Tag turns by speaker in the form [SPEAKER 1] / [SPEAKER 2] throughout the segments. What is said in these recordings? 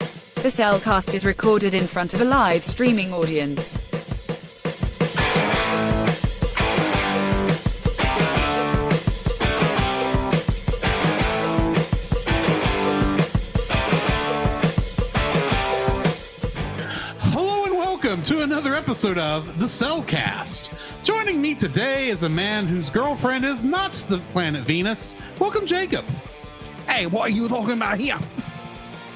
[SPEAKER 1] The Cellcast is recorded in front of a live streaming audience.
[SPEAKER 2] Hello and welcome to another episode of The Cellcast. Joining me today is a man whose girlfriend is not the planet Venus. Welcome, Jacob.
[SPEAKER 3] Hey, what are you talking about here?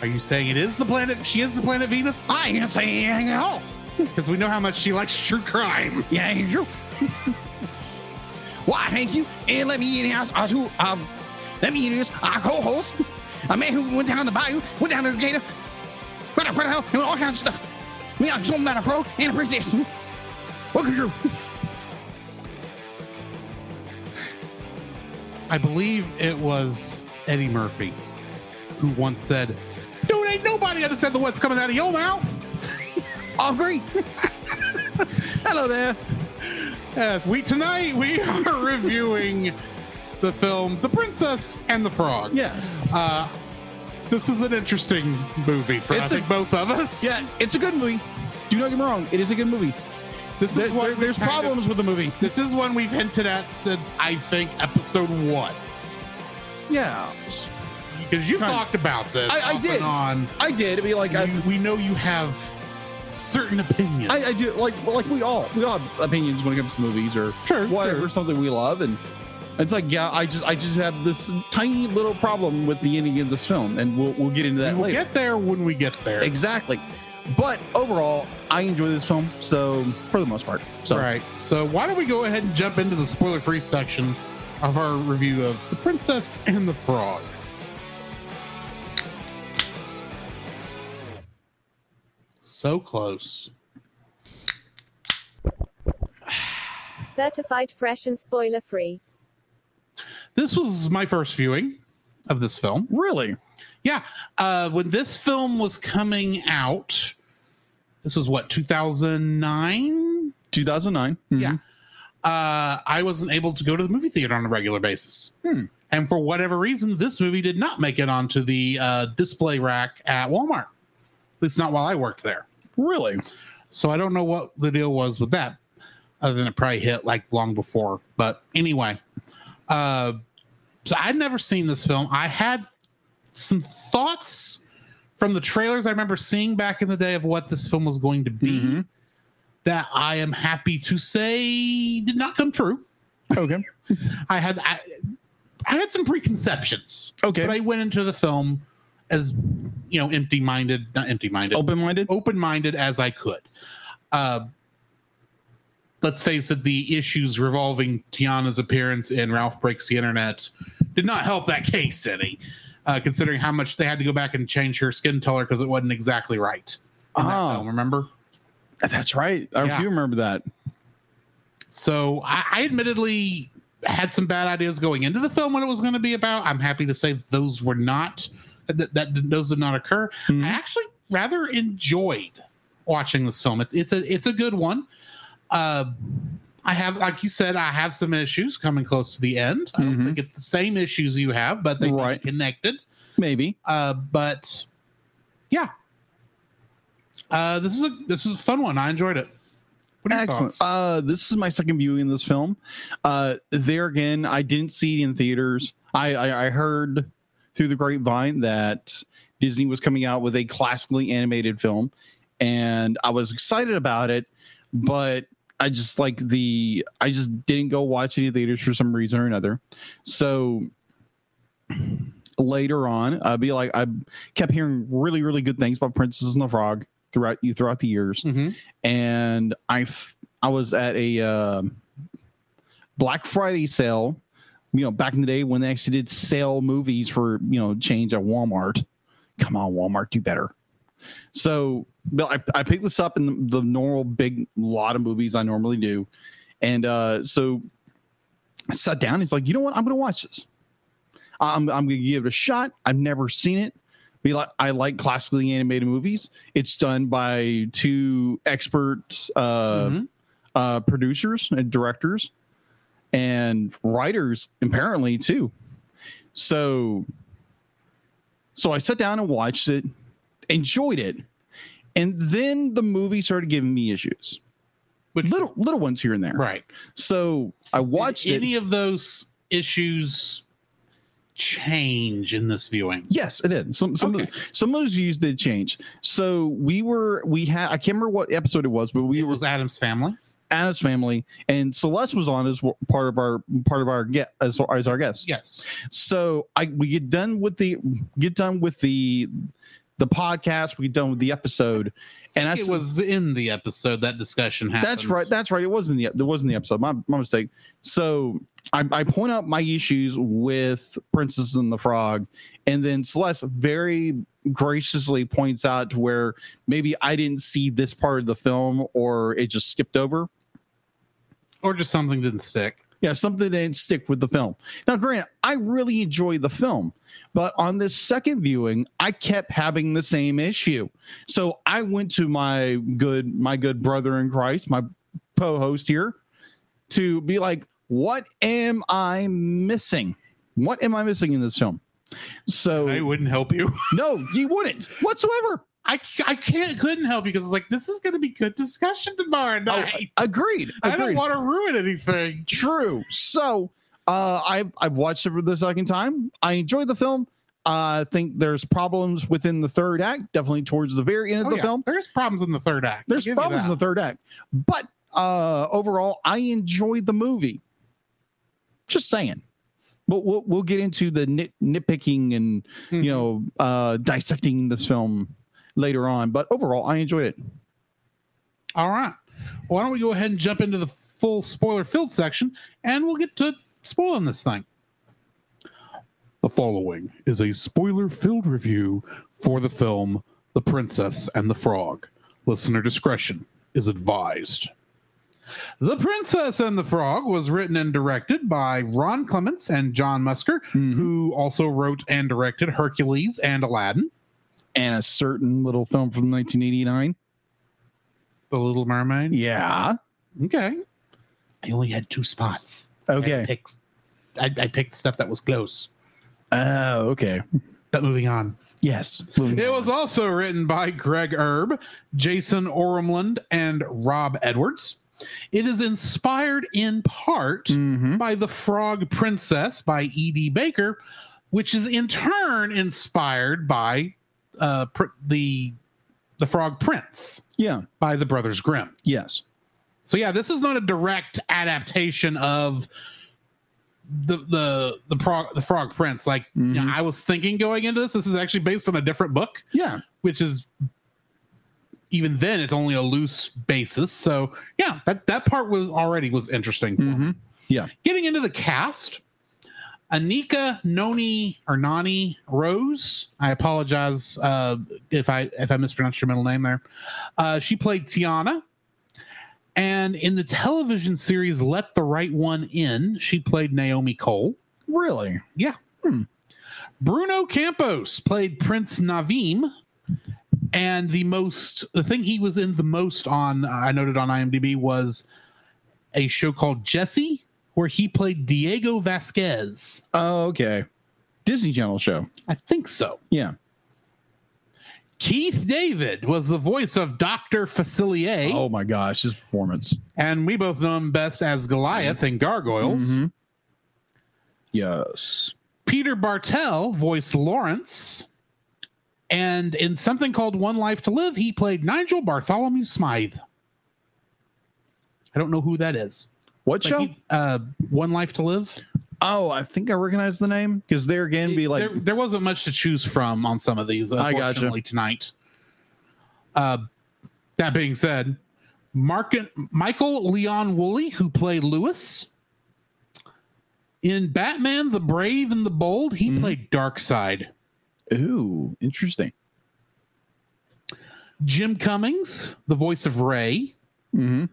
[SPEAKER 2] Are you saying it is the planet? She is the planet Venus?
[SPEAKER 3] I ain't saying anything at all.
[SPEAKER 2] Because we know how much she likes true crime.
[SPEAKER 3] Yeah, ain't you? Why, thank you. And let me introduce our two, um, let me introduce our co-host, a man who went down the bayou, went down to the gator, went up, went out, and all kinds of stuff. We are some that afro and a princess. Welcome, Drew.
[SPEAKER 2] I believe it was Eddie Murphy who once said, Dude, ain't nobody understand the what's coming out of your mouth.
[SPEAKER 3] All great. Hello there.
[SPEAKER 2] Yes, we tonight we are reviewing the film The Princess and the Frog.
[SPEAKER 3] Yes.
[SPEAKER 2] Uh, this is an interesting movie for I
[SPEAKER 3] It's a-
[SPEAKER 2] think both of us.
[SPEAKER 3] Yeah, it's a good movie. Do not get me wrong. It is a good movie.
[SPEAKER 2] this is
[SPEAKER 3] There-
[SPEAKER 2] what
[SPEAKER 3] there-
[SPEAKER 2] we
[SPEAKER 3] there's
[SPEAKER 2] kind of-
[SPEAKER 3] problems with the movie.
[SPEAKER 2] this is one we've hinted at since I think episode one
[SPEAKER 3] Yeah.
[SPEAKER 2] because you've
[SPEAKER 3] Right.
[SPEAKER 2] talked about this.
[SPEAKER 3] I- I
[SPEAKER 2] off
[SPEAKER 3] did.
[SPEAKER 2] and on.
[SPEAKER 3] I did. I mean, like, I,
[SPEAKER 2] You- we know you have certain opinions.
[SPEAKER 3] I, I do like well, like we all we all have opinions when it comes to movies or
[SPEAKER 2] Sure,
[SPEAKER 3] whatever
[SPEAKER 2] sure.
[SPEAKER 3] something we love and it's like yeah I just I just have this tiny little problem with the ending of this film and we'll we'll get into that
[SPEAKER 2] we will
[SPEAKER 3] later
[SPEAKER 2] get there when we get there.
[SPEAKER 3] exactly but overall I enjoy this film so for the most part so
[SPEAKER 2] Right. So why don't we go ahead and jump into the spoiler-free section of our review of The Princess and the Frog. So close.
[SPEAKER 4] Certified fresh and spoiler free.
[SPEAKER 2] This was my first viewing of this film.
[SPEAKER 3] really
[SPEAKER 2] Yeah. Uh, when this film was coming out, this was what, 2009?
[SPEAKER 3] 2009
[SPEAKER 2] Yeah. Uh, I wasn't able to go to the movie theater on a regular basis. And for whatever reason, this movie did not make it onto the uh, display rack at Walmart. At least not while I worked there.
[SPEAKER 3] really
[SPEAKER 2] So I don't know what the deal was with that, other than it probably hit like long before. But anyway, uh, so I'd never seen this film. I had some thoughts from the trailers I remember seeing back in the day of what this film was going to be that I am happy to say did not come true.
[SPEAKER 3] okay
[SPEAKER 2] I had I, I had some preconceptions.
[SPEAKER 3] Okay.
[SPEAKER 2] but I went into the film as you know empty minded, not empty minded,
[SPEAKER 3] open minded
[SPEAKER 2] open minded as I could. Uh, let's face it, the issues revolving Tiana's appearance in Ralph Breaks the Internet did not help that case any. Uh, considering how much they had to go back and change her skin color because it wasn't exactly right. in that
[SPEAKER 3] Ah.
[SPEAKER 2] film, remember?
[SPEAKER 3] that's right I
[SPEAKER 2] Yeah.
[SPEAKER 3] do remember that
[SPEAKER 2] So I, I admittedly had some bad ideas going into the film what it was going to be about. I'm happy to say those were not that, that those did not occur.
[SPEAKER 3] Mm-hmm.
[SPEAKER 2] I actually rather enjoyed watching this film. It's it's a it's a good one. Uh, I have, like you said, I have some issues coming close to the end. I don't
[SPEAKER 3] Mhm.
[SPEAKER 2] think it's the same issues you have, but they may be
[SPEAKER 3] Right.
[SPEAKER 2] connected.
[SPEAKER 3] maybe
[SPEAKER 2] Uh, but yeah, uh, this is a this is a fun one. I enjoyed it. What are your
[SPEAKER 3] Excellent.
[SPEAKER 2] thoughts?
[SPEAKER 3] Uh, this is my second viewing of this film. Uh, there again, I didn't see it in theaters. I, I, I heard through the grapevine that Disney was coming out with a classically animated film, and I was excited about it, but I just like the I just didn't go watch any theaters for some reason or another. So later on, I'd be like I kept hearing really really good things about Princess and the Frog throughout you throughout the years
[SPEAKER 2] Mhm.
[SPEAKER 3] and I f- I was at a uh, Black Friday sale, you know, back in the day when they actually did sell movies for you know change at Walmart. Come on, Walmart, do better. So, but I, I picked this up in the, the normal big lot of movies I normally do, and uh, so I sat down. He's like, you know what? I'm going to watch this. I'm I'm going to give it a shot. I've never seen it. Be like, I like classically animated movies. It's done by two expert uh,
[SPEAKER 2] Mhm.
[SPEAKER 3] uh, producers and directors and writers, apparently too. So, so I sat down and watched it, enjoyed it, and then the movie started giving me issues,
[SPEAKER 2] Which-
[SPEAKER 3] little little ones here and there.
[SPEAKER 2] Right.
[SPEAKER 3] So I watched
[SPEAKER 2] Did
[SPEAKER 3] it.
[SPEAKER 2] any of those issues change in this viewing?
[SPEAKER 3] Yes, it did. Some some of
[SPEAKER 2] Okay.
[SPEAKER 3] the, some of those views did change. So we were we had I can't remember what episode it was, but we
[SPEAKER 2] It
[SPEAKER 3] were
[SPEAKER 2] was Adam's family.
[SPEAKER 3] Anna's family and Celeste was on as w- part of our part of our get as, as our guest.
[SPEAKER 2] Yes.
[SPEAKER 3] So I we get done with the get done with the the podcast. We get done with the episode, and I
[SPEAKER 2] it
[SPEAKER 3] said-
[SPEAKER 2] was in the episode that discussion happened.
[SPEAKER 3] that's right. That's right. It wasn't the there wasn't the episode. My, my mistake. So I, I point out my issues with Princess and the Frog, and then Celeste very graciously points out to where maybe I didn't see this part of the film or it just skipped over.
[SPEAKER 2] Or just something didn't stick.
[SPEAKER 3] Yeah, something that didn't stick with the film. Now, granted, I really enjoyed the film, but on this second viewing, I kept having the same issue. So I went to my good, my good brother in Christ, my co-host here, to be like, "What am I missing? What am I missing in this film?" So
[SPEAKER 2] I wouldn't help you.
[SPEAKER 3] no, you wouldn't whatsoever.
[SPEAKER 2] I, I can't couldn't help you because it's like this is going to be good discussion tomorrow night.
[SPEAKER 3] Oh, Agreed.
[SPEAKER 2] I don't
[SPEAKER 3] agreed.
[SPEAKER 2] want to ruin anything.
[SPEAKER 3] True. So uh, I've I've watched it for the second time. I enjoyed the film. I think there's problems within the third act, definitely towards the very end of
[SPEAKER 2] Oh,
[SPEAKER 3] the
[SPEAKER 2] yeah.
[SPEAKER 3] film.
[SPEAKER 2] There's problems in the third act.
[SPEAKER 3] There's
[SPEAKER 2] I'll give you
[SPEAKER 3] problems in the
[SPEAKER 2] that.
[SPEAKER 3] third act, but uh, overall, I enjoyed the movie. Just saying. But we'll we'll get into the nit, nitpicking and
[SPEAKER 2] Mm-hmm.
[SPEAKER 3] you know uh, dissecting this film later on. But overall, I enjoyed it.
[SPEAKER 2] All right. Why don't we go ahead and jump into the full spoiler filled section and we'll get to spoiling this thing. The following is a spoiler filled review for the film The Princess and the Frog. Listener discretion is advised. The Princess and the Frog was written and directed by Ron Clements and John Musker, who also wrote and directed Hercules and Aladdin,
[SPEAKER 3] And a certain little film from 1989.
[SPEAKER 2] The Little Mermaid.
[SPEAKER 3] Yeah.
[SPEAKER 2] Okay. I only had two spots. I
[SPEAKER 3] Okay.
[SPEAKER 2] picked, I, I picked stuff that was close.
[SPEAKER 3] Oh, okay.
[SPEAKER 2] But moving on.
[SPEAKER 3] Yes.
[SPEAKER 2] It was also written by Greg Erb, Jason Orumland, and Rob Edwards. It is inspired in part
[SPEAKER 3] Mhm.
[SPEAKER 2] by The Frog Princess by E.D. Baker, which is in turn inspired by uh, pr- the the Frog Prince
[SPEAKER 3] Yeah.
[SPEAKER 2] by the Brothers Grimm.
[SPEAKER 3] Yes.
[SPEAKER 2] So yeah, this is not a direct adaptation of the the the prog, the Frog Prince. Like you know,
[SPEAKER 3] Mhm.
[SPEAKER 2] I was thinking going into this, this is actually based on a different book,
[SPEAKER 3] Yeah.
[SPEAKER 2] which is even then it's only a loose basis. So yeah, that that part was already was interesting.
[SPEAKER 3] Mhm. Yeah.
[SPEAKER 2] Getting into the cast, Anika Noni or Nani Rose. I apologize uh, if I if I mispronounced your middle name there. Uh, she played Tiana, and in the television series "Let the Right One In," she played Naomi Cole.
[SPEAKER 3] Really?
[SPEAKER 2] Bruno Campos played Prince Navim, and the most the thing he was in the most on uh, I noted on IMDb was a show called Jesse, where he played Diego Vasquez.
[SPEAKER 3] Oh, okay. Disney Channel show.
[SPEAKER 2] I think so.
[SPEAKER 3] Yeah.
[SPEAKER 2] Keith David was the voice of Doctor Facilier,
[SPEAKER 3] Oh my gosh, his performance.
[SPEAKER 2] and we both know him best as Goliath in Gargoyles.
[SPEAKER 3] Mhm. Yes.
[SPEAKER 2] Peter Bartell voiced Lawrence. And in something called One Life to Live, he played Nigel Bartholomew Smythe. I don't know who that is.
[SPEAKER 3] What
[SPEAKER 2] But
[SPEAKER 3] show?
[SPEAKER 2] he- uh, One Life to Live.
[SPEAKER 3] oh, I think I recognize the name because there again, be like
[SPEAKER 2] there, there wasn't much to choose from on some of these,
[SPEAKER 3] I gotcha.
[SPEAKER 2] unfortunately, tonight. Uh, that being said, Mark, Michael Leon Woolley, who played Lewis. In Batman, the Brave and the Bold, he
[SPEAKER 3] Mhm.
[SPEAKER 2] played Darkseid.
[SPEAKER 3] ooh, interesting.
[SPEAKER 2] Jim Cummings, the voice of Ray,
[SPEAKER 3] Mm-hmm.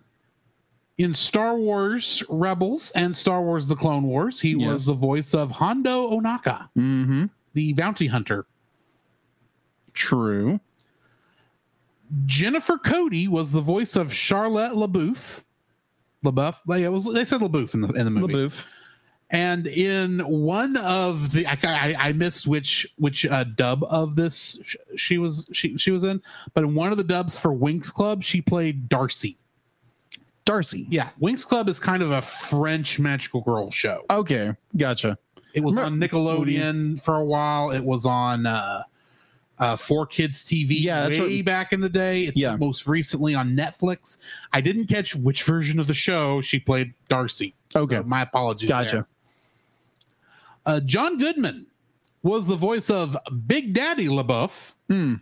[SPEAKER 2] in Star Wars Rebels and Star Wars The Clone Wars, he
[SPEAKER 3] Yes.
[SPEAKER 2] was the voice of Hondo Onaka,
[SPEAKER 3] Mm-hmm.
[SPEAKER 2] the bounty hunter.
[SPEAKER 3] True.
[SPEAKER 2] Jennifer Cody was the voice of Charlotte LaBeouf. LaBeouf? They, it was, they said LaBeouf in the, in the movie.
[SPEAKER 3] LaBeouf.
[SPEAKER 2] And in one of the, I, I, I missed which which uh, dub of this sh- she was she she was in, but in one of the dubs for Winx Club, she played Darcy.
[SPEAKER 3] Darcy.
[SPEAKER 2] Yeah, Winx Club is kind of a French magical girl show.
[SPEAKER 3] Okay, gotcha.
[SPEAKER 2] It was
[SPEAKER 3] Remember-
[SPEAKER 2] on Nickelodeon for a while. It was on uh, uh, Four Kids TV
[SPEAKER 3] Yeah, that's
[SPEAKER 2] way
[SPEAKER 3] what-
[SPEAKER 2] back in the day. It's
[SPEAKER 3] Yeah.
[SPEAKER 2] Most recently on Netflix. I didn't catch which version of the show she played Darcy.
[SPEAKER 3] Okay.
[SPEAKER 2] So my apologies.
[SPEAKER 3] Gotcha.
[SPEAKER 2] there. Uh, John Goodman was the voice of Big Daddy LaBeouf.
[SPEAKER 3] Hmm.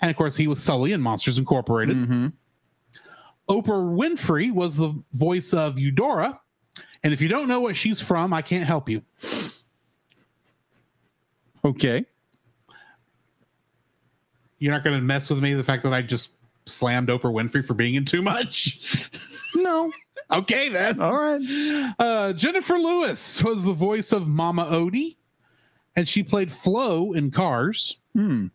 [SPEAKER 2] And of course, he was Sully in Monsters Incorporated.
[SPEAKER 3] Mhm.
[SPEAKER 2] Oprah Winfrey was the voice of Eudora. And if you don't know what she's from, I can't help you.
[SPEAKER 3] Okay.
[SPEAKER 2] You're not going to mess with me the fact that I just slammed Oprah Winfrey for being in too much.
[SPEAKER 3] No.
[SPEAKER 2] okay, then.
[SPEAKER 3] All right.
[SPEAKER 2] Uh, Jennifer Lewis was the voice of Mama Odie, and she played Flo in Cars.
[SPEAKER 3] Hmm.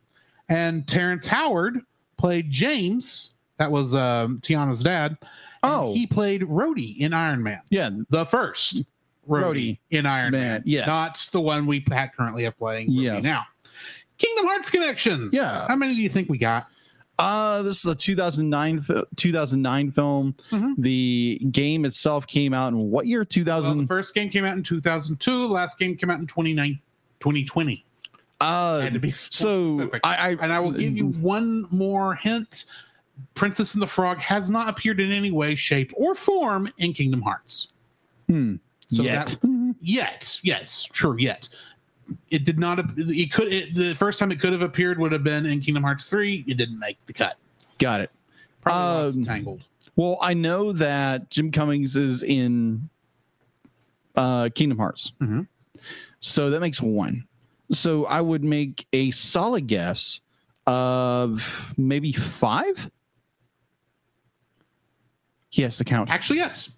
[SPEAKER 2] And Terrence Howard played James. That was um, Tiana's dad. and
[SPEAKER 3] Oh.
[SPEAKER 2] he played Rhodey in Iron Man,
[SPEAKER 3] Yeah.
[SPEAKER 2] the first Rhodey
[SPEAKER 3] Rhodey.
[SPEAKER 2] in Iron Man.
[SPEAKER 3] Man. Yes.
[SPEAKER 2] Not the one we ha- currently have playing Rhodey
[SPEAKER 3] Yes.
[SPEAKER 2] now. Kingdom Hearts connections.
[SPEAKER 3] Yeah.
[SPEAKER 2] How many do you think we got?
[SPEAKER 3] Uh, this is a 2009 fi- 2009 film.
[SPEAKER 2] Mhm.
[SPEAKER 3] The game itself came out in what year?
[SPEAKER 2] Well,
[SPEAKER 3] 2000.
[SPEAKER 2] the first game came out in 2002. The last game came out in 29 2020.
[SPEAKER 3] uh,
[SPEAKER 2] I had to be
[SPEAKER 3] so
[SPEAKER 2] specific.
[SPEAKER 3] I, I
[SPEAKER 2] And I will give you one more hint. Princess and the Frog has not appeared in any way, shape, or form in Kingdom Hearts.
[SPEAKER 3] Hmm.
[SPEAKER 2] So
[SPEAKER 3] yet.
[SPEAKER 2] that- yet, yes, sure, yet. It did not. It could. It, the first time it could have appeared would have been in Kingdom Hearts three. It didn't make the cut.
[SPEAKER 3] Got it.
[SPEAKER 2] Probably lost
[SPEAKER 3] Um,
[SPEAKER 2] tangled.
[SPEAKER 3] Well, I know that Jim Cummings is in uh, Kingdom Hearts.
[SPEAKER 2] Mhm.
[SPEAKER 3] So that makes one. So I would make a solid guess of maybe five. He has to count.
[SPEAKER 2] Actually, yes,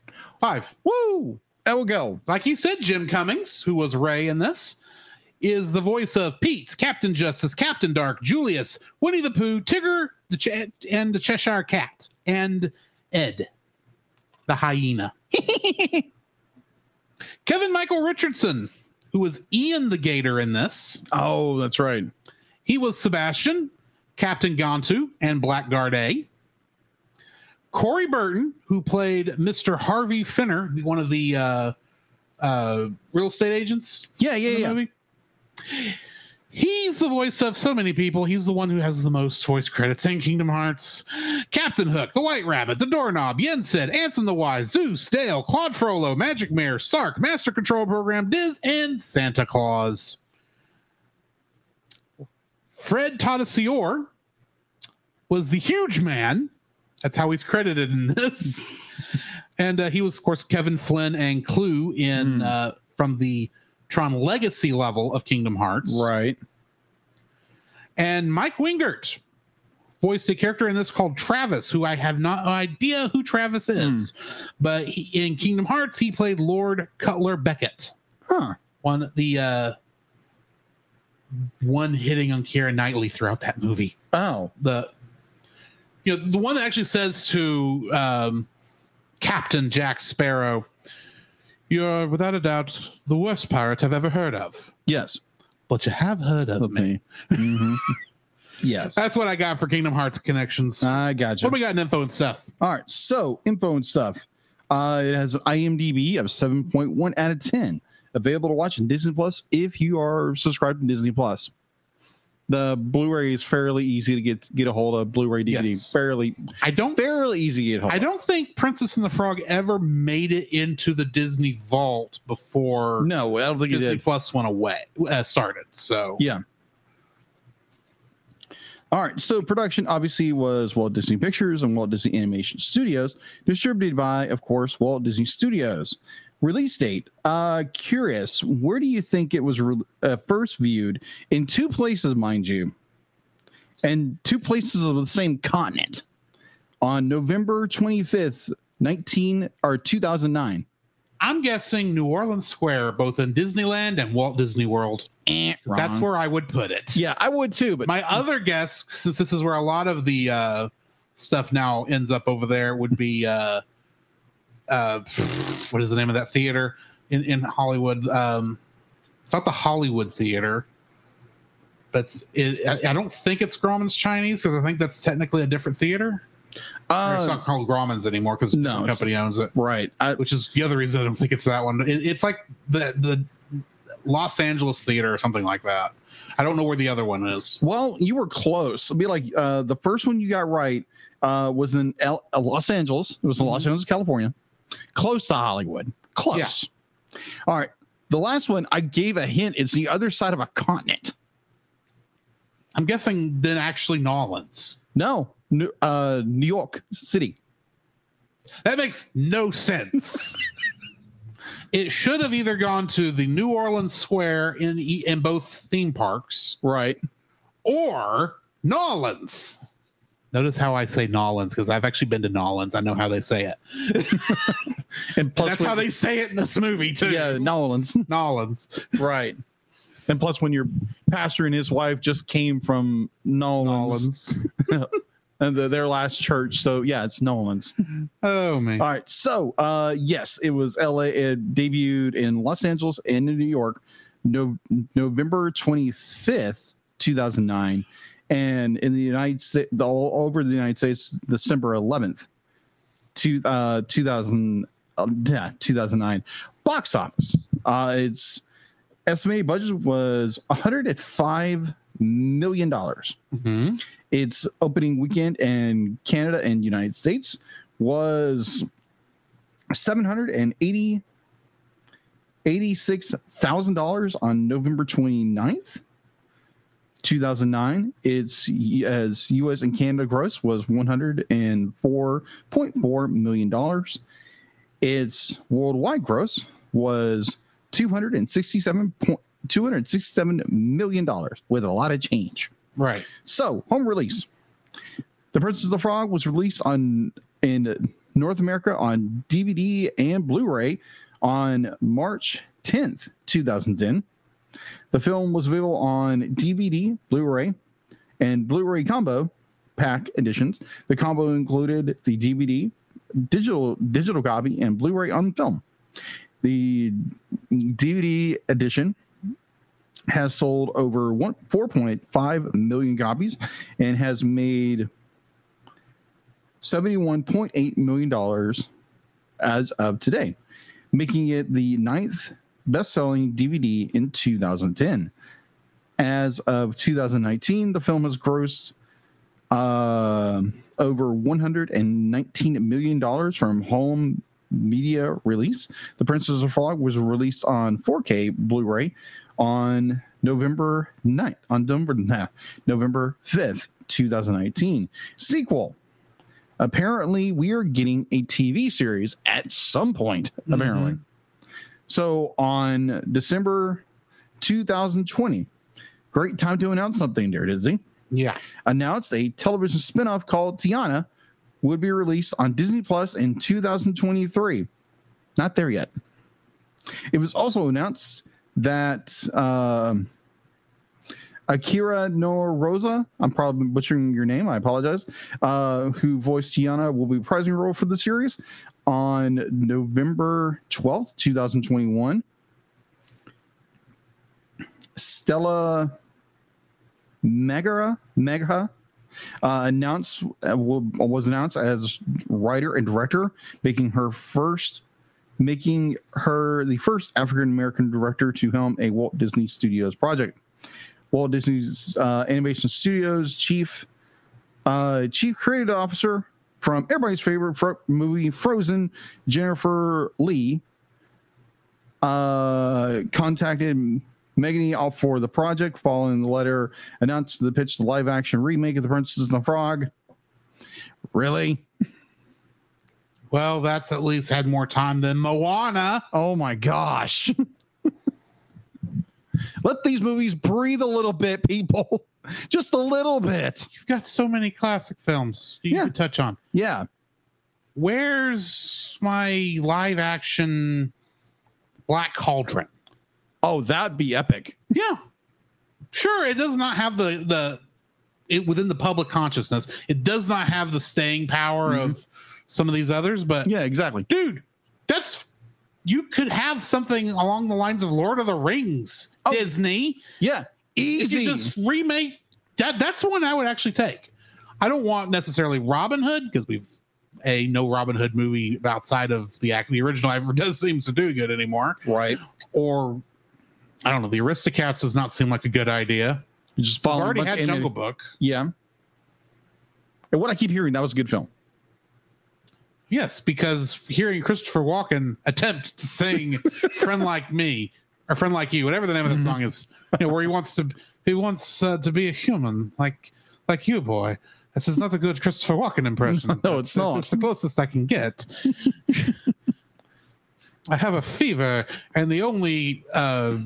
[SPEAKER 2] five.
[SPEAKER 3] Woo! There we go.
[SPEAKER 2] like you said, Jim Cummings, who was Ray in this, is the voice of Pete's Captain Justice, Captain Dark, Julius, Winnie the Pooh, Tigger, the Ch- and the Cheshire Cat, and Ed, the hyena. Kevin Michael Richardson, who was Ian the Gator in this,
[SPEAKER 3] Oh, that's right.
[SPEAKER 2] he was Sebastian, Captain Gontu, and Blackguard A. Corey Burton, who played Mr. Harvey Finner, the- one of the uh, uh, real estate agents
[SPEAKER 3] Yeah,
[SPEAKER 2] in
[SPEAKER 3] yeah,
[SPEAKER 2] the
[SPEAKER 3] yeah.
[SPEAKER 2] movie. He's the voice of so many people. He's the one who has the most voice credits in Kingdom Hearts. Captain Hook, the White Rabbit, the Doorknob, Yensid, Anson the Wise, Zeus, Dale, Claude Frollo, Magic Mare, Sark, Master Control Program, Diz, and Santa Claus. Fred Tatasciore was the huge man. That's how he's credited in this. and uh, he was, of course, Kevin Flynn and Clue in uh, from the Tron Legacy level of Kingdom Hearts.
[SPEAKER 3] Right.
[SPEAKER 2] And Mike Wingert voiced a character in this called Travis, who I have no idea who Travis is, but he, in Kingdom Hearts he played Lord Cutler Beckett,
[SPEAKER 3] Huh.
[SPEAKER 2] one of the uh, one hitting on Kira Knightley throughout that movie
[SPEAKER 3] Oh.
[SPEAKER 2] the you know the one that actually says to um, Captain Jack Sparrow, "You're without a doubt the worst pirate I've ever heard of,
[SPEAKER 3] Yes.
[SPEAKER 2] but you have heard of me."
[SPEAKER 3] Mhm. yes.
[SPEAKER 2] That's what I got for Kingdom Hearts connections.
[SPEAKER 3] I gotcha.
[SPEAKER 2] what do we got in info and stuff?
[SPEAKER 3] All right, so info and stuff. Uh, it has IMDb of 7.1 out of 10. Available to watch in Disney Plus if you are subscribed to Disney Plus. The Blu-ray is fairly easy to get get a hold of. Blu-ray DVD
[SPEAKER 2] Yes.
[SPEAKER 3] fairly
[SPEAKER 2] I don't.
[SPEAKER 3] fairly easy to get hold.
[SPEAKER 2] I
[SPEAKER 3] of.
[SPEAKER 2] don't think Princess and the Frog ever made it into the Disney Vault before
[SPEAKER 3] No, I don't think
[SPEAKER 2] Disney
[SPEAKER 3] it did.
[SPEAKER 2] Plus went away, uh, started. So
[SPEAKER 3] Yeah. All right, so production obviously was Walt Disney Pictures and Walt Disney Animation Studios, distributed by, of course, Walt Disney Studios. Release date. Uh, curious, where do you think it was re- uh, first viewed? In two places, mind you, and two places of the same continent. On November twenty fifth, nineteen or two thousand nine.
[SPEAKER 2] I'm guessing New Orleans Square, both in Disneyland and Walt Disney World.
[SPEAKER 3] Eh,
[SPEAKER 2] That's where I would put it.
[SPEAKER 3] Yeah, I would too, but
[SPEAKER 2] my other guess, since this is where a lot of the uh, stuff now ends up over there, would be uh, uh, what is the name of that theater? in in Hollywood. Um, it's not the Hollywood Theater, but it's, it, I, I don't think it's Grauman's Chinese because I think that's technically a different theater. Or it's
[SPEAKER 3] Uh,
[SPEAKER 2] not called Grauman's anymore because
[SPEAKER 3] no,
[SPEAKER 2] the company owns it,
[SPEAKER 3] right. I,
[SPEAKER 2] which is the other reason I don't think it's that one. It, it's like the the Los Angeles Theater or something like that. I don't know where the other one is.
[SPEAKER 3] well, you were close. It'd be like uh, the first one you got right uh, was in L- uh, Los Angeles. It was in
[SPEAKER 2] Mm-hmm.
[SPEAKER 3] Los Angeles, California, close to Hollywood. Close. All right. The last one I gave a hint. It's the other side of a continent.
[SPEAKER 2] I'm guessing then actually Nolans.
[SPEAKER 3] No, New, uh, New York City.
[SPEAKER 2] That makes no sense. it should have either gone to the New Orleans Square in e- in both theme parks
[SPEAKER 3] Right.
[SPEAKER 2] or Nolans. Notice how I say Nolans because I've actually been to Nolans. I know how they say it.
[SPEAKER 3] And plus,
[SPEAKER 2] That's how
[SPEAKER 3] when-
[SPEAKER 2] they say it in this movie too.
[SPEAKER 3] Yeah, New Orleans.
[SPEAKER 2] Nolans.
[SPEAKER 3] right. And plus, when your pastor and his wife just came from Nolans
[SPEAKER 2] Nolans.
[SPEAKER 3] and the, their last church, so yeah, it's Nolans.
[SPEAKER 2] Oh man.
[SPEAKER 3] All right, so uh, yes, it was L.A. It debuted in Los Angeles and in New York, no, November twenty fifth, two thousand nine, and in the United States, all over the United States, December eleventh, two uh, two thousand uh, yeah two thousand nine, box office. Uh, its estimated budget was one hundred and five million dollars
[SPEAKER 2] Mhm.
[SPEAKER 3] its opening weekend in Canada and United States was 780 $86,000 on November 29th, 2009. Its as US and Canada gross was $104.4 million. Its worldwide gross was 267 $267 million with a lot of change.
[SPEAKER 2] Right.
[SPEAKER 3] So, home release. The Princess of the Frog was released on in North America on DVD and Blu-ray on March 10th, 2010. The film was available on DVD, Blu-ray, and Blu-ray combo pack editions. The combo included the DVD, digital digital copy, and Blu-ray on film. The DVD edition has sold over one, 4.5 million copies and has made $71.8 million as of today, making it the ninth best selling DVD in 2010. As of 2019, the film has grossed um over $119 million from home media release. The Princess of Frog was released on 4K Blu ray on November 9th, on November, nah, November 5th, 2019. Sequel. Apparently, we are getting a TV series at some point, apparently. So on December 2020, great time to announce something there, Disney
[SPEAKER 2] Yeah.
[SPEAKER 3] announced a television spinoff called Tiana would be released on Disney Plus in 2023. Not there yet. It was also announced that um, Akira Noroza, I'm probably butchering your name, I apologize, uh, who voiced Tiana will be reprising her role for the series on November 12th, 2021. Stella Megara Megha uh, announced uh, will, was announced as writer and director, making her first making her the first African American director to helm a Walt Disney Studios project. Walt Disney's uh, Animation Studios chief uh, chief creative officer from everybody's favorite fro- movie Frozen, Jennifer Lee, uh, contacted Megany out for the project, following the letter announced the pitch to live action remake of The Princess and the Frog. Really?
[SPEAKER 2] Well, that's at least had more time than Moana.
[SPEAKER 3] Oh my gosh. Let these movies breathe a little bit, people. Just a little bit.
[SPEAKER 2] You've got so many classic films you
[SPEAKER 3] Yeah.
[SPEAKER 2] could touch on.
[SPEAKER 3] Yeah.
[SPEAKER 2] where's my live action black cauldron
[SPEAKER 3] Oh, that'd be epic.
[SPEAKER 2] yeah sure it does not have the the it within the public consciousness it does not have
[SPEAKER 3] Mm-hmm.
[SPEAKER 2] the staying power of some of these others but
[SPEAKER 3] Yeah, exactly.
[SPEAKER 2] dude that's you could have something along the lines of Lord of the Rings,
[SPEAKER 3] Oh.
[SPEAKER 2] Disney.
[SPEAKER 3] Yeah, easy.
[SPEAKER 2] If you just remake that, that's one I would actually take. I don't want necessarily Robin Hood because we've a no Robin Hood movie outside of the act. The original ever does seems to do good anymore.
[SPEAKER 3] right.
[SPEAKER 2] Or I don't know. The Aristocats does not seem like a good idea.
[SPEAKER 3] You just
[SPEAKER 2] I've
[SPEAKER 3] follow. a
[SPEAKER 2] already
[SPEAKER 3] bunch
[SPEAKER 2] had
[SPEAKER 3] of animated-
[SPEAKER 2] Jungle Book.
[SPEAKER 3] Yeah. And what I keep hearing, that was a good film.
[SPEAKER 2] Yes, because hearing Christopher Walken attempt to sing "Friend Like Me" or "Friend Like You," whatever the name of
[SPEAKER 3] Mm-hmm.
[SPEAKER 2] that song is, you know, where he wants to he wants uh, to be a human like like you, boy. This is not a good Christopher Walken impression.
[SPEAKER 3] No, it's not.
[SPEAKER 2] It's the closest I can get. I have a fever, and the only uh,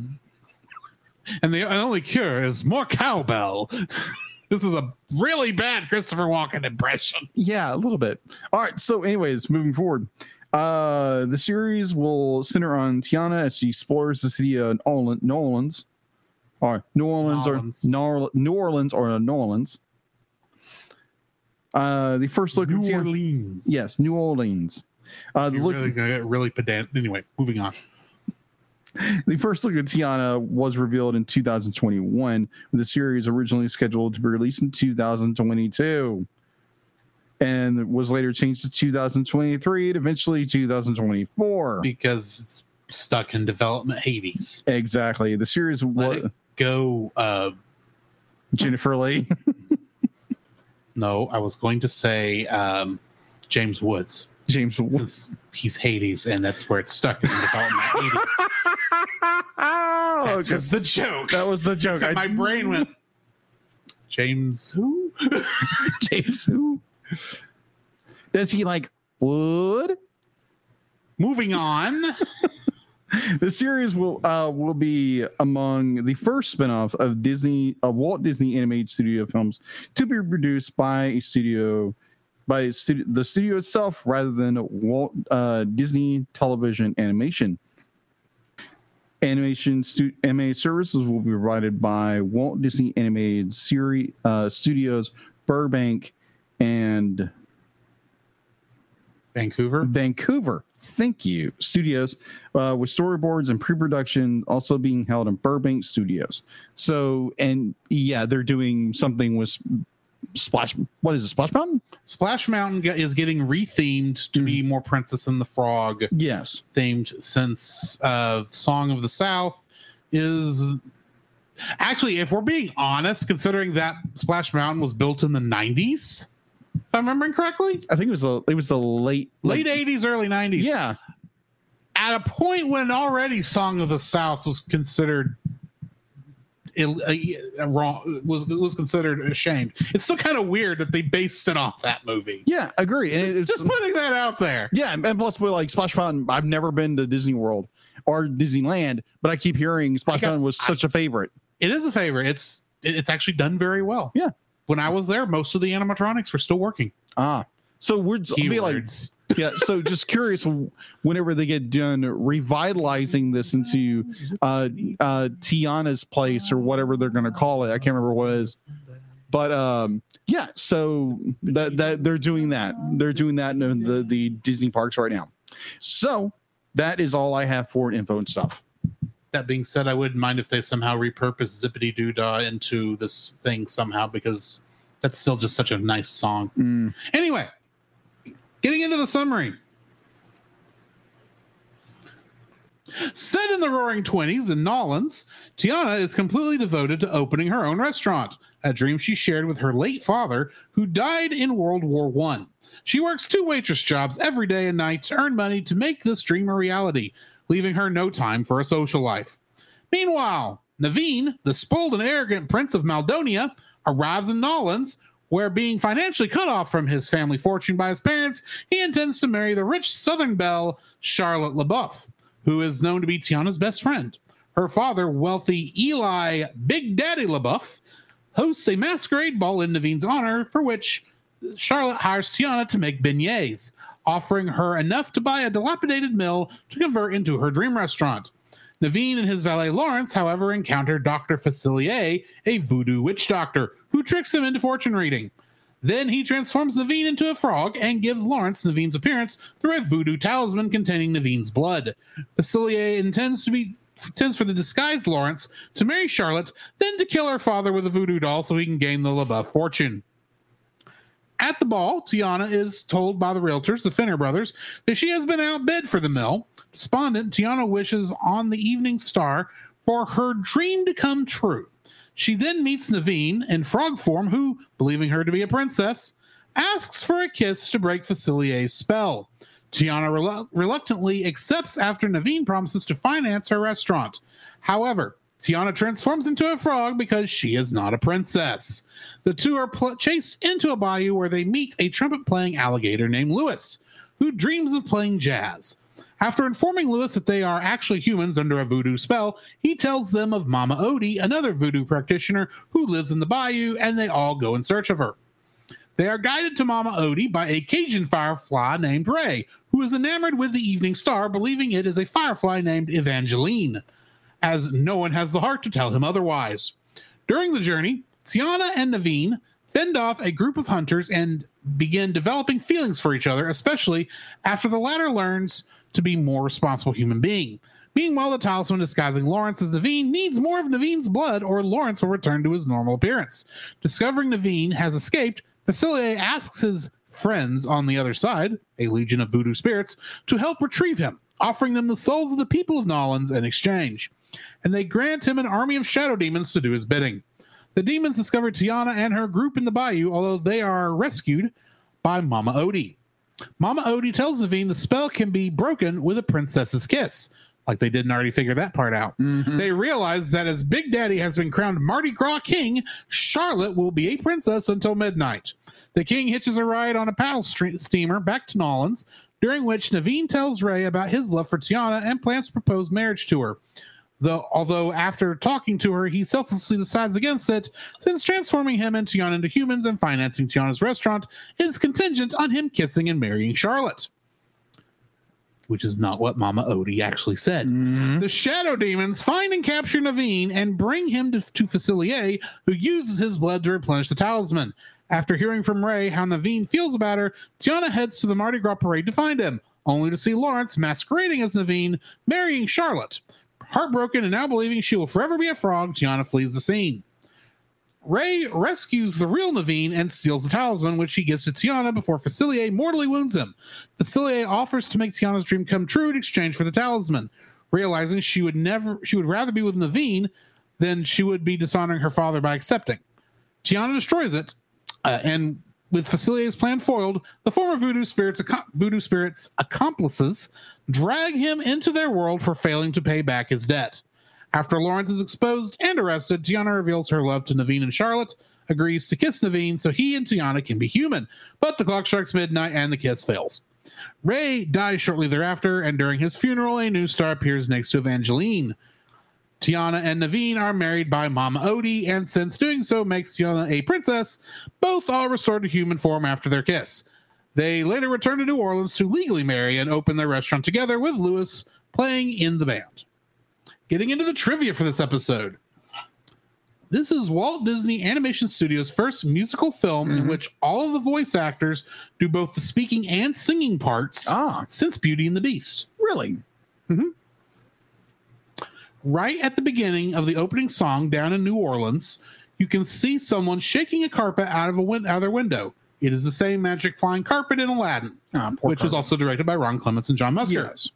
[SPEAKER 2] and the only cure is more cowbell. this is a really bad Christopher Walken impression.
[SPEAKER 3] Yeah, a little bit. All right. So, anyways, moving forward, uh, the series will center on Tiana as she explores the city of Orle- New Orleans, or New Orleans,
[SPEAKER 2] Orleans.
[SPEAKER 3] or New Orle- New Orleans, or New Orleans. Uh, the first look. at
[SPEAKER 2] New
[SPEAKER 3] Tiana-
[SPEAKER 2] Orleans.
[SPEAKER 3] Yes, New Orleans. Uh, the
[SPEAKER 2] You're
[SPEAKER 3] look,
[SPEAKER 2] really gonna get really pedant. Anyway, moving on.
[SPEAKER 3] The first look at Tiana was revealed in 2021, with the series originally scheduled to be released in 2022 and was later changed to 2023 and eventually 2024.
[SPEAKER 2] Because it's stuck in development Hades.
[SPEAKER 3] Exactly. The series
[SPEAKER 2] Let
[SPEAKER 3] was
[SPEAKER 2] it go uh
[SPEAKER 3] Jennifer Lee.
[SPEAKER 2] no, I was going to say um James Woods.
[SPEAKER 3] James. Wo-
[SPEAKER 2] Since he's Hades and that's where it's stuck in development Hades.
[SPEAKER 3] Oh,
[SPEAKER 2] That's Oh, just the joke.
[SPEAKER 3] that was the joke.
[SPEAKER 2] Except my brain went James who?
[SPEAKER 3] James who? Does he like wood?
[SPEAKER 2] Moving on.
[SPEAKER 3] The series will uh, will be among the first spin-offs of Disney of Walt Disney Animated Studio films to be produced by a studio by a studio, the studio itself rather than Walt uh, Disney Television Animation. Animation stu- MA services will be provided by Walt Disney Animated Series uh, Studios Burbank and
[SPEAKER 2] Vancouver.
[SPEAKER 3] Vancouver. Thank you, studios, uh, with storyboards and pre-production also being held in Burbank Studios. So, and yeah, they're doing something with Splash. What is it, Splash Mountain?
[SPEAKER 2] Splash Mountain ge- is getting rethemed to be more Princess and the Frog
[SPEAKER 3] Yes,
[SPEAKER 2] themed since uh, Song of the South is actually, if we're being honest, considering that Splash Mountain was built in the 90s, if I'm remembering correctly,
[SPEAKER 3] I think it was the it was the late
[SPEAKER 2] late 80s, early 90s,
[SPEAKER 3] Yeah,
[SPEAKER 2] at a point when already Song of the South was considered. Ill, uh, uh, wrong was was considered ashamed. It's still kind of weird that they based it off that movie.
[SPEAKER 3] yeah, agree. And
[SPEAKER 2] Just,
[SPEAKER 3] it's,
[SPEAKER 2] just putting that out there.
[SPEAKER 3] yeah, and plus we like Splash Mountain. I've never been to Disney World or Disneyland, but I keep hearing Splash
[SPEAKER 2] I got-
[SPEAKER 3] Mountain was such a favorite.
[SPEAKER 2] it is a favor. It's it- it's actually done very well.
[SPEAKER 3] Yeah.
[SPEAKER 2] When I was there, most of the animatronics were still working.
[SPEAKER 3] Ah, so we're just, I'll be like
[SPEAKER 2] Keywords.
[SPEAKER 3] yeah so just curious whenever they get done revitalizing this into uh uh tiana's place or whatever they're gonna call it i can't remember what it is but um yeah so that that they're doing that they're doing that in the the disney parks right now so that is all i have for info and stuff
[SPEAKER 2] that being said, I wouldn't mind if they somehow repurpose Zippity Doo Dah into this thing somehow because that's still just such a nice song.
[SPEAKER 3] Mm.
[SPEAKER 2] Anyway, getting into the summary. Set in the roaring 20s in Nolans, Tiana is completely devoted to opening her own restaurant, a dream she shared with her late father, who died in World War I. She works two waitress jobs every day and night to earn money to make this dream a reality, leaving her no time for a social life. Meanwhile, Naveen, the spoiled and arrogant prince of Maldonia, arrives in Nolans, where being financially cut off from his family fortune by his parents, he intends to marry the rich Southern belle, Charlotte LaBeouf, who is known to be Tiana's best friend. Her father, wealthy Eli Big Daddy LaBeouf, hosts a masquerade ball in Naveen's honor, for which Charlotte hires Tiana to make beignets, offering her enough to buy a dilapidated mill to convert into her dream restaurant. Naveen and his valet Lawrence, however, encounter Dr. Facilier, a voodoo witch doctor, who tricks him into fortune reading. Then he transforms Naveen into a frog and gives Lawrence Naveen's appearance through a voodoo talisman containing Naveen's blood. Facilier intends to be intends for the disguised Lawrence to marry Charlotte, then to kill her father with a voodoo doll so he can gain the LaBeouf fortune. At the ball, Tiana is told by the realtors, the Finner brothers, that she has been outbid for the mill. Despondent, Tiana wishes on the Evening Star for her dream to come true. She then meets Naveen in frog form, who, believing her to be a princess, asks for a kiss to break Facilier's spell. Tiana relu- reluctantly accepts after Naveen promises to finance her restaurant. However, Tiana transforms into a frog because she is not a princess. The two are pl- chased into a bayou where they meet a trumpet playing alligator named Lewis, who dreams of playing jazz. After informing Lewis that they are actually humans under a voodoo spell, he tells them of Mama Odie, another voodoo practitioner who lives in the bayou, and they all go in search of her. They are guided to Mama Odie by a Cajun firefly named Ray, who is enamored with the evening star, believing it is a firefly named Evangeline, as no one has the heart to tell him otherwise. During the journey, Tiana and Naveen fend off a group of hunters and begin developing feelings for each other, especially after the latter learns to be more responsible human being. Meanwhile, the talisman disguising Lawrence as Naveen needs more of Naveen's blood, or Lawrence will return to his normal appearance. Discovering Naveen has escaped, Facilier asks his friends on the other side, a legion of voodoo spirits, to help retrieve him, offering them the souls of the people of Nolans in exchange. And they grant him an army of shadow demons to do his bidding. The demons discover Tiana and her group in the bayou, although they are rescued by Mama Odie. Mama Odie tells Naveen the spell can be broken with a princess's kiss. Like they didn't already figure that part out. They realize that as Big Daddy has been crowned Mardi Gras King, Charlotte will be a princess until midnight. The king hitches a ride on a paddle stre- steamer back to Nolans, during which Naveen tells Ray about his love for Tiana and plans to propose marriage to her. Though, although after talking to her, he selflessly decides against it, since transforming him and Tiana into humans and financing Tiana's restaurant is contingent on him kissing and marrying Charlotte. Which is not what Mama Odie actually said. The shadow demons find and capture Naveen and bring him to, to Facilier, who uses his blood to replenish the talisman. After hearing from Ray how Naveen feels about her, Tiana heads to the Mardi Gras parade to find him, only to see Lawrence masquerading as Naveen marrying Charlotte. Heartbroken and now believing she will forever be a frog, Tiana flees the scene. Ray rescues the real Naveen and steals the talisman, which he gives to Tiana before Facilier mortally wounds him. Facilier offers to make Tiana's dream come true in exchange for the talisman, realizing she would never she would rather be with Naveen than she would be dishonoring her father by accepting. Tiana destroys it, uh, and with Facilier's plan foiled, the former voodoo spirits acco- voodoo spirits accomplices drag him into their world for failing to pay back his debt. After Lawrence is exposed and arrested, Tiana reveals her love to Naveen and Charlotte, agrees to kiss Naveen so he and Tiana can be human. But the clock strikes midnight and the kiss fails. Ray dies shortly thereafter, and during his funeral, a new star appears next to Evangeline. Tiana and Naveen are married by Mama Odie, and since doing so makes Tiana a princess, both are restored to human form after their kiss. They later return to New Orleans to legally marry and open their restaurant together with Lewis playing in the band. Getting into the trivia for this episode. This is Walt Disney Animation Studios' first musical film in which all of the voice actors do both the speaking and singing parts
[SPEAKER 3] Ah,
[SPEAKER 2] since Beauty and the Beast.
[SPEAKER 3] really?
[SPEAKER 2] right at the beginning of the opening song down in New Orleans, you can see someone shaking a carpet out of a win- out of their window. It is the same magic flying carpet in Aladdin,
[SPEAKER 3] Ah, poor
[SPEAKER 2] which was
[SPEAKER 3] Kirby.
[SPEAKER 2] also directed by Ron Clements and John Musker.
[SPEAKER 3] Yes.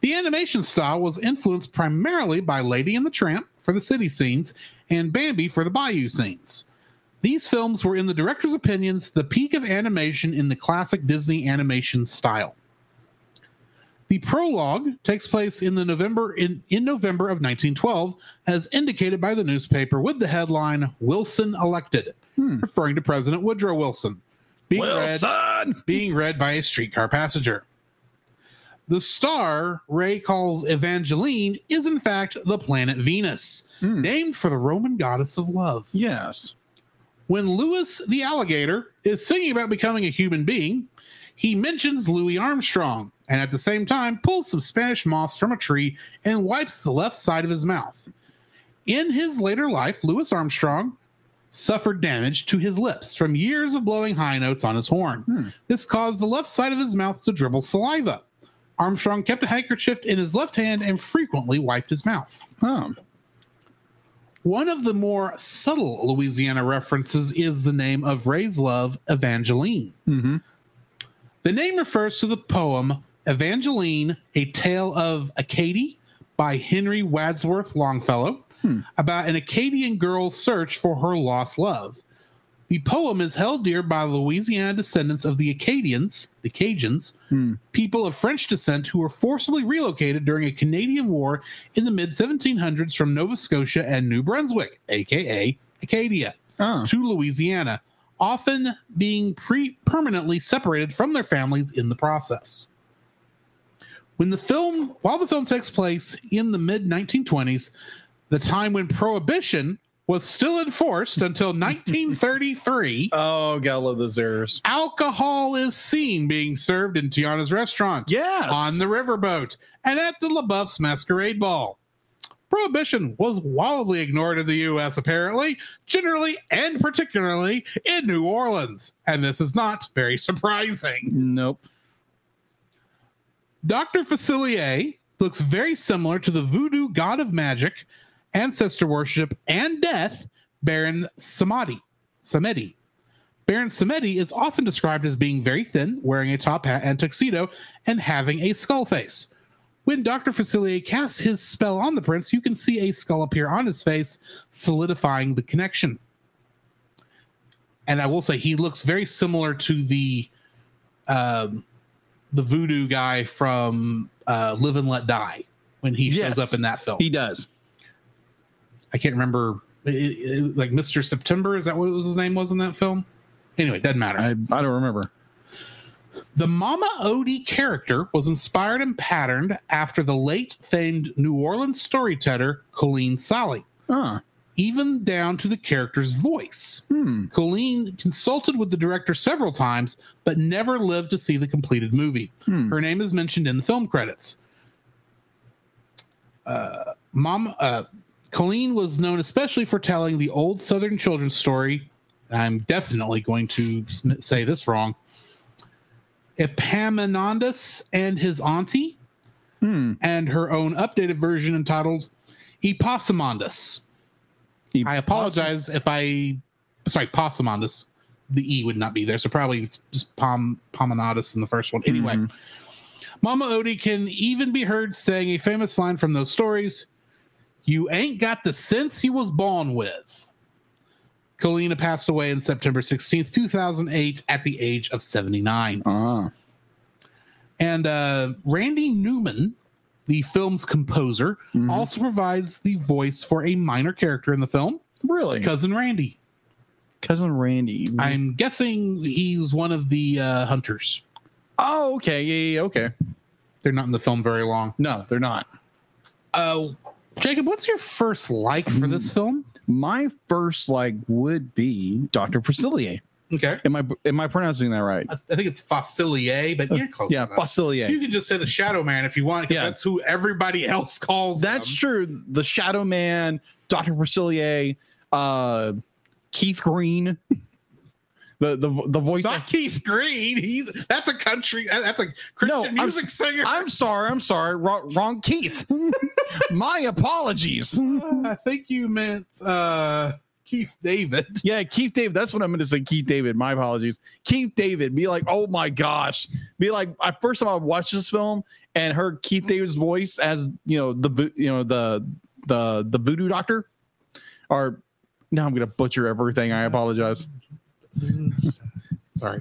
[SPEAKER 2] The animation style was influenced primarily by Lady and the Tramp for the city scenes and Bambi for the bayou scenes. These films were, in the director's opinions, the peak of animation in the classic Disney animation style. The prologue takes place in the November in, in November of 1912, as indicated by the newspaper with the headline "Wilson elected," referring to President Woodrow Wilson. Being read-
[SPEAKER 3] Wilson.
[SPEAKER 2] being read by a streetcar passenger. The star Ray calls Evangeline is, in fact, the planet Venus, named for the Roman goddess of love.
[SPEAKER 3] Yes.
[SPEAKER 2] When Lewis the alligator is singing about becoming a human being, he mentions Louis Armstrong and at the same time pulls some Spanish moss from a tree and wipes the left side of his mouth. In his later life, Louis Armstrong suffered damage to his lips from years of blowing high notes on his horn. This caused the left side of his mouth to dribble saliva. Armstrong kept a handkerchief in his left hand and frequently wiped his mouth.
[SPEAKER 3] Oh.
[SPEAKER 2] One of the more subtle Louisiana references is the name of Ray's love, Evangeline.
[SPEAKER 3] Mm-hmm.
[SPEAKER 2] The name refers to the poem Evangeline, A Tale of Acady by Henry Wadsworth Longfellow about an Acadian girl's search for her lost love. The poem is held dear by Louisiana descendants of the Acadians, the Cajuns, people of French descent who were forcibly relocated during a Canadian war in the mid 1700s from Nova Scotia and New Brunswick, aka Acadia
[SPEAKER 3] Oh.
[SPEAKER 2] to Louisiana, often being pre- permanently separated from their families in the process. When the film, while the film takes place in the mid 1920s, the time when prohibition was still enforced until 1933,
[SPEAKER 5] Oh, gotta love those errors.
[SPEAKER 2] alcohol is seen being served in Tiana's restaurant
[SPEAKER 3] Yes.
[SPEAKER 2] on the riverboat and at the LaBeouf's masquerade ball. Prohibition was wildly ignored in the U.S., apparently, generally and particularly in New Orleans. And this is not very surprising.
[SPEAKER 3] Nope.
[SPEAKER 2] Dr. Facilier looks very similar to the voodoo god of magic, ancestor worship, and death, Baron Samadi. Samedi. Baron Samedi is often described as being very thin, wearing a top hat and tuxedo, and having a skull face. When Dr. Facilier casts his spell on the prince, you can see a skull appear on his face, solidifying the connection. And I will say he looks very similar to the um, the voodoo guy from uh, Live and Let Die when he
[SPEAKER 3] Yes.
[SPEAKER 2] shows up in that film.
[SPEAKER 3] He does.
[SPEAKER 2] I can't remember, it- it- like Mr. September. Is that what his name was in that film? Anyway, doesn't matter.
[SPEAKER 3] I, I don't remember.
[SPEAKER 2] The Mama Odie character was inspired and patterned after the late famed New Orleans storyteller Colleen Sally,
[SPEAKER 3] Oh.
[SPEAKER 2] even down to the character's voice.
[SPEAKER 3] Hmm.
[SPEAKER 2] Colleen consulted with the director several times, but never lived to see the completed movie.
[SPEAKER 3] Hmm.
[SPEAKER 2] Her name is mentioned in the film credits. Uh, Mom, uh, Colleen was known especially for telling the old Southern children's story. I'm definitely going to sm- say this wrong. Epaminondas and his auntie,
[SPEAKER 3] Hmm.
[SPEAKER 2] and her own updated version entitled Epossumondus.
[SPEAKER 3] He-
[SPEAKER 2] I apologize if I sorry, Possumondus. The E would not be there, so probably it's just Pom Pomonadus in the first one. Anyway,
[SPEAKER 3] Mhm.
[SPEAKER 2] Mama Odie can even be heard saying a famous line from those stories: "You ain't got the sense you was born with." Colina passed away on September 16th, 2008, at the age of 79.
[SPEAKER 3] Ah.
[SPEAKER 2] And uh, Randy Newman, the film's composer, also provides the voice for a minor character in the film,
[SPEAKER 3] Really?
[SPEAKER 2] Cousin Randy.
[SPEAKER 3] Cousin Randy.
[SPEAKER 2] I'm guessing he's one of the uh, hunters.
[SPEAKER 3] oh, okay. Yeah, yeah, yeah, okay.
[SPEAKER 2] They're not in the film very long.
[SPEAKER 3] No, they're not.
[SPEAKER 2] Uh, Jacob, what's your first like for this film?
[SPEAKER 3] My first like would be Dr. Facilier.
[SPEAKER 2] Okay.
[SPEAKER 3] Am I am I pronouncing that right?
[SPEAKER 2] I I think it's Fossilier, but you're close.
[SPEAKER 3] Yeah,
[SPEAKER 2] enough. You
[SPEAKER 3] Facilier.
[SPEAKER 2] can just say the Shadow Man if you want. 'cause
[SPEAKER 3] Yeah.
[SPEAKER 2] That's who everybody else calls.
[SPEAKER 3] That's
[SPEAKER 2] him.
[SPEAKER 3] true. The Shadow Man, Dr. Facilier, uh Keith Green. The the the voice
[SPEAKER 2] not Keith Green. He's that's a country. That's a Christian
[SPEAKER 3] I'm-
[SPEAKER 2] music singer.
[SPEAKER 3] I'm sorry, I'm sorry. Wrong, wrong Keith. My apologies.
[SPEAKER 2] I think you meant uh, Keith David.
[SPEAKER 3] Yeah, Keith David. That's what I'm going to say. Keith David. My apologies. Keith David. Be like, oh my gosh. Be like, I first time I watched this film and heard Keith David's voice as you know the vo- you know the the the voodoo doctor. Or now I'm going to butcher everything. I apologize.
[SPEAKER 2] Sorry,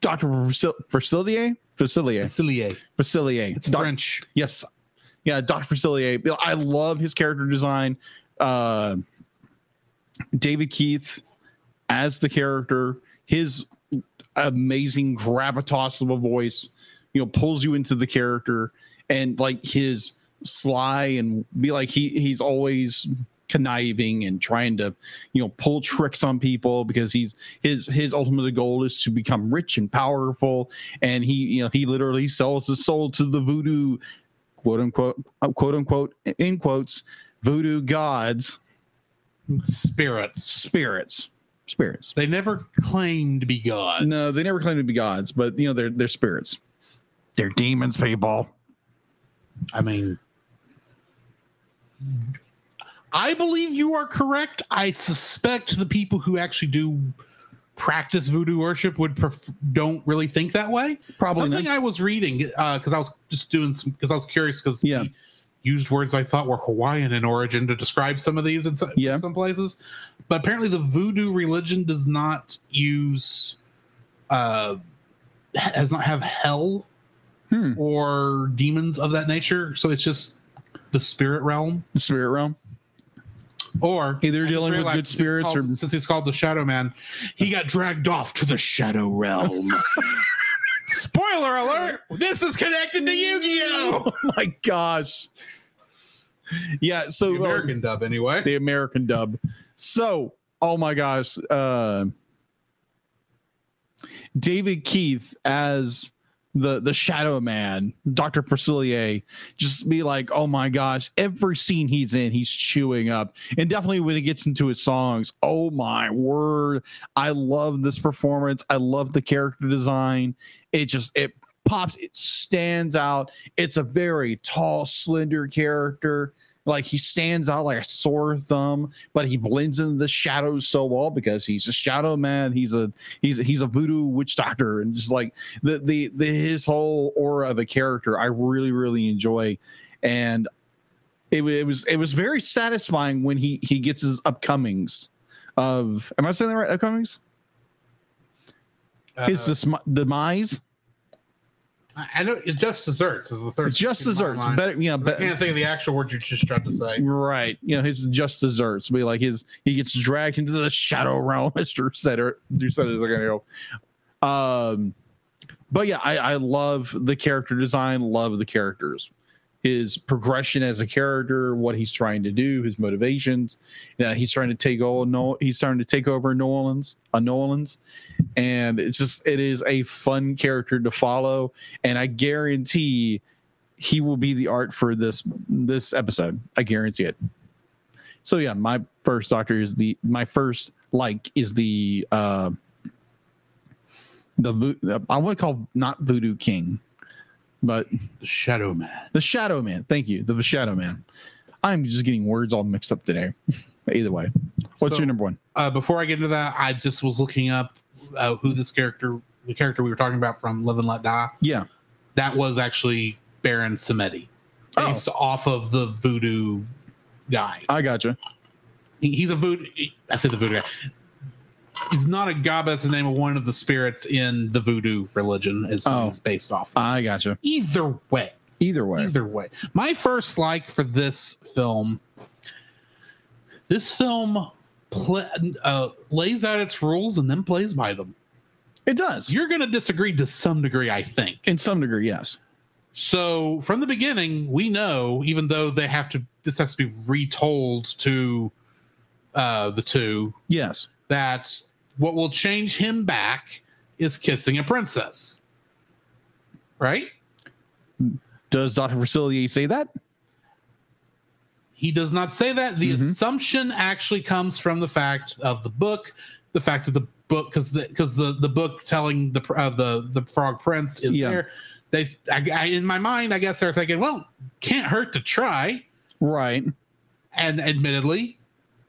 [SPEAKER 3] Doctor Facilier. Facilier.
[SPEAKER 2] Facilier.
[SPEAKER 3] Facilier.
[SPEAKER 2] It's
[SPEAKER 3] Doc-
[SPEAKER 2] French.
[SPEAKER 3] Yes. Yeah, Dr. Facilier. Bill, I love his character design. Uh, David Keith as the character, his amazing gravitas of a voice, you know, pulls you into the character and like his sly and be like he he's always conniving and trying to you know pull tricks on people because he's his his ultimate goal is to become rich and powerful and he you know he literally sells his soul to the voodoo quote unquote uh, quote unquote in quotes voodoo gods
[SPEAKER 2] Spirits.
[SPEAKER 3] spirits spirits.
[SPEAKER 2] They never claimed to be God.
[SPEAKER 5] No, they never claim to be gods, but you know they're they're spirits.
[SPEAKER 3] They're demons, people.
[SPEAKER 2] I mean, I believe you are correct. I suspect the people who actually do practice voodoo worship would pref- don't really think that way.
[SPEAKER 3] Probably
[SPEAKER 2] Something
[SPEAKER 3] not.
[SPEAKER 2] I was reading because I was just doing some because I was curious because
[SPEAKER 3] Yeah.
[SPEAKER 2] used words I thought were Hawaiian in origin to describe some of these in some,
[SPEAKER 3] Yeah.
[SPEAKER 2] some places, but apparently the voodoo religion does not use uh, does not have hell
[SPEAKER 3] Hmm.
[SPEAKER 2] or demons of that nature. So it's just the spirit realm.
[SPEAKER 3] The spirit realm.
[SPEAKER 2] Or
[SPEAKER 3] Either
[SPEAKER 2] I just
[SPEAKER 3] dealing with
[SPEAKER 2] realized
[SPEAKER 3] good
[SPEAKER 2] since he's
[SPEAKER 3] spirits
[SPEAKER 2] called-
[SPEAKER 3] or-
[SPEAKER 2] since he's called the Shadow Man, he got dragged off to the Shadow Realm. Spoiler alert! This is connected to Yu-Gi-Oh!
[SPEAKER 3] Oh My gosh. Yeah. So
[SPEAKER 2] The American dub, anyway.
[SPEAKER 3] the American dub. So, oh my gosh, uh, David Keith as the the Shadow Man, Doctor Persilier, just be like, oh my gosh, every scene he's in, he's chewing up, and definitely when he gets into his songs, oh my word, I love this performance. I love the character design. It just it pops, it stands out. It's a very tall, slender character like he stands out like a sore thumb, but he blends into the shadows so well because he's a shadow man. He's a he's a, he's a voodoo witch doctor, and just like the the the his whole aura of a character, I really really enjoy, and it, wa- it was it was very satisfying when he he gets his upcomings of am I saying that right upcomings his
[SPEAKER 2] Uh,
[SPEAKER 3] dismi- demise
[SPEAKER 2] I I know it just desserts is the third.
[SPEAKER 3] just
[SPEAKER 2] in my
[SPEAKER 3] desserts
[SPEAKER 2] mind.
[SPEAKER 3] better you know
[SPEAKER 2] I
[SPEAKER 3] be-
[SPEAKER 2] can't think of the actual word you just tried to say.
[SPEAKER 3] Right. You know, his just desserts. Be like his he gets dragged into the shadow realm, as Drew said or Drew said is gonna go. Um but yeah, I, I love the character design, love the characters. His progression as a character, what he's trying to do, his motivations. Yeah, he's trying to take over no he's trying to take over New Orleans, uh, New Orleans. And it's just it is a fun character to follow. And I guarantee he will be the art for this this episode. I guarantee it. So yeah, my first doctor is the my first like is the uh the vo- uh, I want to call not voodoo king, but
[SPEAKER 2] The Shadow Man.
[SPEAKER 3] the shadow man. Thank you, the shadow man. I'm just getting words all mixed up today. But Either way, what's
[SPEAKER 2] So-
[SPEAKER 3] your number one?
[SPEAKER 2] Uh, before I get into that, I just was looking up uh, who this character, the character we were talking about from Live and Let Die,
[SPEAKER 3] Yeah,
[SPEAKER 2] that was actually Baron Samedi,
[SPEAKER 3] Oh. Uh,
[SPEAKER 2] based off of the voodoo guy.
[SPEAKER 3] I gotcha.
[SPEAKER 2] He- He's a voodoo. I say the voodoo guy. He's not a god, but that's the name of one of the spirits in the voodoo religion. Is what
[SPEAKER 3] Oh.
[SPEAKER 2] he's based off. of.
[SPEAKER 3] I gotcha.
[SPEAKER 2] Either way,
[SPEAKER 3] Either way,
[SPEAKER 2] Either way, my first like for this film, this film pla uh, lays out its rules and then plays by them.
[SPEAKER 3] it does
[SPEAKER 2] You're going to disagree to some degree, I think.
[SPEAKER 3] in some degree. Yes.
[SPEAKER 2] So from the beginning, we know, even though they have to, this has to be retold to uh, the two,
[SPEAKER 3] Yes.
[SPEAKER 2] that what will change him back is kissing a princess. Right?
[SPEAKER 3] Does Doctor Facility say that?
[SPEAKER 2] He does not say that. The
[SPEAKER 3] Mhm.
[SPEAKER 2] assumption actually comes from the fact of the book, the fact that the book because the because the the book telling the pr- uh, the the frog prince is
[SPEAKER 3] Yeah.
[SPEAKER 2] there. They s- I, I- in my mind, I guess they're thinking, well, can't hurt to try.
[SPEAKER 3] Right.
[SPEAKER 2] And admittedly,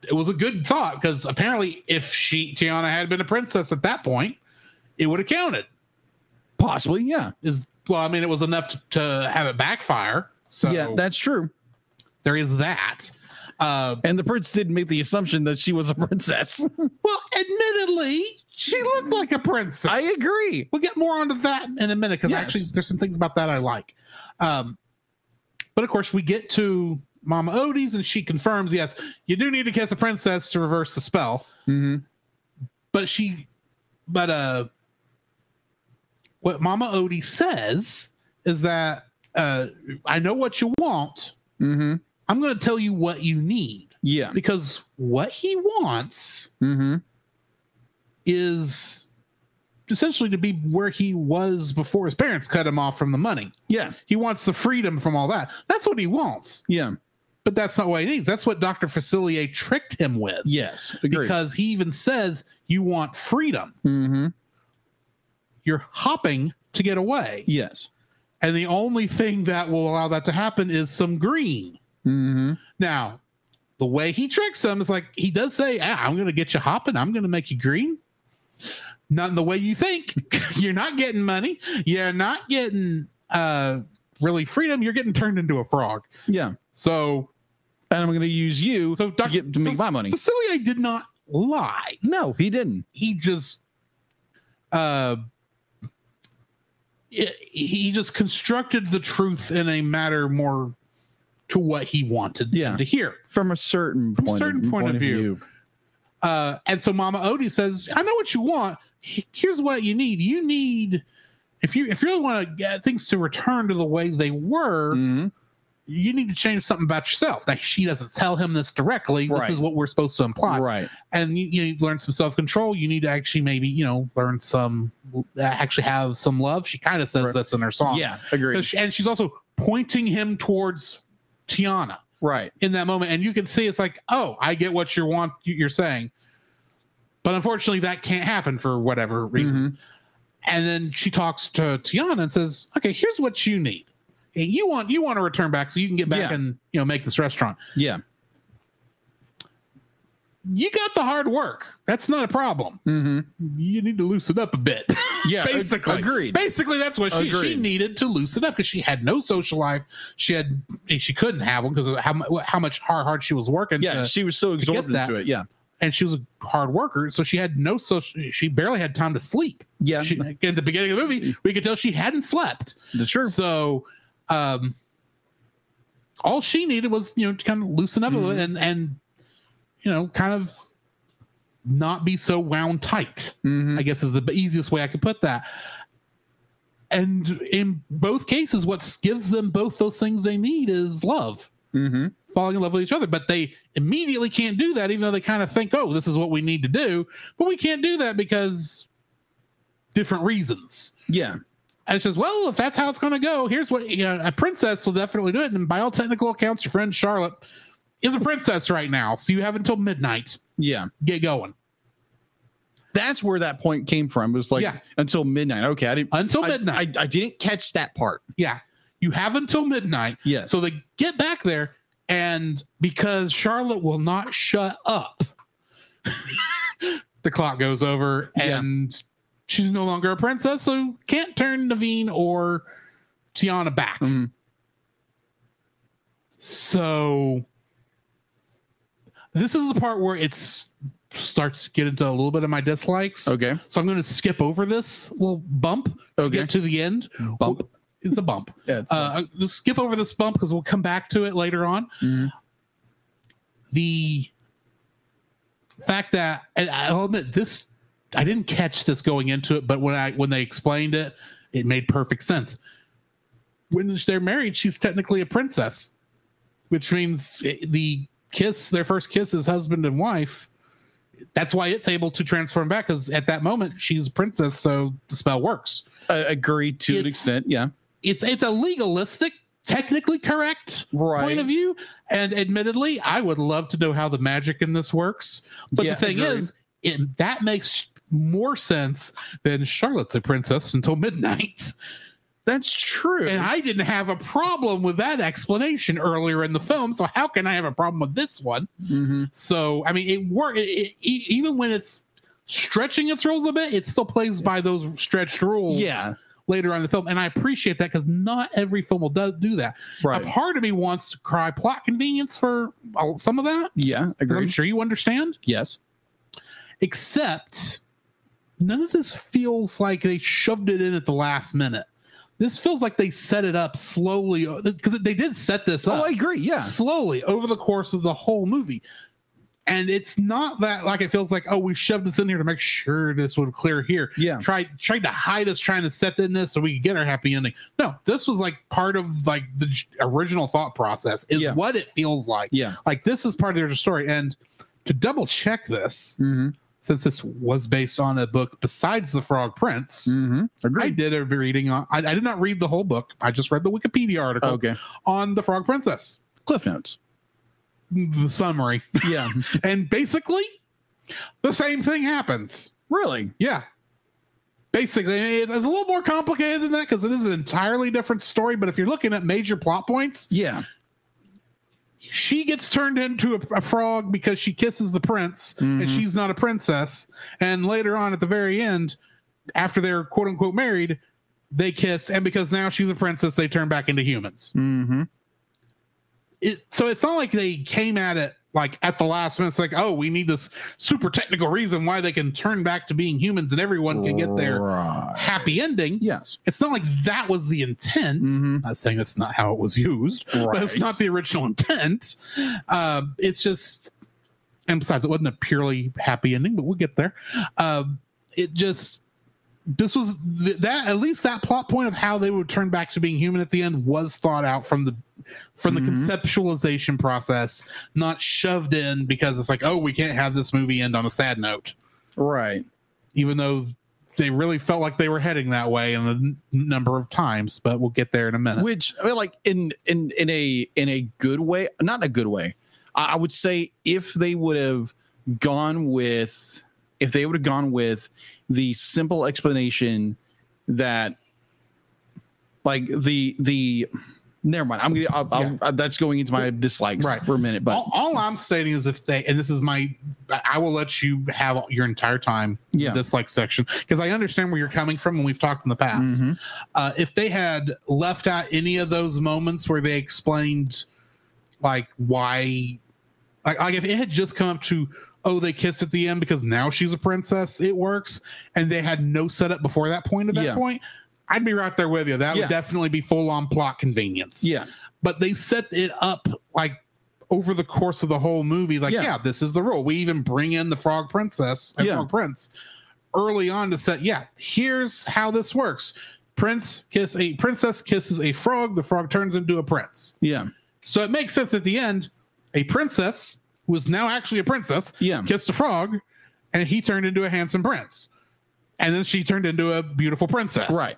[SPEAKER 2] it was a good thought because apparently, if she Tiana had been a princess at that point, it would have counted.
[SPEAKER 3] Possibly. Yeah.
[SPEAKER 2] Is well, I mean, it was enough to, to have it backfire. So
[SPEAKER 3] yeah, that's true.
[SPEAKER 2] there is that. Uh,
[SPEAKER 3] And the prince didn't make the assumption that she was a princess.
[SPEAKER 2] Well, admittedly, she looked like a princess.
[SPEAKER 3] I agree.
[SPEAKER 2] We'll get more onto that in a minute because
[SPEAKER 3] Yes.
[SPEAKER 2] actually, there's some things about that I like. Um, but of course, we get to Mama Odie's and she confirms, yes, you do need to kiss a princess to reverse the spell.
[SPEAKER 3] Mm-hmm.
[SPEAKER 2] But she, but uh, what Mama Odie says is that uh, I know what you want.
[SPEAKER 3] Mm-hmm.
[SPEAKER 2] I'm going to tell you what you need
[SPEAKER 3] Yeah.
[SPEAKER 2] because what he wants
[SPEAKER 3] Mm-hmm.
[SPEAKER 2] is essentially to be where he was before his parents cut him off from the money.
[SPEAKER 3] Yeah.
[SPEAKER 2] He wants the freedom from all that. That's what he wants.
[SPEAKER 3] Yeah.
[SPEAKER 2] but that's not what he needs. That's what Dr. Facilier tricked him with.
[SPEAKER 3] Yes, agree.
[SPEAKER 2] Because he even says, You want freedom.
[SPEAKER 3] mm-hmm.
[SPEAKER 2] You're hopping to get away.
[SPEAKER 3] Yes.
[SPEAKER 2] And the only thing that will allow that to happen is some green.
[SPEAKER 3] Mm-hmm.
[SPEAKER 2] Now, the way he tricks them is like he does say, ah, I'm going to get you hopping. I'm going to make you green. Not in the way you think. you're not getting money. You're not getting uh, really freedom. You're getting turned into a frog.
[SPEAKER 3] Yeah. And
[SPEAKER 2] So,
[SPEAKER 3] I'm going to use you
[SPEAKER 2] so
[SPEAKER 3] to, get, to make my money.
[SPEAKER 2] Facilier did not lie.
[SPEAKER 3] No, he didn't.
[SPEAKER 2] He just, uh, he- he just constructed the truth in a matter more to what he wanted them
[SPEAKER 3] Yeah.
[SPEAKER 2] to hear.
[SPEAKER 3] From a certain
[SPEAKER 2] a
[SPEAKER 3] point
[SPEAKER 2] certain point of view. Uh, and so Mama Odie says, "I know what you want. He- Here's what you need. You need if you if you really want to get things to return to the way they were,
[SPEAKER 3] Mhm.
[SPEAKER 2] you need to change something about yourself." Now she doesn't tell him this directly.
[SPEAKER 3] Right.
[SPEAKER 2] This is what we're supposed to imply.
[SPEAKER 3] Right.
[SPEAKER 2] And you, you learn some self control. You need to actually maybe you know learn some actually have some love. She kind of says
[SPEAKER 3] Right.
[SPEAKER 2] this in her song.
[SPEAKER 3] Yeah.
[SPEAKER 2] 'Cause
[SPEAKER 3] Agreed.
[SPEAKER 2] she- and she's also pointing him towards Tiana
[SPEAKER 3] Right.
[SPEAKER 2] in that moment and you can see it's like oh i get what you want you're saying but unfortunately that can't happen for whatever reason
[SPEAKER 3] Mhm.
[SPEAKER 2] and then she talks to tiana and says okay here's what you need Hey, you want you want to return back so you can get back
[SPEAKER 3] Yeah.
[SPEAKER 2] and you know make this restaurant
[SPEAKER 3] Yeah.
[SPEAKER 2] you got the hard work that's not a problem
[SPEAKER 3] Mm-hmm.
[SPEAKER 2] you need to loosen up a bit
[SPEAKER 3] Yeah, ag-
[SPEAKER 2] basically
[SPEAKER 3] agreed.
[SPEAKER 2] basically that's what she, she
[SPEAKER 3] Agreed.
[SPEAKER 2] needed to loosen up because she had no social life she had she couldn't have one because of how, mu- how much hard, hard she was working
[SPEAKER 3] Yeah.
[SPEAKER 2] to-
[SPEAKER 3] she was so
[SPEAKER 2] get
[SPEAKER 3] absorbed
[SPEAKER 2] that-
[SPEAKER 3] into it. Yeah.
[SPEAKER 2] and she was a hard worker, so she had no social. She barely had time to sleep.
[SPEAKER 3] Yeah.
[SPEAKER 2] She, in the beginning of the movie, we could tell she hadn't slept.
[SPEAKER 3] the sure.
[SPEAKER 2] So, um, all she needed was you know to kind of loosen up a little
[SPEAKER 3] Mm-hmm.
[SPEAKER 2] and and you know kind of not be so wound tight.
[SPEAKER 3] Mhm.
[SPEAKER 2] I guess is the easiest way I could put that. And in both cases, what gives them both those things they need is love
[SPEAKER 3] Mm-hmm.
[SPEAKER 2] falling in love with each other. But they immediately can't do that, even though they kind of think, oh, this is what we need to do. But we can't do that because different reasons.
[SPEAKER 3] Yeah.
[SPEAKER 2] And it's just, well, if that's how it's going to go, here's what you know, a princess will definitely do it. And by all technical accounts, your friend Charlotte is a princess right now. So you have until midnight.
[SPEAKER 3] Yeah.
[SPEAKER 2] Get going.
[SPEAKER 3] That's where that point came from. It was like
[SPEAKER 2] Yeah.
[SPEAKER 3] until midnight. Okay. I didn't
[SPEAKER 2] Until
[SPEAKER 3] I-
[SPEAKER 2] midnight.
[SPEAKER 3] I, I didn't catch that part.
[SPEAKER 2] yeah. You have until midnight.
[SPEAKER 3] Yes.
[SPEAKER 2] So they get back there. And because Charlotte will not shut up, the clock goes over
[SPEAKER 3] Yeah.
[SPEAKER 2] and she's no longer a princess, so can't turn Naveen or Tiana back.
[SPEAKER 3] Mhm.
[SPEAKER 2] So this is the part where it's starts to get into a little bit of my dislikes.
[SPEAKER 3] Okay.
[SPEAKER 2] So I'm going to skip over this little bump to
[SPEAKER 3] Okay.
[SPEAKER 2] get to the end.
[SPEAKER 3] Bump.
[SPEAKER 2] It's a bump.
[SPEAKER 3] Yeah. it's-
[SPEAKER 2] Uh, I'll just skip over this bump because we'll come back to it later on.
[SPEAKER 3] Mhm.
[SPEAKER 2] The fact that, and I'll admit this, I didn't catch this going into it, but when I when they explained it, it made perfect sense. When they're married, she's technically a princess, which means it- the kiss, their first kiss, is husband and wife. That's why it's able to transform back because at that moment she's a princess, so the spell works
[SPEAKER 3] I agree to an
[SPEAKER 2] it's-
[SPEAKER 3] extent. Yeah.
[SPEAKER 2] it's it's a legalistic, technically correct
[SPEAKER 3] Right.
[SPEAKER 2] point of view. And admittedly, I would love to know how the magic in this works. But
[SPEAKER 3] Yeah,
[SPEAKER 2] the thing
[SPEAKER 3] agreed.
[SPEAKER 2] is, it, that makes more sense than Charlotte's a princess until midnight.
[SPEAKER 3] That's true.
[SPEAKER 2] And I didn't have a problem with that explanation earlier in the film. So how can I have a problem with this one?
[SPEAKER 3] Mhm.
[SPEAKER 2] So I mean, it work even when it's stretching its rules a bit, it still plays by those stretched rules
[SPEAKER 3] Yeah.
[SPEAKER 2] later on in the film. And I appreciate that because not every film will do, do that.
[SPEAKER 3] Right.
[SPEAKER 2] A part of me wants to cry plot convenience for uh, some of that.
[SPEAKER 3] Yeah.
[SPEAKER 2] and I'm
[SPEAKER 3] Agreed.
[SPEAKER 2] sure you understand.
[SPEAKER 3] Yes.
[SPEAKER 2] Except none of this feels like they shoved it in at the last minute. This feels like they set it up slowly because they did set this
[SPEAKER 3] Oh,
[SPEAKER 2] up
[SPEAKER 3] I agree. Yeah.
[SPEAKER 2] slowly over the course of the whole movie. And it's not that like it feels like, oh, we shoved this in here to make sure this would clear here.
[SPEAKER 3] Yeah.
[SPEAKER 2] Tried tried to hide us trying to set in this so we could get our happy ending. No, this was like part of like the j- original thought process is
[SPEAKER 3] Yeah.
[SPEAKER 2] what it feels like.
[SPEAKER 3] Yeah.
[SPEAKER 2] Like this is part of their story. And to double check this,
[SPEAKER 3] Mm-hmm.
[SPEAKER 2] since this was based on a book besides the Frog Prince,
[SPEAKER 3] Mm-hmm.
[SPEAKER 2] I
[SPEAKER 3] Agreed.
[SPEAKER 2] did a reading on I, I did not read the whole book. I just read the Wikipedia article
[SPEAKER 3] okay.
[SPEAKER 2] on the Frog Princess.
[SPEAKER 3] Cliff notes.
[SPEAKER 2] the summary.
[SPEAKER 3] Yeah.
[SPEAKER 2] And basically, the same thing happens.
[SPEAKER 3] really?
[SPEAKER 2] Yeah. Basically, it- it's a little more complicated than that because it is an entirely different story. But if you're looking at major plot points,
[SPEAKER 3] Yeah.
[SPEAKER 2] she gets turned into a, a frog because she kisses the prince and she's not a princess. And later on, at the very end, after they're quote unquote married, they kiss. And because now she's a princess, they turn back into humans.
[SPEAKER 3] Mm-hmm.
[SPEAKER 2] It, so it's not like they came at it like at the last minute. It's like, oh, we need this super technical reason why they can turn back to being humans and everyone can get their
[SPEAKER 3] Right.
[SPEAKER 2] happy ending.
[SPEAKER 3] Yes.
[SPEAKER 2] it's not like that was the intent.
[SPEAKER 3] Mhm.
[SPEAKER 2] I'm not saying that's not how it was used, but it's
[SPEAKER 3] Right.
[SPEAKER 2] not the original intent. Um, it's just, and besides, it wasn't a purely happy ending, but we'll get there. Um, it just, this was th- that at least that plot point of how they would turn back to being human at the end was thought out from the from the
[SPEAKER 3] Mhm.
[SPEAKER 2] conceptualization process, not shoved in because it's like, oh, we can't have this movie end on a sad note
[SPEAKER 3] Right.
[SPEAKER 2] even though they really felt like they were heading that way in a n- number of times. But we'll get there in a minute.
[SPEAKER 3] Which I mean, like in in in a in a good way, not in a good way. I, I would say if they would have gone with if they would have gone with the simple explanation that like the the never mind. I'm gonna I'll, I'll, uh, that's going into my dislikes
[SPEAKER 2] Right.
[SPEAKER 3] for a minute, but
[SPEAKER 2] all, all I'm stating is if they, and this is my, I will let you have your entire time
[SPEAKER 3] Yeah.
[SPEAKER 2] in this like section because I understand where you're coming from and we've talked in the past.
[SPEAKER 3] Mhm.
[SPEAKER 2] Uh, if they had left out any of those moments where they explained like why, like, like if it had just come up to, oh, they kissed at the end because now she's a princess, it works, and they had no setup before that point, at that
[SPEAKER 3] Yeah.
[SPEAKER 2] point, I'd be right there with you. That
[SPEAKER 3] Yeah.
[SPEAKER 2] would definitely be full on plot convenience
[SPEAKER 3] yeah,
[SPEAKER 2] but they set it up like over the course of the whole movie like
[SPEAKER 3] Yeah.
[SPEAKER 2] yeah, this is the rule we even bring in the frog princess and
[SPEAKER 3] Yeah.
[SPEAKER 2] frog prince early on to set yeah here's how this works prince kiss a princess kisses a frog the frog turns into a prince
[SPEAKER 3] yeah,
[SPEAKER 2] so it makes sense at the end a princess who is now actually a princess
[SPEAKER 3] yeah,
[SPEAKER 2] kissed a frog and he turned into a handsome prince and then she turned into a beautiful princess
[SPEAKER 3] Right.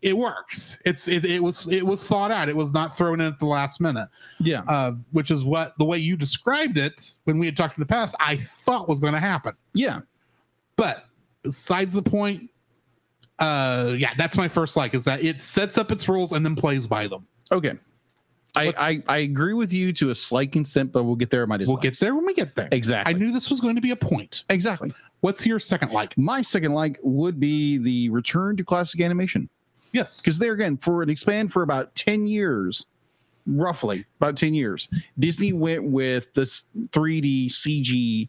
[SPEAKER 2] it works it's it, it was it was thought out it was not thrown in at the last minute
[SPEAKER 3] yeah.
[SPEAKER 2] uh, which is what the way you described it when we had talked in the past, I thought was going to happen.
[SPEAKER 3] Yeah.
[SPEAKER 2] But besides the point, uh, yeah, that's my first like is that it sets up its rules and then plays by them.
[SPEAKER 3] Okay. I,
[SPEAKER 2] What's-
[SPEAKER 3] I I agree with you to a slight consent, but we'll get there. in My
[SPEAKER 2] We'll get
[SPEAKER 3] dislikes.
[SPEAKER 2] there when we get there. I
[SPEAKER 3] exactly.
[SPEAKER 2] knew this was going to be a point.
[SPEAKER 3] exactly.
[SPEAKER 2] What's your second like?
[SPEAKER 3] My second like would be the return to classic animation
[SPEAKER 2] Yes.
[SPEAKER 3] because there again for an expand for about ten years, roughly about ten years, Disney went with this 3D CG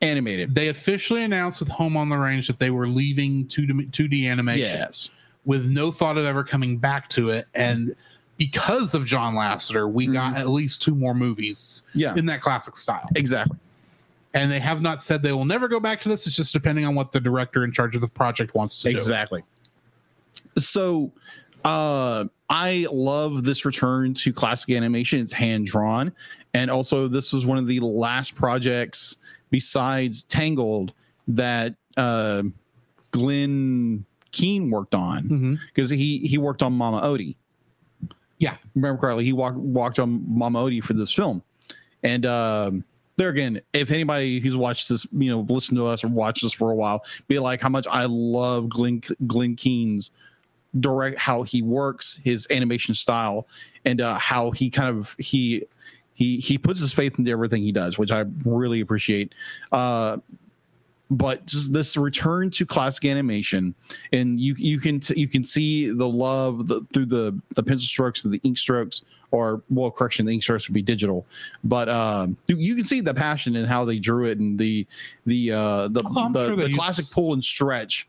[SPEAKER 3] animated.
[SPEAKER 2] They officially announced with Home on the Range that they were leaving 2D, 2D animation
[SPEAKER 3] Yes.
[SPEAKER 2] with no thought of ever coming back to it. And because of John Lasseter, we got at least two more movies
[SPEAKER 3] Mm-hmm. Yeah.
[SPEAKER 2] in that classic style.
[SPEAKER 3] Exactly.
[SPEAKER 2] and they have not said they will never go back to this. It's just depending on what the director in charge of the project wants to do.
[SPEAKER 3] Exactly. So uh I love this return to classic animation. It's hand drawn. And also this was one of the last projects besides Tangled that uh Glenn Keane worked on
[SPEAKER 2] Mhm.
[SPEAKER 3] because he he worked on Mama Odie.
[SPEAKER 2] Yeah.
[SPEAKER 3] remember correctly, he walked walked on Mama Odie for this film, and um, there again, if anybody who's watched this, you know, listened to us or watched this for a while, be like how much I love Glenn Glenn Keane's direct how he works his animation style and uh, how he kind of he he he puts his faith into everything he does which i really appreciate uh but just this return to classic animation and you you can t- you can see the love the, through the the pencil strokes through the ink strokes or well correction the ink strokes would be digital but um you, you can see the passion and how they drew it and the the uh the
[SPEAKER 2] Oh, I'm
[SPEAKER 3] the,
[SPEAKER 2] sure they
[SPEAKER 3] the
[SPEAKER 2] use-
[SPEAKER 3] classic pull and stretch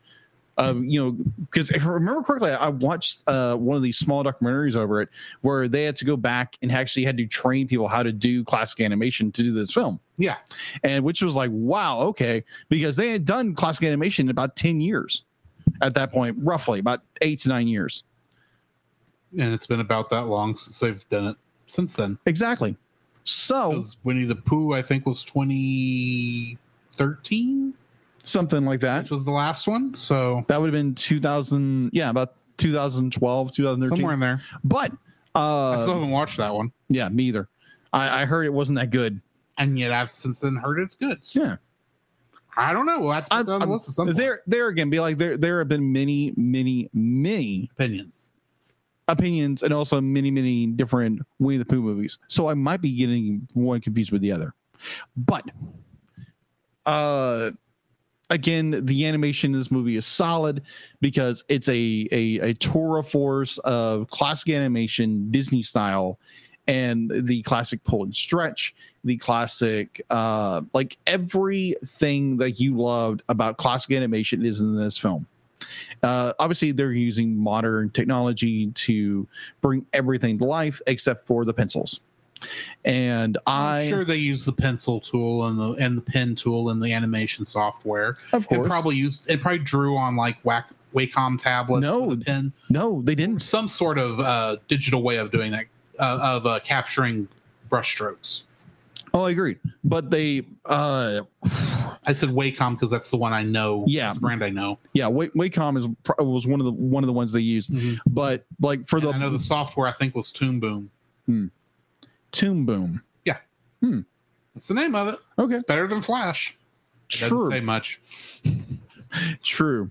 [SPEAKER 3] um, you know, because if I remember correctly, I watched uh, one of these small documentaries over it where they had to go back and actually had to train people how to do classic animation to do this film.
[SPEAKER 2] Yeah.
[SPEAKER 3] And which was like, wow, okay, because they had done classic animation in about 10 years at that point, roughly about eight to nine years.
[SPEAKER 2] And it's been about that long since they've done it since then.
[SPEAKER 3] Exactly. So
[SPEAKER 2] 'Cause Winnie the Pooh, I think, was 2013,
[SPEAKER 3] something like that.
[SPEAKER 2] which was the last one. So
[SPEAKER 3] That would have been 2000, yeah, about 2012, 2013.
[SPEAKER 2] somewhere in there.
[SPEAKER 3] But
[SPEAKER 2] I
[SPEAKER 3] uh,
[SPEAKER 2] still haven't watched that one.
[SPEAKER 3] Yeah, me either. I, I heard it wasn't that good.
[SPEAKER 2] and yet I've since then heard it's good.
[SPEAKER 3] Yeah.
[SPEAKER 2] I don't know. We'll have to put
[SPEAKER 3] I'm-
[SPEAKER 2] that on the
[SPEAKER 3] I'm-
[SPEAKER 2] list at some point.
[SPEAKER 3] there there again be like there there have been many many many
[SPEAKER 2] opinions.
[SPEAKER 3] opinions and also many many different winnie the pooh movies so i might be getting one confused with the other but uh again the animation in this movie is solid because it's a a, a tour of force of classic animation disney style and the classic pull and stretch the classic uh like everything that you loved about classic animation is in this film uh, obviously they're using modern technology to bring everything to life except for the pencils and
[SPEAKER 2] I'm
[SPEAKER 3] i
[SPEAKER 2] sure they use the pencil tool and the and the pen tool and the animation software.
[SPEAKER 3] of
[SPEAKER 2] It probably used it probably drew on like Wac Wacom tablets.
[SPEAKER 3] No.
[SPEAKER 2] with a pen,
[SPEAKER 3] no they didn't
[SPEAKER 2] some sort of uh, digital way of doing that uh, of uh, capturing brushstrokes.
[SPEAKER 3] Oh, I agree. But they, uh,
[SPEAKER 2] I said Wacom because that's the one I know.
[SPEAKER 3] Yeah.
[SPEAKER 2] it's the brand I know.
[SPEAKER 3] yeah, Wa- Wacom is pro- was one of the one of the ones they used. But like for
[SPEAKER 2] And I know
[SPEAKER 3] the
[SPEAKER 2] the software I think was Toon Boom.
[SPEAKER 3] Tomb Boom,
[SPEAKER 2] That's the name of it.
[SPEAKER 3] okay,
[SPEAKER 2] It's better than Flash. Doesn't
[SPEAKER 3] true,
[SPEAKER 2] say much.
[SPEAKER 3] true.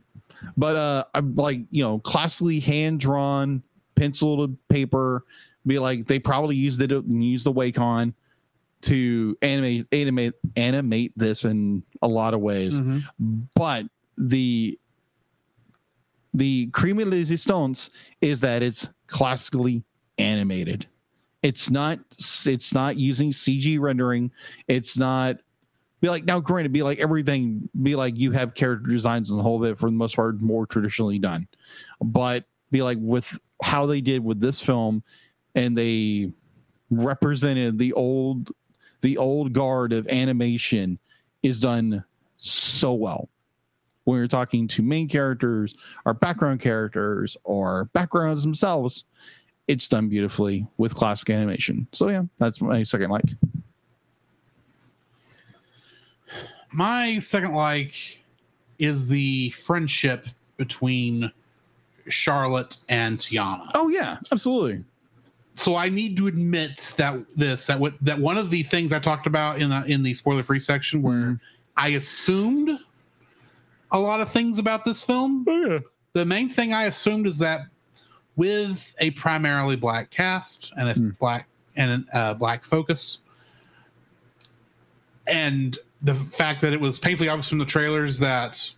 [SPEAKER 3] But uh, I'm like you know, classically hand drawn, pencil to paper. Be like they probably used it used the Wacom to animate animate animate this in a lot of ways. but the the cream de la resistance is that it's classically animated it's not it's not using cg rendering it's not be like now granted be like everything be like you have character designs and the whole bit for the most part more traditionally done but be like with how they did with this film and they represented the old the old guard of animation is done so well when you're talking to main characters or background characters or backgrounds themselves it's done beautifully with classic animation so yeah that's my second like
[SPEAKER 2] My second like is the friendship between Charlotte and Tiana.
[SPEAKER 3] oh yeah absolutely
[SPEAKER 2] So I need to admit that this that what that one of the things I talked about in the in the spoiler free section where
[SPEAKER 3] Mhm.
[SPEAKER 2] I assumed a lot of things about this film. The main thing I assumed is that with a primarily black cast and a black and a uh, black focus, and the fact that it was painfully obvious from the trailers that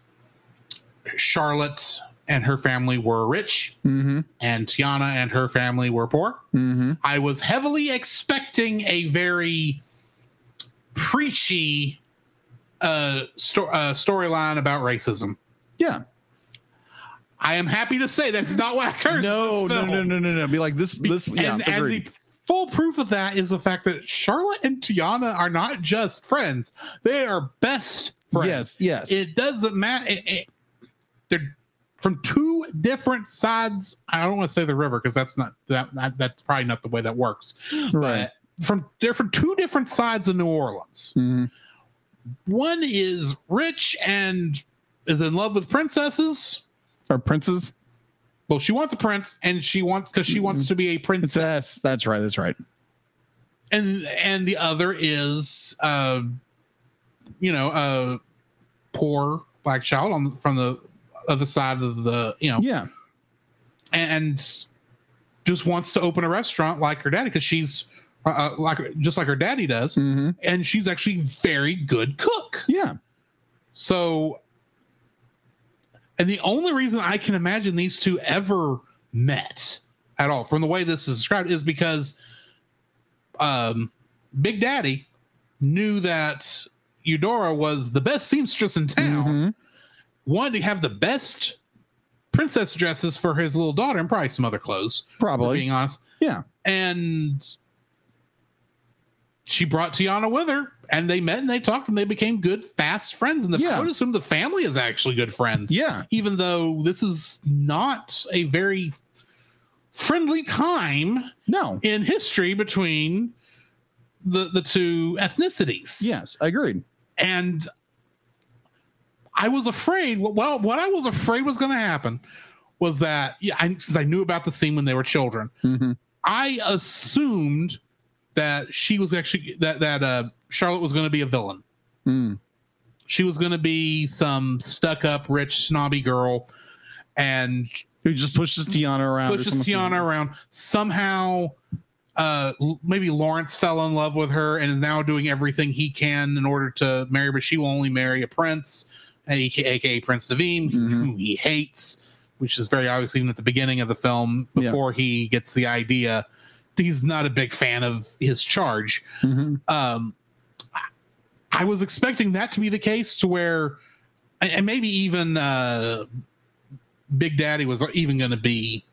[SPEAKER 2] Charlotte and her family were rich
[SPEAKER 3] mm-hmm
[SPEAKER 2] and Tiana and her family were poor.
[SPEAKER 3] mm-hmm
[SPEAKER 2] I was heavily expecting a very preachy uh, sto- uh, storyline about racism.
[SPEAKER 3] yeah
[SPEAKER 2] I am happy to say that's not what occurs.
[SPEAKER 3] no
[SPEAKER 2] in this
[SPEAKER 3] no
[SPEAKER 2] film.
[SPEAKER 3] no no no no be like this
[SPEAKER 2] Be-
[SPEAKER 3] this yeah
[SPEAKER 2] and, and the
[SPEAKER 3] agreed.
[SPEAKER 2] full proof of that is the fact that Charlotte and Tiana are not just friends; they are best friends.
[SPEAKER 3] yes yes
[SPEAKER 2] it doesn't matter. It, it- they're from two different sides. I don't want to say the river because that's not that, that that's probably not the way that works.
[SPEAKER 3] right
[SPEAKER 2] But from they're from two different sides of New Orleans.
[SPEAKER 3] Mhm.
[SPEAKER 2] One is rich and is in love with princesses.
[SPEAKER 3] or princess
[SPEAKER 2] Well, she wants a prince, and she wants because she wants to be a princess.
[SPEAKER 3] that's that's right that's right
[SPEAKER 2] and and the other is uh you know a poor black child on from the other side of the you know
[SPEAKER 3] yeah
[SPEAKER 2] and just wants to open a restaurant like her daddy because she's uh, like just like her daddy does
[SPEAKER 3] mm-hmm.
[SPEAKER 2] and she's actually very good cook
[SPEAKER 3] yeah
[SPEAKER 2] so and the only reason i can imagine these two ever met at all from the way this is described is because um big daddy knew that eudora was the best seamstress in town
[SPEAKER 3] Mhm.
[SPEAKER 2] wanted to have the best princess dresses for his little daughter and probably some other clothes. for
[SPEAKER 3] probably
[SPEAKER 2] being honest.
[SPEAKER 3] yeah
[SPEAKER 2] And she brought Tiana with her, and they met and they talked and they became good, fast friends. And the,
[SPEAKER 3] Yeah.
[SPEAKER 2] I would assume the family is actually good friends.
[SPEAKER 3] yeah
[SPEAKER 2] Even though this is not a very friendly time
[SPEAKER 3] no
[SPEAKER 2] in history between the the two ethnicities
[SPEAKER 3] yes agreed
[SPEAKER 2] and I was afraid. Well, what I was afraid was going to happen was that yeah, I, since I knew about the scene when they were children,
[SPEAKER 3] mm-hmm.
[SPEAKER 2] I assumed that she was actually that that uh, Charlotte was going to be a villain.
[SPEAKER 3] Mm.
[SPEAKER 2] She was going to be some stuck up rich snobby girl, and
[SPEAKER 6] Who just pushes Tiana
[SPEAKER 3] Oh,
[SPEAKER 6] around? or
[SPEAKER 2] pushes
[SPEAKER 6] something.
[SPEAKER 2] Tiana around. Somehow, uh, l- maybe Lawrence fell in love with her and is now doing everything he can in order to marry, her, but she will only marry a prince, aka, aka Prince Naveem, who he hates, which is very obvious even at the beginning of the film
[SPEAKER 3] Yeah.
[SPEAKER 2] before he gets the idea. He's not a big fan of his charge.
[SPEAKER 3] Mhm.
[SPEAKER 2] Um, I- I was expecting that to be the case to where, and and maybe even uh, Big Daddy was even going to be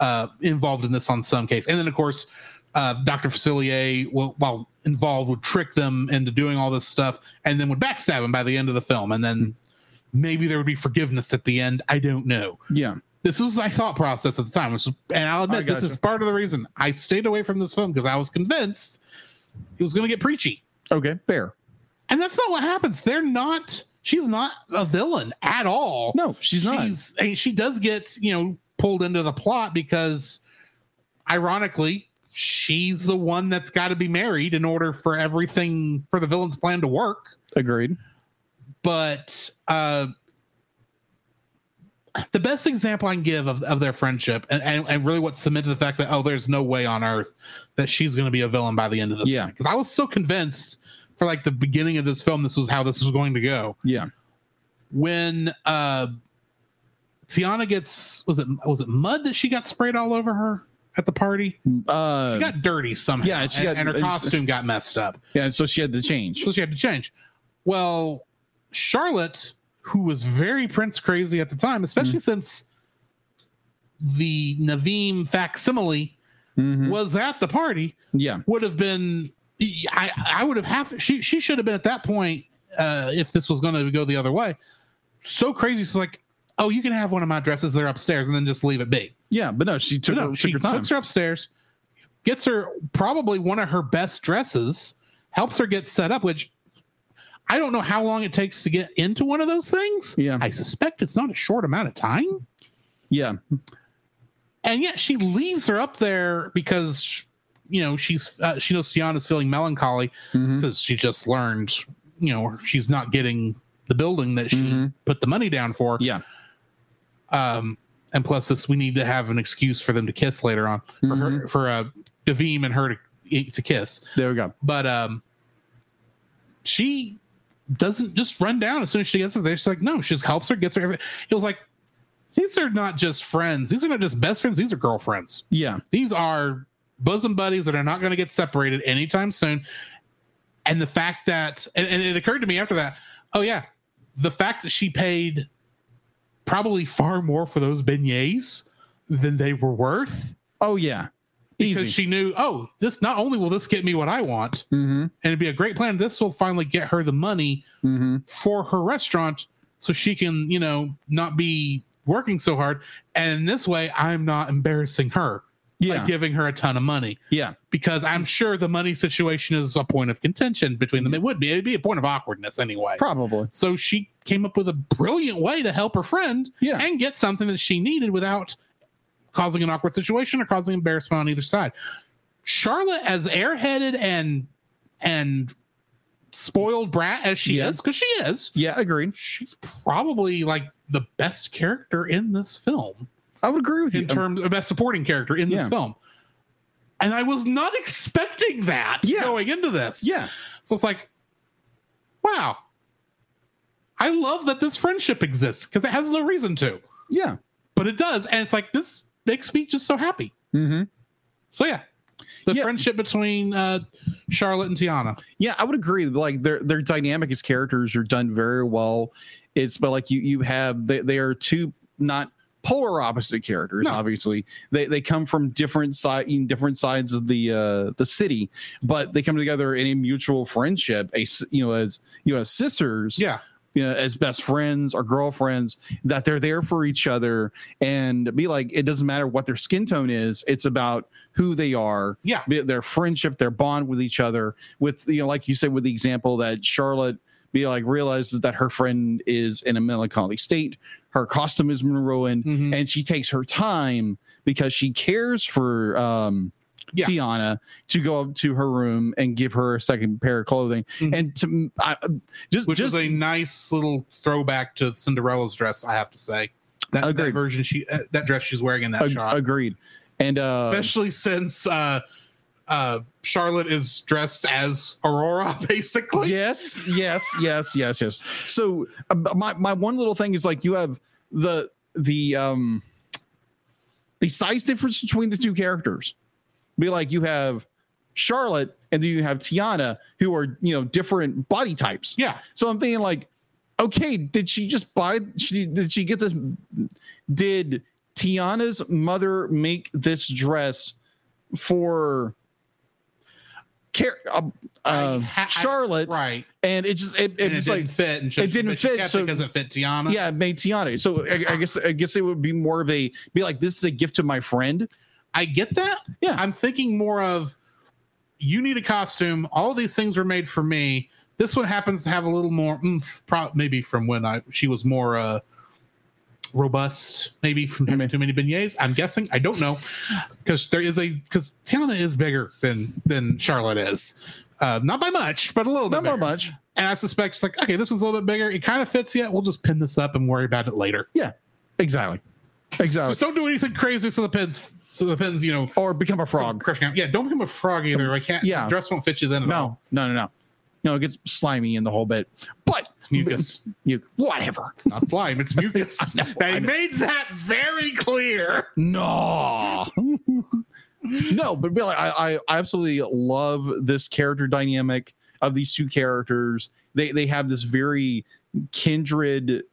[SPEAKER 2] uh, involved in this on some case. And then, of course, uh, Dr. Facilier, well, while involved, would trick them into doing all this stuff and then would backstab him by the end of the film. And then maybe there would be forgiveness at the end. I don't know.
[SPEAKER 3] Yeah.
[SPEAKER 2] This was my thought process at the time. Which is, and I'll admit, this
[SPEAKER 3] gotcha.
[SPEAKER 2] is part of the reason I stayed away from this film because I was convinced it was going to get preachy.
[SPEAKER 3] Okay. Fair.
[SPEAKER 2] And that's not what happens. They're not, she's not a villain at all
[SPEAKER 3] No, she's not.
[SPEAKER 2] she's I mean, she does get you know pulled into the plot because ironically she's the one that's got to be married in order for everything for the villain's plan to work
[SPEAKER 3] Agreed.
[SPEAKER 2] but uh the best example I can give of, of their friendship and, and, and really what cemented the fact that oh there's no way on earth that she's going to be a villain by the end of this
[SPEAKER 3] Yeah.
[SPEAKER 2] because I was so convinced for like the beginning of this film this was how this was going to go
[SPEAKER 3] Yeah.
[SPEAKER 2] when uh Tiana gets was it was it mud that she got sprayed all over her at the party?
[SPEAKER 3] Uh,
[SPEAKER 2] She got dirty somehow.
[SPEAKER 3] yeah,
[SPEAKER 2] and,
[SPEAKER 3] she got-
[SPEAKER 2] and her
[SPEAKER 3] uh,
[SPEAKER 2] costume got messed up.
[SPEAKER 3] yeah. So she had to change.
[SPEAKER 2] So she had to change. Well, Charlotte, who was very Prince crazy at the time, especially since the Naveem facsimile
[SPEAKER 3] Mhm.
[SPEAKER 2] was at the party,
[SPEAKER 3] Yeah.
[SPEAKER 2] would have been I I would have half she she should have been at that point uh if this was going to go the other way. So crazy she's like, "Oh, you can have one of my dresses. They're upstairs." And then just leave it be.
[SPEAKER 3] Yeah. But no, she took,
[SPEAKER 2] No,
[SPEAKER 3] her,
[SPEAKER 2] she
[SPEAKER 3] took her time.
[SPEAKER 2] takes her upstairs, gets her probably one of her best dresses, helps her get set up, which I don't know how long it takes to get into one of those things.
[SPEAKER 3] Yeah.
[SPEAKER 2] I suspect it's not a short amount of time.
[SPEAKER 3] yeah.
[SPEAKER 2] and yet she leaves her up there because you know she's uh, she knows Tiana's feeling melancholy
[SPEAKER 3] Mhm.
[SPEAKER 2] because she just learned you know she's not getting the building that she
[SPEAKER 3] Mhm.
[SPEAKER 2] put the money down for
[SPEAKER 3] Yeah.
[SPEAKER 2] um and plus this we need to have an excuse for them to kiss later on for her, for uh Davim and her to, to kiss
[SPEAKER 3] There we go.
[SPEAKER 2] but um she doesn't just run down as soon as she gets up there she's like no she just helps her gets her everything it was like these are not just friends these are not just best friends these are girlfriends
[SPEAKER 3] Yeah.
[SPEAKER 2] these are bosom buddies that are not going to get separated anytime soon. And the fact that, and, and it occurred to me after that, oh yeah, the fact that she paid probably far more for those beignets than they were worth
[SPEAKER 3] Oh, yeah.
[SPEAKER 2] because
[SPEAKER 3] Easy.
[SPEAKER 2] she knew, oh, this not only will this get me what I want,
[SPEAKER 3] Mm
[SPEAKER 2] and it'd be a great plan. This will finally get her the money
[SPEAKER 3] hmm. Mm hmm.
[SPEAKER 2] for her restaurant so she can, you know, not be working so hard. And this way, I'm not embarrassing her
[SPEAKER 3] Yeah.
[SPEAKER 2] by giving her a ton of money
[SPEAKER 3] yeah.
[SPEAKER 2] because I'm
[SPEAKER 3] Mm.
[SPEAKER 2] sure the money situation is a point of contention between them. It would be. It'd be a point of awkwardness anyway.
[SPEAKER 3] Probably.
[SPEAKER 2] So she came up with a brilliant way to help her friend
[SPEAKER 3] Yeah.
[SPEAKER 2] and get something that she needed without causing an awkward situation or causing embarrassment on either side. Charlotte, as airheaded and and spoiled brat as she
[SPEAKER 3] Yeah.
[SPEAKER 2] is, because she is,
[SPEAKER 3] Yeah. Agreed.
[SPEAKER 2] she's probably like the best character in this film
[SPEAKER 3] I would agree with you.
[SPEAKER 2] in terms of best supporting character in
[SPEAKER 3] Yeah.
[SPEAKER 2] this film. And I was not expecting that
[SPEAKER 3] Yeah.
[SPEAKER 2] going into this.
[SPEAKER 3] yeah.
[SPEAKER 2] So it's like, wow. I love that this friendship exists because it has no reason to,
[SPEAKER 3] Yeah.
[SPEAKER 2] but it does. And it's like, this makes me just so happy.
[SPEAKER 3] Mm hmm.
[SPEAKER 2] So yeah, the
[SPEAKER 3] Yeah.
[SPEAKER 2] friendship between uh, Charlotte and Tiana.
[SPEAKER 3] Yeah, I would agree. Like their their dynamic as characters are done very well. It's but like you you have they, they are two not polar opposite characters.
[SPEAKER 2] No.
[SPEAKER 3] Obviously, they they come from different side in different sides of the uh, the city, but they come together in a mutual friendship. A s- you know as you know as sisters.
[SPEAKER 2] Yeah.
[SPEAKER 3] You know, as best friends or girlfriends, that they're there for each other and be like, it doesn't matter what their skin tone is. It's about who they are
[SPEAKER 2] Yeah.
[SPEAKER 3] be it their friendship, their bond with each other. With you know, like you said, with the example that Charlotte be like realizes that her friend is in a melancholy state, her costume has been ruined,
[SPEAKER 2] Mhm.
[SPEAKER 3] and she takes her time because she cares for um
[SPEAKER 2] Yeah.
[SPEAKER 3] Tiana to go up to her room and give her a second pair of clothing.
[SPEAKER 2] Mhm.
[SPEAKER 3] And to I, just
[SPEAKER 2] which is
[SPEAKER 3] just
[SPEAKER 2] a nice little throwback to Cinderella's dress, I have to say. That,
[SPEAKER 3] Agreed.
[SPEAKER 2] that version she uh, that dress she's wearing in that
[SPEAKER 3] ag-
[SPEAKER 2] shot,
[SPEAKER 3] agreed. And uh,
[SPEAKER 2] especially since uh, uh, Charlotte is dressed as Aurora, basically.
[SPEAKER 3] yes, yes, yes, yes, yes. So uh, my my one little thing is like you have the the um the size difference between the two characters. Be like you have Charlotte and then you have Tiana who are, you know, different body types.
[SPEAKER 2] Yeah.
[SPEAKER 3] So I'm thinking like, okay, did she just buy? She did she get this? Did Tiana's mother make this dress for? Care, uh,
[SPEAKER 2] I
[SPEAKER 3] uh,
[SPEAKER 2] ha- I-
[SPEAKER 3] Charlotte,
[SPEAKER 2] Right.
[SPEAKER 3] and it just it,
[SPEAKER 2] and
[SPEAKER 3] it
[SPEAKER 2] it
[SPEAKER 3] was
[SPEAKER 2] didn't
[SPEAKER 3] like
[SPEAKER 2] fit, and she,
[SPEAKER 3] it didn't
[SPEAKER 2] but she
[SPEAKER 3] fit,
[SPEAKER 2] kept
[SPEAKER 3] so-
[SPEAKER 2] it because it fit Tiana.
[SPEAKER 3] yeah, it made Tiana. So I, I guess I guess it would be more of a be like this is a gift to my friend.
[SPEAKER 2] I get that.
[SPEAKER 3] Yeah.
[SPEAKER 2] I'm thinking more of you need a costume. All these things were made for me. This one happens to have a little more oomph, pro- maybe from when I she was more uh, robust, maybe from
[SPEAKER 3] Mm-hmm.
[SPEAKER 2] having too many beignets. I'm guessing. I don't know because there is a because Tiana is bigger than than Charlotte is. Uh, not by much, but a little
[SPEAKER 3] Not
[SPEAKER 2] bit.
[SPEAKER 3] by
[SPEAKER 2] bigger.
[SPEAKER 3] much.
[SPEAKER 2] And I suspect it's like, okay, this one's a little bit bigger. It kind of fits yet. We'll just pin this up and worry about it later.
[SPEAKER 3] Exactly, exactly.
[SPEAKER 2] Just don't do anything crazy so the pins, so the pins, you know,
[SPEAKER 3] or become a frog.
[SPEAKER 2] Crushing out. Yeah, don't become a frog either. I can't.
[SPEAKER 3] Yeah.
[SPEAKER 2] the dress won't fit you then. At all.
[SPEAKER 3] No, no, no, no. No, it gets slimy in the whole bit. But
[SPEAKER 2] It's mucus,
[SPEAKER 3] You, whatever.
[SPEAKER 2] not slime. It's mucus.
[SPEAKER 3] I know, I
[SPEAKER 2] they
[SPEAKER 3] know.
[SPEAKER 2] made that very clear.
[SPEAKER 3] No. no, but really, I, I absolutely love this character dynamic of these two characters. They they have this very kindred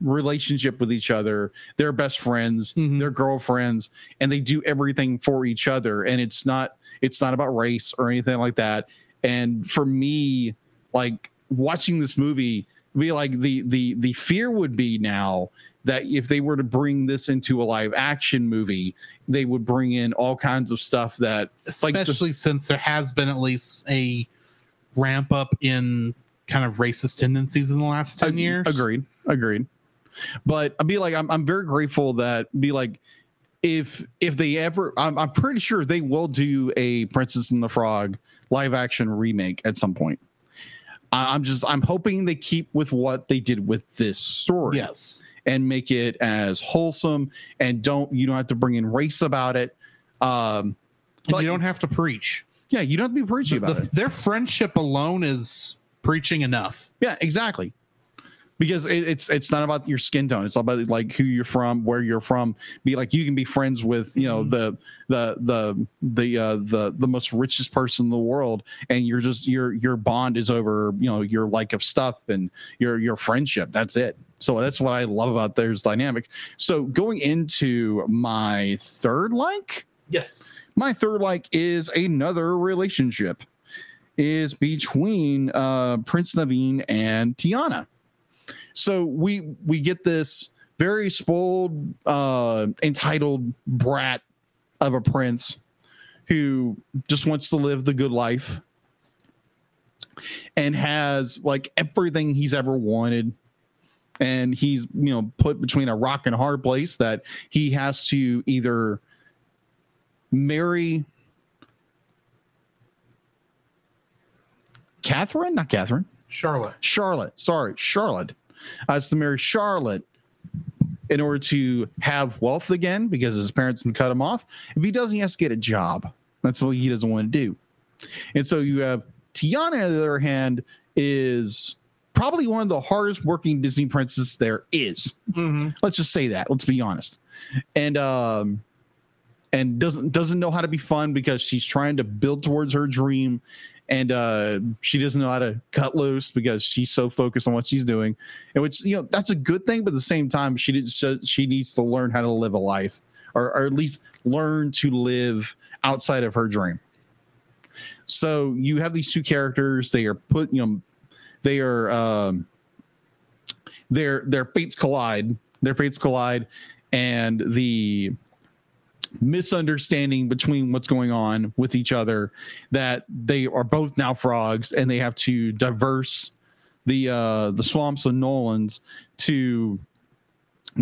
[SPEAKER 3] relationship with each other. They're best friends,
[SPEAKER 2] Mhm.
[SPEAKER 3] they're girlfriends, and they do everything for each other. And it's not it's not about race or anything like that. And for me, like watching this movie, be like the the the fear would be now that if they were to bring this into a live action movie, they would bring in all kinds of stuff that like the-
[SPEAKER 2] Especially since there has been at least a ramp up in kind of racist tendencies in the last ten
[SPEAKER 3] Ag-
[SPEAKER 2] years.
[SPEAKER 3] Agreed. Agreed. But I'd be like, I'm, I'm very grateful that be like, if if they ever, I'm, I'm pretty sure they will do a Princess and the Frog live action remake at some point. I, I'm just, I'm hoping they keep with what they did with this story
[SPEAKER 2] Yes.
[SPEAKER 3] and make it as wholesome and don't, you don't have to bring in race about it. Um,
[SPEAKER 2] And
[SPEAKER 3] Like-
[SPEAKER 2] you don't have to preach.
[SPEAKER 3] yeah, you don't have to be preachy about
[SPEAKER 2] The-
[SPEAKER 3] it.
[SPEAKER 2] their friendship alone is preaching enough.
[SPEAKER 3] Yeah, exactly. Because it, it's it's not about your skin tone. It's all about like who you're from, where you're from. Be like you can be friends with you know the the the the uh, the the most richest person in the world, and you're just your your bond is over you know your like of stuff and your your friendship. That's it. So that's what I love about theirs dynamic. So going into my third like,
[SPEAKER 2] Yes.
[SPEAKER 3] my third like is another relationship is between uh, prince naveen and tiana so we we get this very spoiled uh, entitled brat of a prince who just wants to live the good life and has like everything he's ever wanted and he's you know put between a rock and a hard place that he has to either marry Catherine, not Catherine,
[SPEAKER 2] Charlotte.
[SPEAKER 3] Charlotte. Sorry, Charlotte. Uh, Has to marry Charlotte in order to have wealth again because his parents can cut him off. If he doesn't, he has to get a job. That's what he doesn't want to do. And so you have Tiana, on the other hand, is probably one of the hardest working Disney princesses there is
[SPEAKER 2] Mhm.
[SPEAKER 3] let's just say that let's be honest and um and doesn't doesn't know how to be fun because she's trying to build towards her dream and uh she doesn't know how to cut loose because she's so focused on what she's doing and which you know that's a good thing but at the same time she did so she needs to learn how to live a life or, or at least learn to live outside of her dream so you have these two characters they are put you know they are um their their fates collide their fates collide and the misunderstanding between what's going on with each other that they are both now frogs and they have to diverse the uh the swamps of Nolans to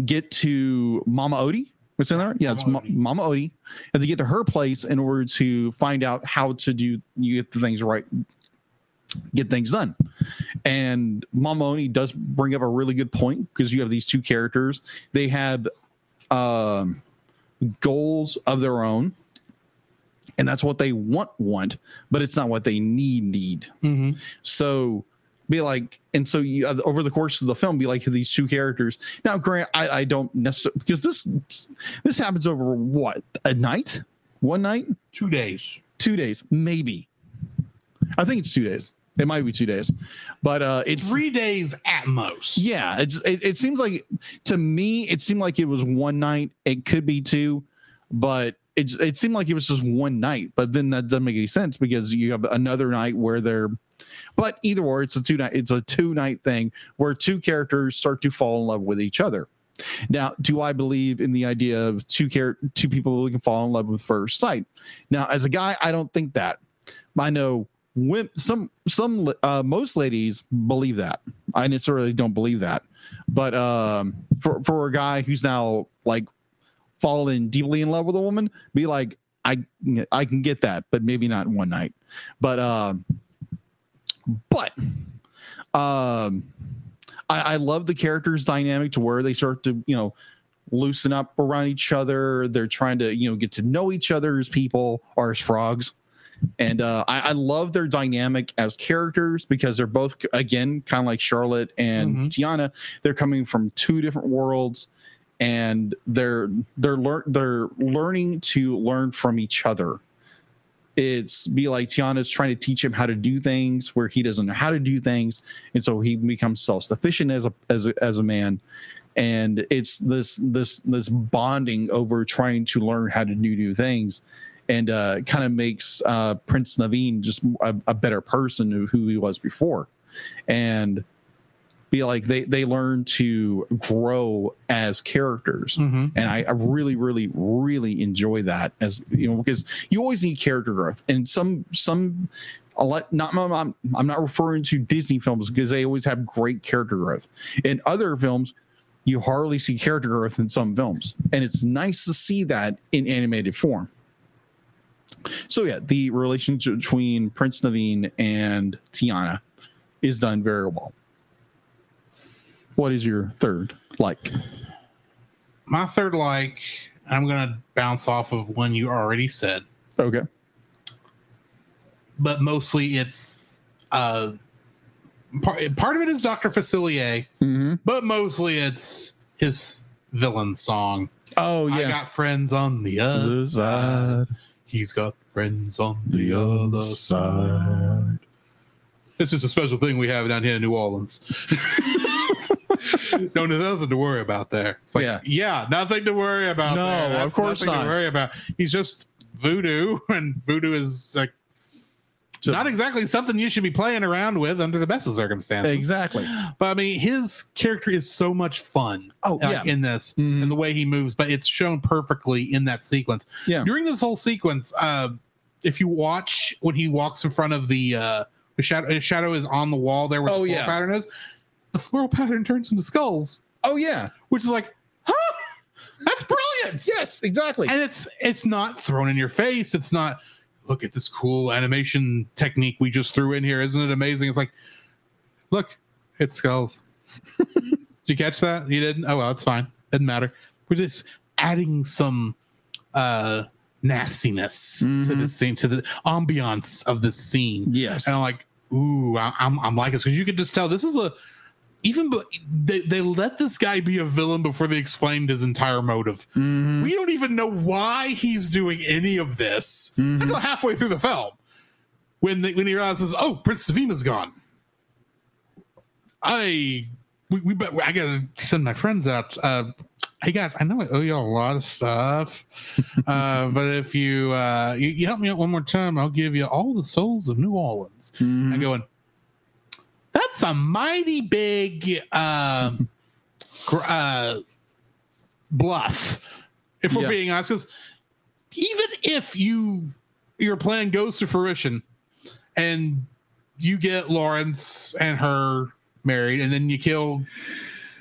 [SPEAKER 3] get to Mama Odie What's in there? Yeah, it's
[SPEAKER 2] Mama
[SPEAKER 3] Ma-
[SPEAKER 2] Odie.
[SPEAKER 3] Mama Odie. Have to get to her place in order to find out how to do you get the things right, get things done. And Mama Odie does bring up a really good point because you have these two characters. They have um, goals of their own, and that's what they want want, but it's not what they need need.
[SPEAKER 7] Mm-hmm.
[SPEAKER 3] So be like, and so you uh, over the course of the film, be like these two characters. Now, Grant, I, I don't necessarily because this this happens over what a night, one night,
[SPEAKER 2] Two days.
[SPEAKER 3] two days, maybe. I think it's two days. It might be two days, but uh, it's
[SPEAKER 2] Three days at most.
[SPEAKER 3] yeah. It's it, it seems like to me it seemed like it was one night. It could be two, but it it seemed like it was just one night. But then that doesn't make any sense because you have another night where they're. But either or, it's a two night. It's a two night thing where two characters start to fall in love with each other. Now, do I believe in the idea of two char- two people who can fall in love with first sight? Now, as a guy, I don't think that. I know wim- some some uh, most ladies believe that. I necessarily don't believe that, but um, for for a guy who's now like fallen deeply in love with a woman, be like, I I can get that, but maybe not in one night. But um, but um, I, I love the characters dynamic to where they start to you know loosen up around each other. They're trying to you know get to know each other as people or as frogs and uh, I, I love their dynamic as characters because they're both again kind of like Charlotte and
[SPEAKER 7] Mhm.
[SPEAKER 3] Tiana. They're coming from two different worlds, and they're they're lear- they're learning to learn from each other. It's be like Tiana's trying to teach him how to do things where he doesn't know how to do things, and so he becomes self sufficient as a as a, as a man. And it's this this this bonding over trying to learn how to do new things and uh, kind of makes uh, Prince Naveen just a, a better person of who he was before, and be like they they learn to grow as characters.
[SPEAKER 7] Mm-hmm.
[SPEAKER 3] And I, I really, really, really enjoy that as you know, because you always need character growth. And some, some, a lot. Not, I'm, I'm not referring to Disney films because they always have great character growth. In other films, you hardly see character growth in some films, and it's nice to see that in animated form. So yeah, the relationship between Prince Naveen and Tiana is done very well. What is your third like?
[SPEAKER 2] My third like, I'm gonna bounce off of one you already said,
[SPEAKER 3] Okay.
[SPEAKER 2] but mostly it's uh part, part of it is Dr. Facilier,
[SPEAKER 3] Mm-hmm.
[SPEAKER 2] but mostly it's his villain song.
[SPEAKER 3] Oh
[SPEAKER 2] I got friends on the other side. He's got friends on the other side. This is a special thing we have down here in New Orleans. no, no, nothing to worry about there. It's like,
[SPEAKER 3] Yeah.
[SPEAKER 2] yeah, nothing to worry about.
[SPEAKER 3] No,
[SPEAKER 2] there.
[SPEAKER 3] of course
[SPEAKER 2] nothing
[SPEAKER 3] not.
[SPEAKER 2] To worry about. He's just voodoo, and voodoo is like
[SPEAKER 3] So-
[SPEAKER 2] not exactly something you should be playing around with under the best of circumstances.
[SPEAKER 3] Exactly.
[SPEAKER 2] But I mean, his character is so much fun
[SPEAKER 3] Oh
[SPEAKER 2] like, in this
[SPEAKER 3] Mhm.
[SPEAKER 2] and the way he moves, but it's shown perfectly in that sequence.
[SPEAKER 3] Yeah.
[SPEAKER 2] During this whole sequence, uh, if you watch when he walks in front of the uh, the shadow, his shadow is on the wall there where
[SPEAKER 3] Oh,
[SPEAKER 2] the floral
[SPEAKER 3] yeah.
[SPEAKER 2] pattern is. The floral pattern turns into skulls,
[SPEAKER 3] Oh yeah.
[SPEAKER 2] which is like, huh? That's brilliant.
[SPEAKER 3] Yes. Exactly.
[SPEAKER 2] And it's it's not thrown in your face. It's not look at this cool animation technique we just threw in here. Isn't it amazing? It's like, look, it's skulls. Did you catch that? You didn't? Oh well, it's fine. Doesn't matter. We're just adding some uh nastiness to
[SPEAKER 3] Mhm.
[SPEAKER 2] this scene, to the ambiance of this scene.
[SPEAKER 3] yes.
[SPEAKER 2] And I'm like, ooh, I, I'm I'm like this because you could just tell this is a even but they, they let this guy be a villain before they explained his entire motive.
[SPEAKER 3] Mhm.
[SPEAKER 2] We don't even know why he's doing any of this
[SPEAKER 3] Mhm.
[SPEAKER 2] until halfway through the film, when the, when he realizes, oh, Prince Savima's gone. I we, we bet I gotta send my friends out. Uh, hey guys, I know I owe you a lot of stuff, uh, but if you, uh, you you help me out one more time, I'll give you all the souls of New Orleans.
[SPEAKER 3] Mhm.
[SPEAKER 2] And going, that's a mighty big um, gr- uh, bluff. If we're
[SPEAKER 3] Yeah.
[SPEAKER 2] being honest, 'cause even if you your plan goes to fruition and you get Lawrence and her married, and then you kill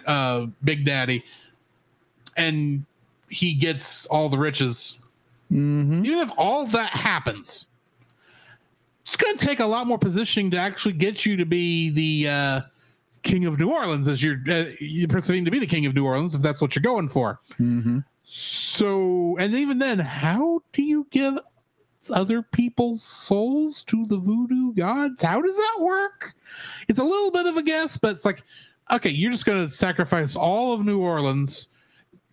[SPEAKER 2] uh, Big Daddy, and he gets all the riches.
[SPEAKER 5] Mm-hmm.
[SPEAKER 2] Even if all that happens, it's going to take a lot more positioning to actually get you to be the uh, king of New Orleans as you're, uh, you're pursuing to be the king of New Orleans if that's what you're going for.
[SPEAKER 5] Mm-hmm.
[SPEAKER 2] So, and even then, how do you give other people's souls to the voodoo gods? How does that work? It's a little bit of a guess, but it's like, okay, you're just going to sacrifice all of New Orleans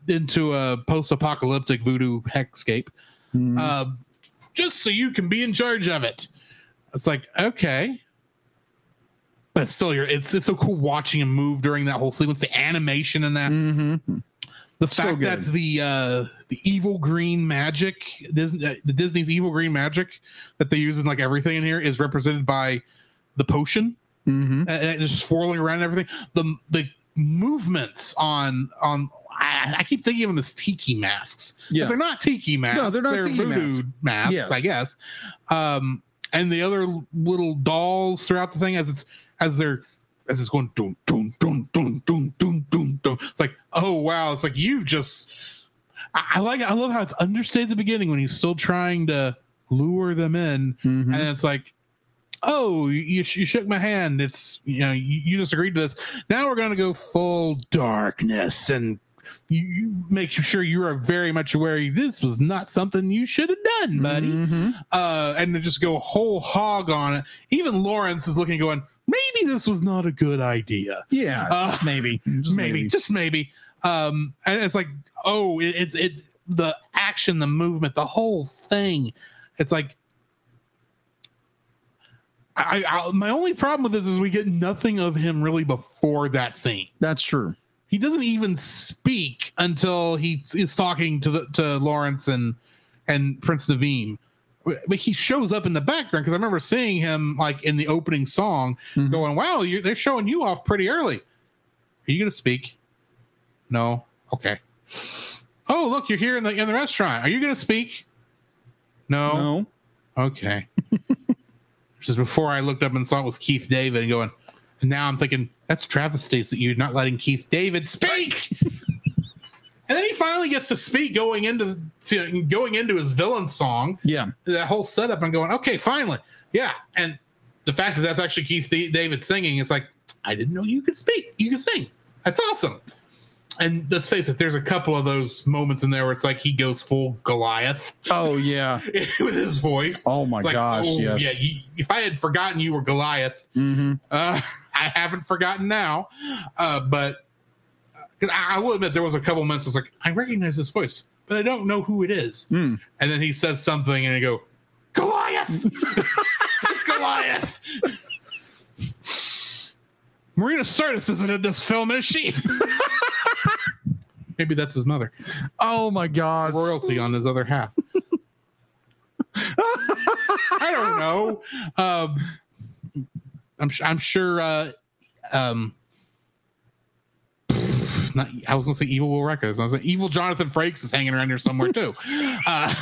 [SPEAKER 2] into a post-apocalyptic voodoo hexscape, uh, just so you can be in charge of it. It's like, okay. But still, you're, it's it's so cool watching him move during that whole sequence. The animation in that,
[SPEAKER 5] Mm-hmm.
[SPEAKER 2] the
[SPEAKER 5] So
[SPEAKER 2] fact that
[SPEAKER 5] good.
[SPEAKER 2] the uh, the evil green magic, Disney, uh, the Disney's evil green magic that they use in like everything in here is represented by the potion
[SPEAKER 5] Mm-hmm.
[SPEAKER 2] uh, uh, just swirling around and everything. The the movements on on I, I keep thinking of them as tiki masks. But
[SPEAKER 5] Yeah.
[SPEAKER 2] they're not tiki masks.
[SPEAKER 5] No, they're not tiki
[SPEAKER 2] voodoo masks,
[SPEAKER 5] Yes.
[SPEAKER 2] I guess. Um, and the other little dolls throughout the thing as it's as they're as it's going dun dun dun dun dun dun dun dun. It's like oh wow! It's like you just. I, I like. I love how it's understated at the beginning when he's still trying to lure them in,
[SPEAKER 5] Mhm.
[SPEAKER 2] and it's like oh you, sh- you shook my hand it's you know you, you just agreed to this now we're going to go full darkness and you, you make sure you are very much aware you- this was not something you should have done buddy
[SPEAKER 3] Mm-hmm.
[SPEAKER 5] Mm-hmm.
[SPEAKER 2] uh and to just go whole hog on it even lawrence is looking going maybe this was not a good idea
[SPEAKER 5] Yeah.
[SPEAKER 2] uh,
[SPEAKER 5] maybe.
[SPEAKER 3] Mm,
[SPEAKER 5] Just
[SPEAKER 2] maybe, just maybe um and it's like oh it, it's it the action the movement the whole thing it's like I, I my only problem with this is we get nothing of him really before that scene
[SPEAKER 5] That's true.
[SPEAKER 2] he doesn't even speak until he is talking to the to Lawrence and and Prince Naveem. But he shows up in the background because I remember seeing him like in the opening song,
[SPEAKER 5] Mhm.
[SPEAKER 2] going, "Wow, you're, they're showing you off pretty early. Are you going to speak? No. Okay. Oh, look, you're here in the in the restaurant. Are you going to speak? No.
[SPEAKER 5] No.
[SPEAKER 2] Okay. This is before I looked up and saw it was Keith David and going, and now I'm thinking, that's Travis Stacy. You're not letting Keith David speak. and then he finally gets to speak going into to, going into his villain song,
[SPEAKER 5] Yeah.
[SPEAKER 2] that whole setup. I'm going, okay, finally. Yeah. And the fact that that's actually Keith D- David singing, it's like, I didn't know you could speak. You could sing. That's awesome. And let's face it, there's a couple of those moments in there where it's like he goes full Goliath
[SPEAKER 5] Oh yeah.
[SPEAKER 2] with his voice.
[SPEAKER 5] Oh my
[SPEAKER 2] It's like,
[SPEAKER 5] gosh.
[SPEAKER 2] oh,
[SPEAKER 5] yes.
[SPEAKER 2] Yeah, you, if I had forgotten you were Goliath,
[SPEAKER 5] Mm-hmm.
[SPEAKER 2] uh, I haven't forgotten now. Uh, but because I, I will admit, there was a couple months I was like, I recognize this voice, but I don't know who it is.
[SPEAKER 5] Hmm.
[SPEAKER 2] And then he says something, and I go, Goliath! it's Goliath! Marina Sirtis isn't in this film, is she? Maybe that's his mother.
[SPEAKER 5] Oh my gosh.
[SPEAKER 2] Royalty on his other half. I don't know. Um, I'm su- I'm sure. Uh, um, not, I was gonna say evil Will Records. I was like, evil Jonathan Frakes is hanging around here somewhere too. Uh,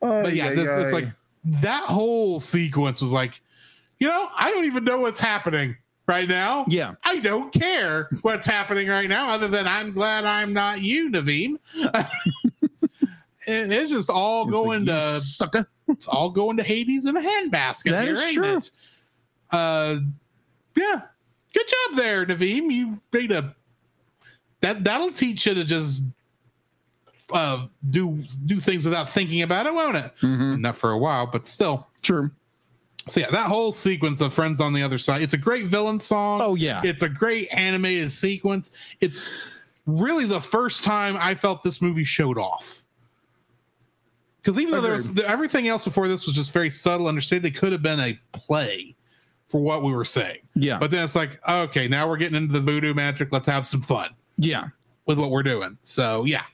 [SPEAKER 2] but yeah, this it's like that whole sequence was like, you know, I don't even know what's happening right now.
[SPEAKER 5] Yeah.
[SPEAKER 2] I don't care what's happening right now, other than I'm glad I'm not you, Naveem. It- it's just all
[SPEAKER 5] It's
[SPEAKER 2] going
[SPEAKER 5] like, you
[SPEAKER 2] to
[SPEAKER 5] sucker.
[SPEAKER 2] it's all going to Hades in a handbasket.
[SPEAKER 5] That
[SPEAKER 2] here,
[SPEAKER 5] is
[SPEAKER 2] ain't
[SPEAKER 5] true.
[SPEAKER 2] it? Uh, yeah, good job there, Naveem. You made a that that'll teach you to just uh do do things without thinking about it, won't it?
[SPEAKER 5] Mhm.
[SPEAKER 2] Not for a while, but still.
[SPEAKER 5] True.
[SPEAKER 2] So yeah, that whole sequence of friends on the other side. It's a great villain song.
[SPEAKER 5] Oh yeah.
[SPEAKER 2] It's a great animated sequence. It's really the first time I felt this movie showed off. Because even though there was there, everything else before this was just very subtle, understated, it could have been a play for what we were saying.
[SPEAKER 5] yeah.
[SPEAKER 2] But then it's like, okay, now we're getting into the voodoo magic. Let's have some fun
[SPEAKER 5] yeah.
[SPEAKER 2] with what we're doing. So yeah,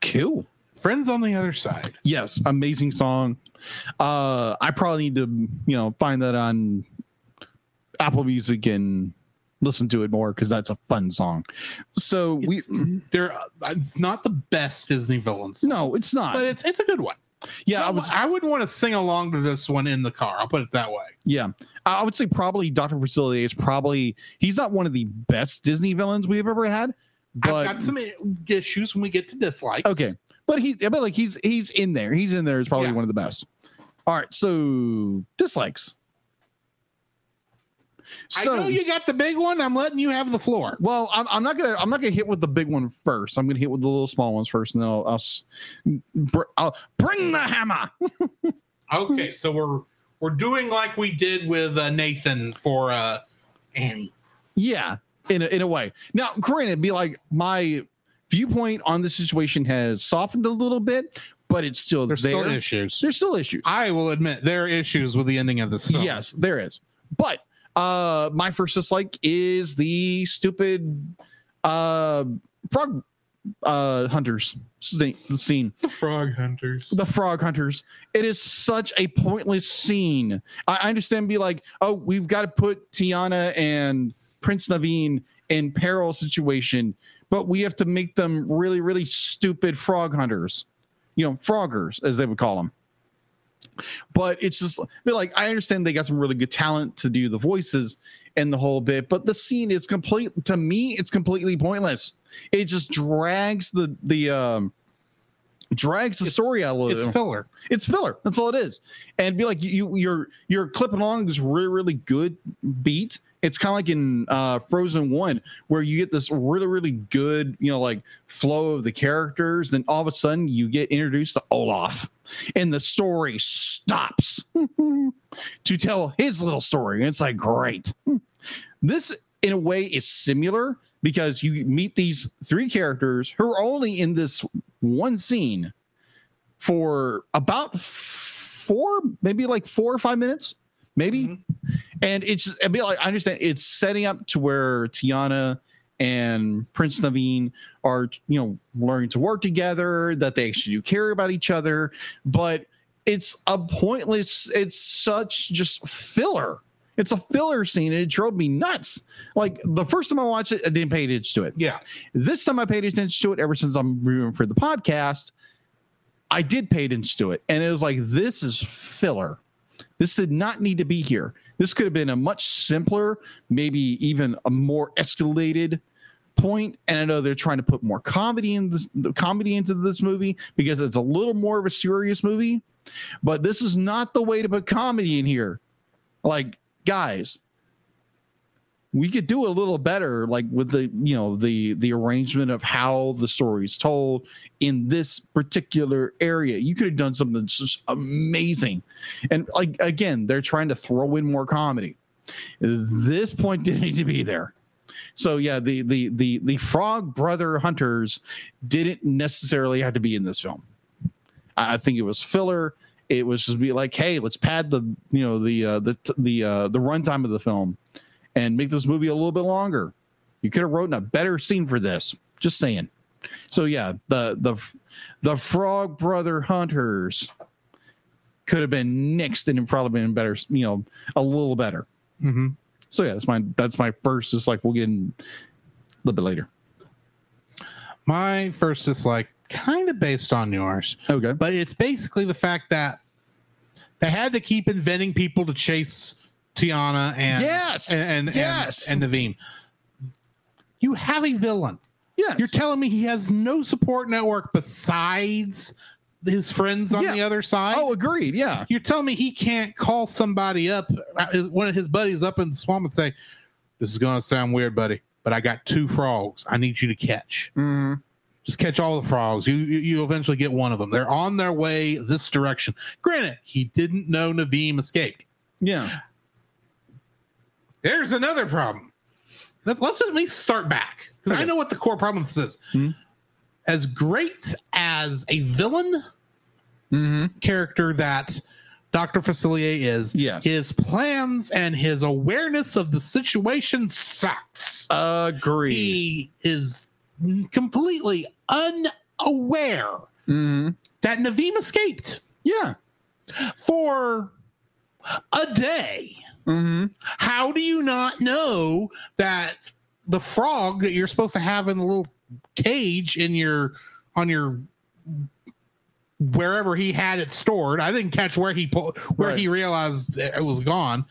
[SPEAKER 5] Cool.
[SPEAKER 2] friends on the other side.
[SPEAKER 5] Yes. Amazing song. Uh, I probably need to you know find that on Apple Music and listen to it more because that's a fun song. So we.
[SPEAKER 2] They're uh, it's not the best Disney villains,
[SPEAKER 5] No, it's not.
[SPEAKER 2] but it's it's a good one.
[SPEAKER 5] yeah,
[SPEAKER 2] I,
[SPEAKER 5] I was.
[SPEAKER 2] wouldn't want to sing along to this one in the car. I'll put it that way.
[SPEAKER 5] Yeah, I I would say probably Doctor Facility is probably he's not one of the best Disney villains we've ever had,
[SPEAKER 2] I've
[SPEAKER 3] but
[SPEAKER 2] got some i- issues when we get to dislike.
[SPEAKER 3] okay, but he, but like he's he's in there. He's in there. Is probably
[SPEAKER 2] Yeah.
[SPEAKER 3] one of the best. All right, so dislikes.
[SPEAKER 2] I know you got the big one. I'm letting you have the floor.
[SPEAKER 3] Well, I'm, I'm not gonna I'm not gonna hit with the big one first. I'm gonna hit with the little small ones first, and then I'll I'll, s- br- I'll bring the hammer.
[SPEAKER 2] Okay, so we're we're doing like we did with uh, Nathan for uh, Annie.
[SPEAKER 3] Yeah, in a, in a way. Now, granted, be like my viewpoint on the situation has softened a little bit, but it's still
[SPEAKER 2] There's
[SPEAKER 3] there.
[SPEAKER 2] still issues.
[SPEAKER 3] There's still issues.
[SPEAKER 2] I will admit there are issues with the ending of this film.
[SPEAKER 3] Yes, there is. But uh my first dislike is the stupid uh frog uh hunters sti- scene.
[SPEAKER 2] Frog Hunters.
[SPEAKER 3] the frog hunters it is such a pointless scene i I understand be like oh we've got to put tiana and prince naveen in peril situation but we have to make them really really stupid frog hunters you know froggers as they would call them but it's just but like i understand they got some really good talent to do the voices and the whole bit but the scene is complete to me it's completely pointless it just drags the the um drags the
[SPEAKER 2] It's-
[SPEAKER 3] story out a little
[SPEAKER 2] It's filler.
[SPEAKER 3] it's filler. That's all it is. And be like you, you you're you're clipping along this really really good beat. It's kind of like in uh, Frozen One where you get this really really good you know like flow of the characters. Then all of a sudden you get introduced to Olaf, and the story stops to tell his little story. And it's like great. This in a way is similar because you meet these three characters who are only in this one scene for about f- four, maybe like four or five minutes, maybe.
[SPEAKER 2] Mhm.
[SPEAKER 3] And it's just, it'd be like I understand it's setting up to where Tiana and Prince Naveen are, you know, learning to work together, that they actually do care about each other, but it's a pointless, it's such just filler. It's a filler scene and it drove me nuts. Like the first time I watched it, I didn't pay attention to it
[SPEAKER 2] Yeah.
[SPEAKER 3] this time I paid attention to it ever since I'm reviewing for the podcast. I did pay attention to it, and it was like this is filler. This did not need to be here. This could have been a much simpler, maybe even a more escalated point. And I know they're trying to put more comedy in this, the comedy into this movie because it's a little more of a serious movie. But this is not the way to put comedy in here. Like, guys, we could do a little better like with the you know the the arrangement of how the story is told in this particular area you could have done something that's just amazing and like again they're trying to throw in more comedy this point didn't need to be there so yeah the the the the frog brother hunters didn't necessarily have to be in this film i, I think it was filler it was just be like hey let's pad the you know the uh, the the uh, the runtime of the film and make this movie a little bit longer. You could have written a better scene for this. Just saying. So yeah, the the the Frog Brother Hunters could have been nixed and it probably been better, you know, a little better.
[SPEAKER 2] Mm-hmm.
[SPEAKER 3] So yeah, that's my that's my first. It's like we'll get in a little bit later.
[SPEAKER 2] My first dislike, kind of based on yours,
[SPEAKER 3] Okay.
[SPEAKER 2] but it's basically the fact that they had to keep inventing people to chase Tiana and
[SPEAKER 3] Yes!
[SPEAKER 2] and and,
[SPEAKER 3] Yes!
[SPEAKER 2] and, and Naveem. You have a villain.
[SPEAKER 3] Yes.
[SPEAKER 2] You're telling me he has no support network besides his friends on
[SPEAKER 3] Yeah.
[SPEAKER 2] the other side?
[SPEAKER 3] oh, agreed. Yeah.
[SPEAKER 2] You're telling me he can't call somebody up, uh, his- one of his buddies up in the swamp, and say, "This is going to sound weird, buddy, but I got two frogs. I need you to catch. Just catch all the frogs. You you you eventually get one of them. They're on their way this direction. Granted, he didn't know Naveem escaped.
[SPEAKER 3] Yeah.
[SPEAKER 2] There's another problem. Let- Let's just at least start back because I
[SPEAKER 3] Okay.
[SPEAKER 2] know what the core problem this is.
[SPEAKER 3] Hmm.
[SPEAKER 2] As great as a villain
[SPEAKER 3] Mm-hmm.
[SPEAKER 2] character that Dr. Facilier is,
[SPEAKER 3] Yes.
[SPEAKER 2] his plans and his awareness of the situation sucks. Uh,
[SPEAKER 3] Agreed.
[SPEAKER 2] He is n- completely unaware
[SPEAKER 3] Mm-hmm.
[SPEAKER 2] that Naveem escaped
[SPEAKER 3] Yeah.
[SPEAKER 2] for a day.
[SPEAKER 3] Mm-hmm.
[SPEAKER 2] How do you not know that the frog that you're supposed to have in the little cage in your on your wherever he had it stored? I didn't catch where he pulled where
[SPEAKER 3] Right.
[SPEAKER 2] he realized that it was gone.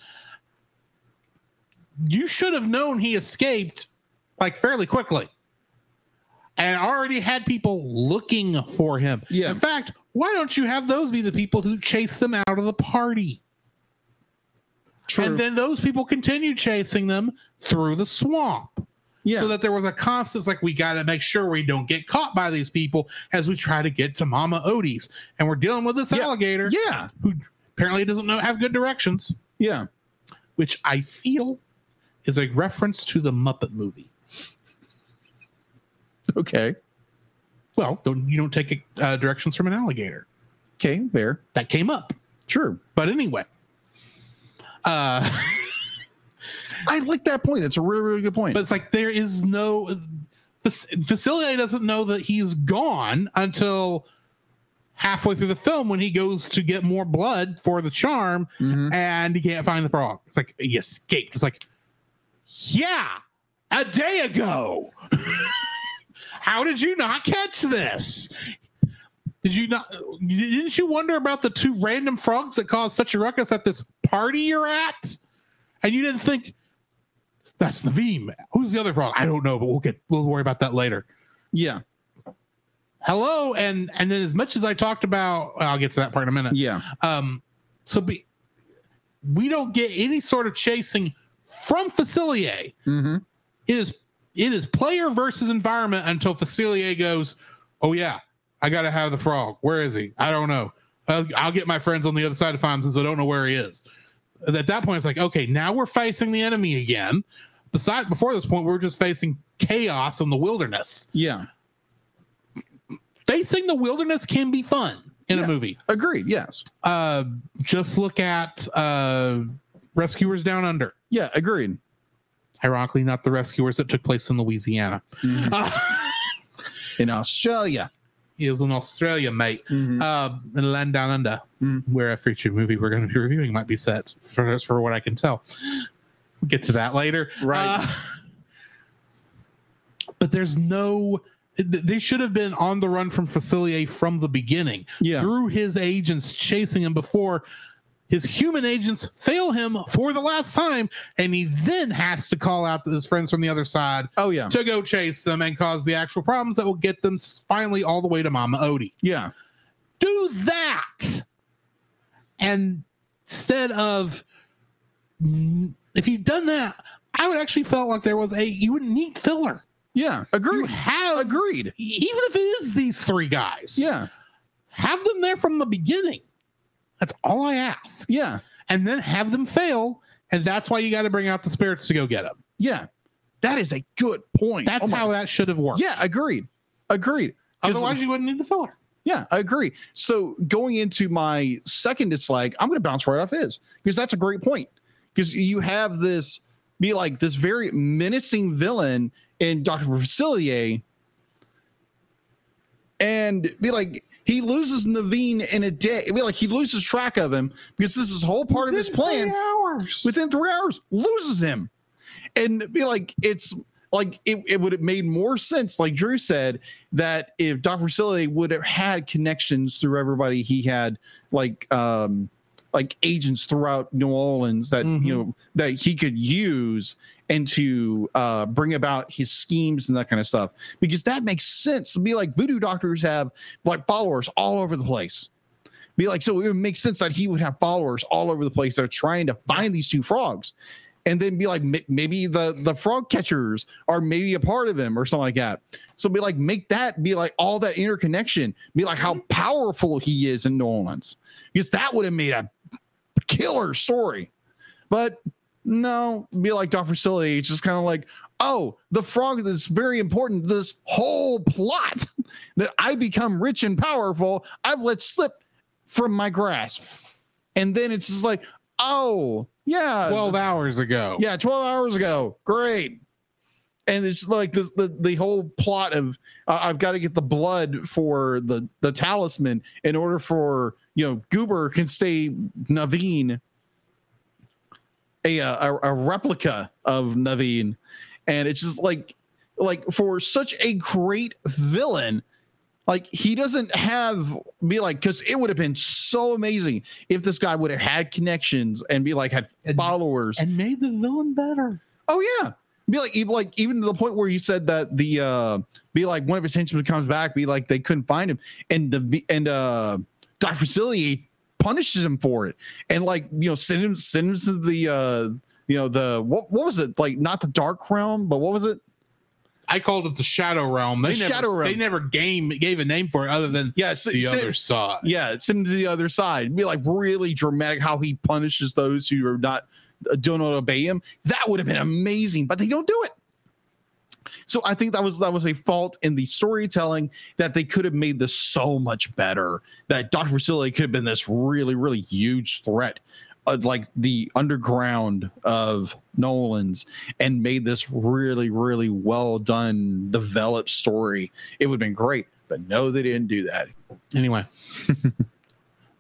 [SPEAKER 2] You should have known he escaped like fairly quickly. and already had people looking for him.
[SPEAKER 3] Yeah.
[SPEAKER 2] In fact, why don't you have those be the people who chase them out of the party?
[SPEAKER 3] True.
[SPEAKER 2] And then those people continue chasing them through the swamp.
[SPEAKER 3] yeah.
[SPEAKER 2] So that there was a constant, like, we got to make sure we don't get caught by these people as we try to get to Mama Odie's. And we're dealing with this
[SPEAKER 3] Yeah.
[SPEAKER 2] alligator
[SPEAKER 3] yeah.
[SPEAKER 2] who apparently doesn't know have good directions,
[SPEAKER 3] Yeah.
[SPEAKER 2] which I feel is a reference to the Muppet movie.
[SPEAKER 3] Okay.
[SPEAKER 2] Well, don't you don't take uh, directions from an alligator.
[SPEAKER 3] Okay. Fair.
[SPEAKER 2] That came up.
[SPEAKER 3] Sure.
[SPEAKER 2] But anyway, uh,
[SPEAKER 3] I like that point. That's a really, really good point.
[SPEAKER 2] but it's like there is no Facilier doesn't know that he's gone until halfway through the film when he goes to get more blood for the charm
[SPEAKER 3] Mhm.
[SPEAKER 2] and he can't find the frog. It's like he escaped. It's like, yeah, a day ago. How did you not catch this? Did you not? Didn't you wonder about the two random frogs that caused such a ruckus at this party you're at? And you didn't think that's Naveem. Who's the other frog? I don't know, but we'll get we'll worry about that later.
[SPEAKER 3] yeah.
[SPEAKER 2] Hello, and and then as much as I talked about, I'll get to that part in a minute.
[SPEAKER 3] Yeah.
[SPEAKER 2] Um, so be, we don't get any sort of chasing from Facilier.
[SPEAKER 3] Mm-hmm.
[SPEAKER 2] It is it is player versus environment until Facilier goes, oh yeah, I got to have the frog. Where is he? I don't know. I'll, I'll get my friends on the other side to find him since I don't know where he is. And At that point, it's like okay, now we're facing the enemy again. Besides, before this point, we were just facing chaos in the wilderness.
[SPEAKER 3] Yeah.
[SPEAKER 2] Facing the wilderness can be fun in
[SPEAKER 3] Yeah.
[SPEAKER 2] a movie.
[SPEAKER 3] Agreed. Yes.
[SPEAKER 2] Uh, just look at uh, Rescuers Down Under.
[SPEAKER 3] Yeah. Agreed.
[SPEAKER 2] Ironically, not the rescuers that took place in Louisiana. Uh,
[SPEAKER 3] In Australia.
[SPEAKER 2] he is in Australia, mate.
[SPEAKER 3] Mhm.
[SPEAKER 2] Uh, in Land Down Under,
[SPEAKER 3] Mhm.
[SPEAKER 2] where a feature movie we're going to be reviewing might be set, for, for what I can tell. We'll get to that later.
[SPEAKER 3] Right.
[SPEAKER 2] Uh, but there's no. th- They should have been on the run from Facilier from the beginning.
[SPEAKER 3] Yeah.
[SPEAKER 2] through his agents chasing him before his human agents fail him for the last time, and he then has to call out to his friends from the other side
[SPEAKER 3] Oh yeah.
[SPEAKER 2] to go chase them and cause the actual problems that will get them finally all the way to Mama Odie.
[SPEAKER 3] Yeah.
[SPEAKER 2] Do that, and instead of mm, if you'd done that, I would actually felt like there was a you wouldn't need filler.
[SPEAKER 3] Yeah.
[SPEAKER 2] You
[SPEAKER 3] Agreed.
[SPEAKER 2] have even
[SPEAKER 3] Agreed.
[SPEAKER 2] if it is these three guys,
[SPEAKER 3] Yeah.
[SPEAKER 2] have them there from the beginning. That's all I ask.
[SPEAKER 3] Yeah.
[SPEAKER 2] And then have them fail. And that's why you got to bring out the spirits to go get them.
[SPEAKER 3] Yeah. That is a good point.
[SPEAKER 2] That's
[SPEAKER 3] Oh my-
[SPEAKER 2] how that should have worked.
[SPEAKER 3] Yeah. Agreed. Agreed. 'Cause-
[SPEAKER 2] Otherwise, you wouldn't need the filler.
[SPEAKER 3] Yeah, I agree. So going into my second, it's like I'm going to bounce right off his because that's a great point. Because you have this be like this very menacing villain in Doctor Facilier, and be like he loses Naveen in a day. Be like he loses track of him because this is whole part of his plan
[SPEAKER 2] Three hours.
[SPEAKER 3] within three hours loses him and be like it's like it, it would have made more sense like drew said that if dr facility would have had connections through everybody he had like um like agents throughout new orleans that you know that he could use and to uh bring about his schemes and that kind of stuff because that makes sense to be like voodoo doctors have like followers all over the place be like so it would make sense that he would have followers all over the place that are trying to find these two frogs and then be like "Ma- maybe the the frog catchers are maybe a part of him or something like that so be like make that be like all that interconnection be like how powerful he is in new orleans because that would have made a killer story but no be like dr Silly. it's just kind of like oh the frog that's very important to this whole plot that i become rich and powerful i've let slip from my grasp and then it's just like oh yeah
[SPEAKER 2] 12 hours ago.
[SPEAKER 3] yeah, 12 hours ago. Great. And it's like this, the the whole plot of uh, I've got to get the blood for the the talisman in order for you know Goober can stay Naveen a uh, a, a replica of Naveen, and it's just like like for such a great villain, like he doesn't have be like because it would have been so amazing if this guy would have had connections and be like had
[SPEAKER 2] And-
[SPEAKER 3] followers
[SPEAKER 2] And made the villain better.
[SPEAKER 3] Oh yeah, be like even like even to the point where you said that the uh be like one of his henchmen comes back, be like they couldn't find him, and the and uh Doctor Facilier punishes him for it, and like you know send him send him to the uh you know the what what was it like not the dark realm but what was it
[SPEAKER 2] I called it the Shadow Realm. They
[SPEAKER 3] The
[SPEAKER 2] never,
[SPEAKER 3] Shadow Realm.
[SPEAKER 2] They never game gave a name for it other than
[SPEAKER 3] yeah s-
[SPEAKER 2] the
[SPEAKER 3] send-
[SPEAKER 2] other side.
[SPEAKER 3] yeah send him to the other side be like really dramatic how he punishes those who are not uh, don't obey him that would have been amazing but they don't do it so i think that was that was a fault in the storytelling that they could have made this so much better that dr Facilier could have been this really really huge threat uh, like the underground of nolan's and made this really really well done developed story it would have been great but no they didn't do that
[SPEAKER 2] Anyway,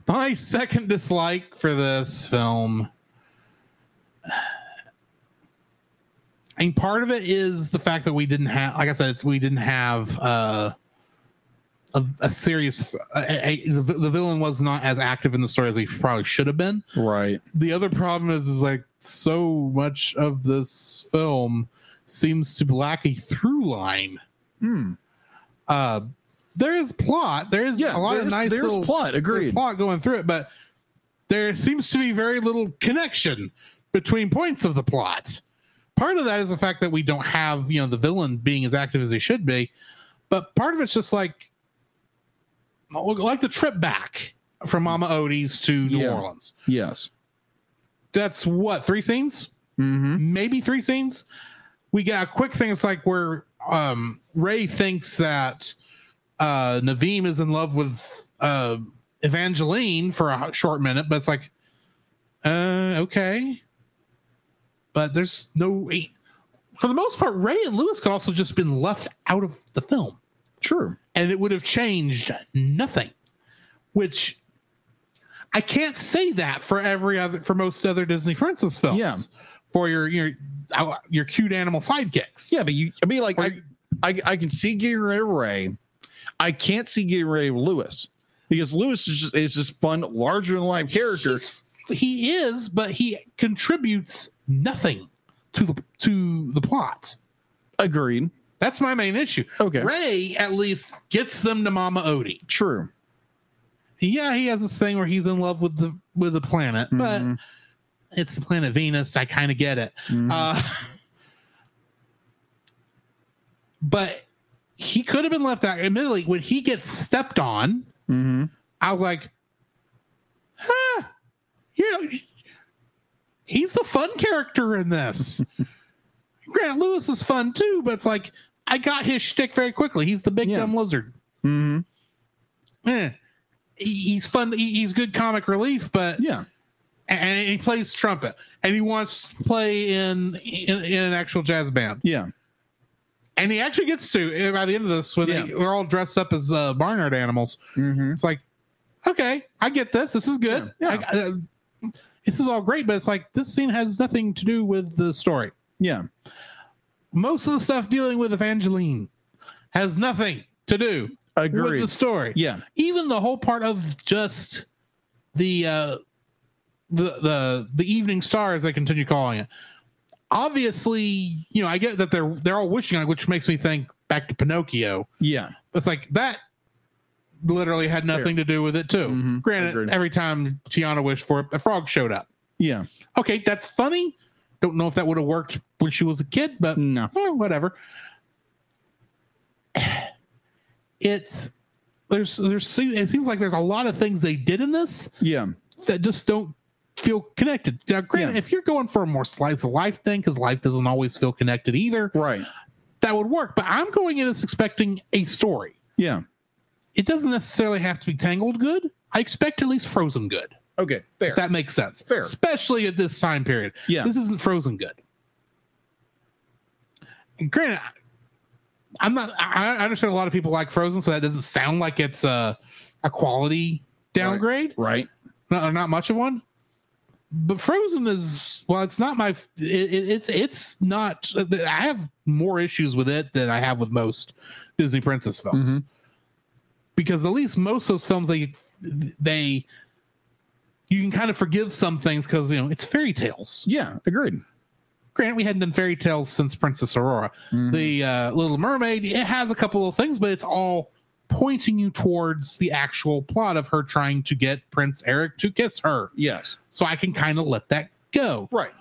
[SPEAKER 2] my second dislike for this film. I mean, part of it is the fact that we didn't have, like I said, it's, we didn't have uh, a, a serious. A, a, the, the villain was not as active in the story as he probably should have been.
[SPEAKER 3] right
[SPEAKER 2] the other problem is is like so much of this film seems to lack a through line.
[SPEAKER 3] Hmm.
[SPEAKER 2] Uh, there is plot. There is
[SPEAKER 3] Yeah,
[SPEAKER 2] a lot
[SPEAKER 3] there's,
[SPEAKER 2] of nice
[SPEAKER 3] there's
[SPEAKER 2] little
[SPEAKER 3] plot.
[SPEAKER 2] there's
[SPEAKER 3] Agreed.
[SPEAKER 2] plot going through it, but there seems to be very little connection between points of the plot. Part of that is the fact that we don't have you know the villain being as active as he should be, but part of it's just like like the trip back from Mama Odie's to New
[SPEAKER 3] Yeah.
[SPEAKER 2] Orleans.
[SPEAKER 3] Yes.
[SPEAKER 2] That's what three scenes
[SPEAKER 3] Mm-hmm.
[SPEAKER 2] maybe three scenes. We got a quick thing. It's like where um, Ray thinks that uh, Naveem is in love with uh, Evangeline for a hot- short minute, but it's like, uh, okay. But there's no, for the most part, Ray and Lewis could also just been left out of the film
[SPEAKER 3] True.
[SPEAKER 2] and it would have changed nothing which i can't say that for every other for most other disney princess films
[SPEAKER 3] Yeah.
[SPEAKER 2] for your your uh, your cute animal sidekicks
[SPEAKER 3] Yeah, but you. I mean, like, I, I, I can see getting rid of Ray. I can't see getting rid of Lewis because Lewis is just is just fun, larger than life character.
[SPEAKER 2] he is but he contributes nothing to the to the plot
[SPEAKER 3] Agreed.
[SPEAKER 2] that's my main issue
[SPEAKER 3] Okay.
[SPEAKER 2] ray at least gets them to mama odie
[SPEAKER 3] True.
[SPEAKER 2] yeah he has this thing where he's in love with the with the planet
[SPEAKER 3] Mhm.
[SPEAKER 2] but it's the planet venus i kind of get it
[SPEAKER 3] Mhm.
[SPEAKER 2] Uh, but he could have been left out. Admittedly, when he gets stepped on,
[SPEAKER 3] Mhm.
[SPEAKER 2] I was like, huh, you know, he's the fun character in this. Grant Lewis is fun too, but it's like, I got his shtick very quickly. He's the big
[SPEAKER 3] Yeah.
[SPEAKER 2] dumb lizard.
[SPEAKER 3] Mhm.
[SPEAKER 2] Eh. He- He's fun. he- He's good comic relief, but
[SPEAKER 3] Yeah.
[SPEAKER 2] and he plays trumpet and he wants to play in in, in an actual jazz band
[SPEAKER 3] Yeah.
[SPEAKER 2] and he actually gets to uh, by the end of this when
[SPEAKER 3] Yeah.
[SPEAKER 2] they, they're all dressed up as uh, barnyard animals
[SPEAKER 3] Mm-hmm.
[SPEAKER 2] it's like okay i get this this is good
[SPEAKER 3] Yeah, yeah.
[SPEAKER 2] I- uh, this is all great but it's like this scene has nothing to do with the story
[SPEAKER 3] Yeah.
[SPEAKER 2] most of the stuff dealing with evangeline has nothing to do with
[SPEAKER 3] Agreed.
[SPEAKER 2] the story
[SPEAKER 3] Yeah.
[SPEAKER 2] even the whole part of just the uh the the the evening star as they continue calling it obviously you know i get that they're they're all wishing on it, which makes me think back to pinocchio
[SPEAKER 3] Yeah.
[SPEAKER 2] it's like that literally had nothing to do with it too
[SPEAKER 3] Mhm.
[SPEAKER 2] granted
[SPEAKER 3] Agreed.
[SPEAKER 2] every time tiana wished for it a frog showed up
[SPEAKER 3] Yeah.
[SPEAKER 2] okay that's funny don't know if that would have worked when she was a kid but
[SPEAKER 3] No.
[SPEAKER 2] Eh, whatever. It's there's there's it seems like there's a lot of things they did in this
[SPEAKER 3] Yeah.
[SPEAKER 2] that just don't feel connected. Now, granted,
[SPEAKER 3] Yeah.
[SPEAKER 2] if you're going for a more slice of life thing, because life doesn't always feel connected either,
[SPEAKER 3] Right.
[SPEAKER 2] that would work. But I'm going in as expecting a story.
[SPEAKER 3] Yeah.
[SPEAKER 2] It doesn't necessarily have to be tangled good. I expect at least frozen good.
[SPEAKER 3] Okay. Fair.
[SPEAKER 2] If that makes sense.
[SPEAKER 3] Fair.
[SPEAKER 2] Especially at this time period.
[SPEAKER 3] Yeah.
[SPEAKER 2] This isn't frozen good. And granted, I- I'm not I I understand a lot of people like Frozen, so that doesn't sound like it's a, a quality downgrade.
[SPEAKER 3] right.
[SPEAKER 2] Not, or not much of one. But Frozen is well, it's not my it, it, it's it's not I have more issues with it than I have with most Disney princess films
[SPEAKER 3] Mhm.
[SPEAKER 2] because at least most of those films they they you can kind of forgive some things because you know it's fairy tales
[SPEAKER 3] Yeah. Agreed.
[SPEAKER 2] Granted, we hadn't done fairy tales since Princess Aurora. The uh, Little Mermaid it has a couple of things, but it's all pointing you towards the actual plot of her trying to get Prince Eric to kiss her.
[SPEAKER 3] Yes.
[SPEAKER 2] So I can kind of let that go.
[SPEAKER 3] Right.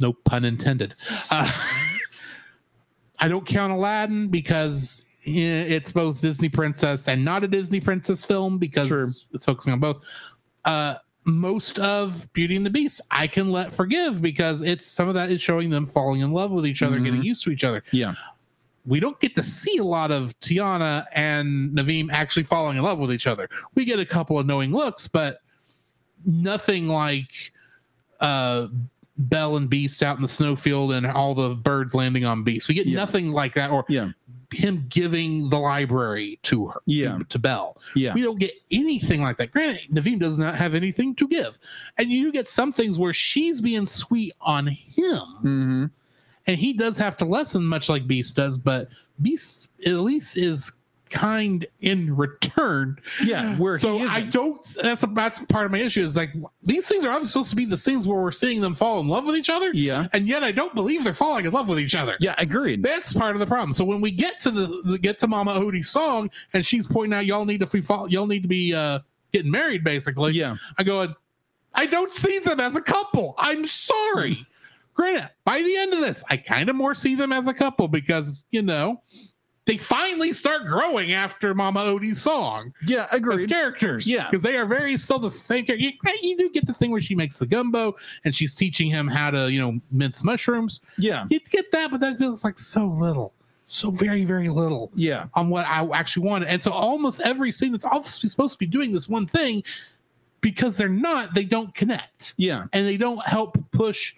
[SPEAKER 2] No pun intended. Uh, I don't count Aladdin because eh, it's both Disney Princess and not a Disney Princess film because
[SPEAKER 3] Sure.
[SPEAKER 2] it's focusing on both. Uh, most of Beauty and the Beast, I can let forgive because it's some of that is showing them falling in love with each other, getting used to each other.
[SPEAKER 3] Yeah.
[SPEAKER 2] We don't get to see a lot of Tiana and Naveem actually falling in love with each other. We get a couple of knowing looks, but nothing like uh, Belle and Beast out in the snowfield and all the birds landing on Beast. We get
[SPEAKER 3] Yeah.
[SPEAKER 2] nothing like that, or
[SPEAKER 3] Yeah.
[SPEAKER 2] him giving the library to her,
[SPEAKER 3] Yeah.
[SPEAKER 2] to Belle.
[SPEAKER 3] Yeah.
[SPEAKER 2] We don't get anything like that. Granted, Naveem does not have anything to give, and you get some things where she's being sweet on him,
[SPEAKER 3] Mm-hmm.
[SPEAKER 2] and he does have to lessen, much like Beast does. But Beast at least is kind in return
[SPEAKER 3] Yeah. Where
[SPEAKER 2] so
[SPEAKER 3] he
[SPEAKER 2] I
[SPEAKER 3] isn't.
[SPEAKER 2] don't. That's that's part of my issue. Is like these things are obviously supposed to be the things where we're seeing them fall in love with each other,
[SPEAKER 3] Yeah.
[SPEAKER 2] and yet I don't believe they're falling in love with each other.
[SPEAKER 3] Yeah. Agreed.
[SPEAKER 2] That's part of the problem. So when we get to the, the get to Mama Odie's song, and she's pointing out y'all need to be fall, y'all need to be uh, getting married, basically.
[SPEAKER 3] Yeah.
[SPEAKER 2] I go, I don't see them as a couple. I'm sorry. Granted, by the end of this, I kind of more see them as a couple because you know they finally start growing after Mama Odie's song
[SPEAKER 3] Yeah.
[SPEAKER 2] as
[SPEAKER 3] Agreed.
[SPEAKER 2] characters.
[SPEAKER 3] Yeah.
[SPEAKER 2] Because they are very still the same character. You, you do get the thing where she makes the gumbo and she's teaching him how to, you know, mince mushrooms.
[SPEAKER 3] Yeah.
[SPEAKER 2] You get that, but that feels like so little. So very, very little
[SPEAKER 3] Yeah.
[SPEAKER 2] on what I actually wanted. And so almost every scene that's obviously supposed to be doing this one thing, because they're not, they don't connect
[SPEAKER 3] Yeah.
[SPEAKER 2] and they don't help push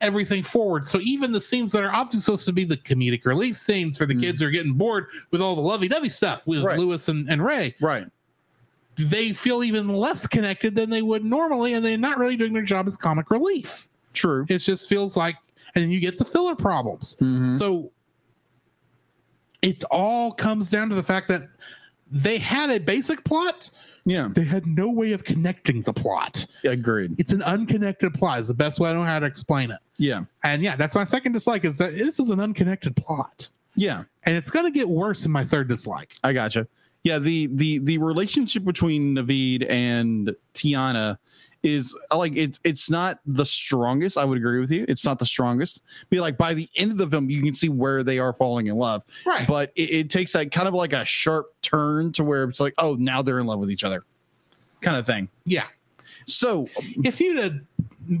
[SPEAKER 2] everything forward. So even the scenes that are obviously supposed to be the comedic relief scenes for the kids who are getting bored with all the lovey dovey stuff with
[SPEAKER 3] Right.
[SPEAKER 2] Lewis and, and Ray
[SPEAKER 3] Right.
[SPEAKER 2] they feel even less connected than they would normally, and they're not really doing their job as comic relief.
[SPEAKER 3] True.
[SPEAKER 2] It just feels like, and you get the filler problems.
[SPEAKER 3] Mhm.
[SPEAKER 2] So it all comes down to the fact that they had a basic plot,
[SPEAKER 3] Yeah.
[SPEAKER 2] they had no way of connecting the plot.
[SPEAKER 3] Agreed.
[SPEAKER 2] It's an unconnected plot, is the best way I know how to explain it.
[SPEAKER 3] Yeah.
[SPEAKER 2] And yeah, that's my second dislike is that this is an unconnected plot.
[SPEAKER 3] Yeah.
[SPEAKER 2] And it's going to get worse in my third dislike.
[SPEAKER 3] I gotcha. Yeah, the the the relationship between Naveed and Tiana is like it's it's not the strongest. I would agree with you. It's not the strongest. Be like by the end of the film, you can see where they are falling in love.
[SPEAKER 2] Right.
[SPEAKER 3] But it, it takes that kind of like a sharp turn to where it's like, oh, now they're in love with each other, kind of thing.
[SPEAKER 2] Yeah.
[SPEAKER 3] So
[SPEAKER 2] if you'd have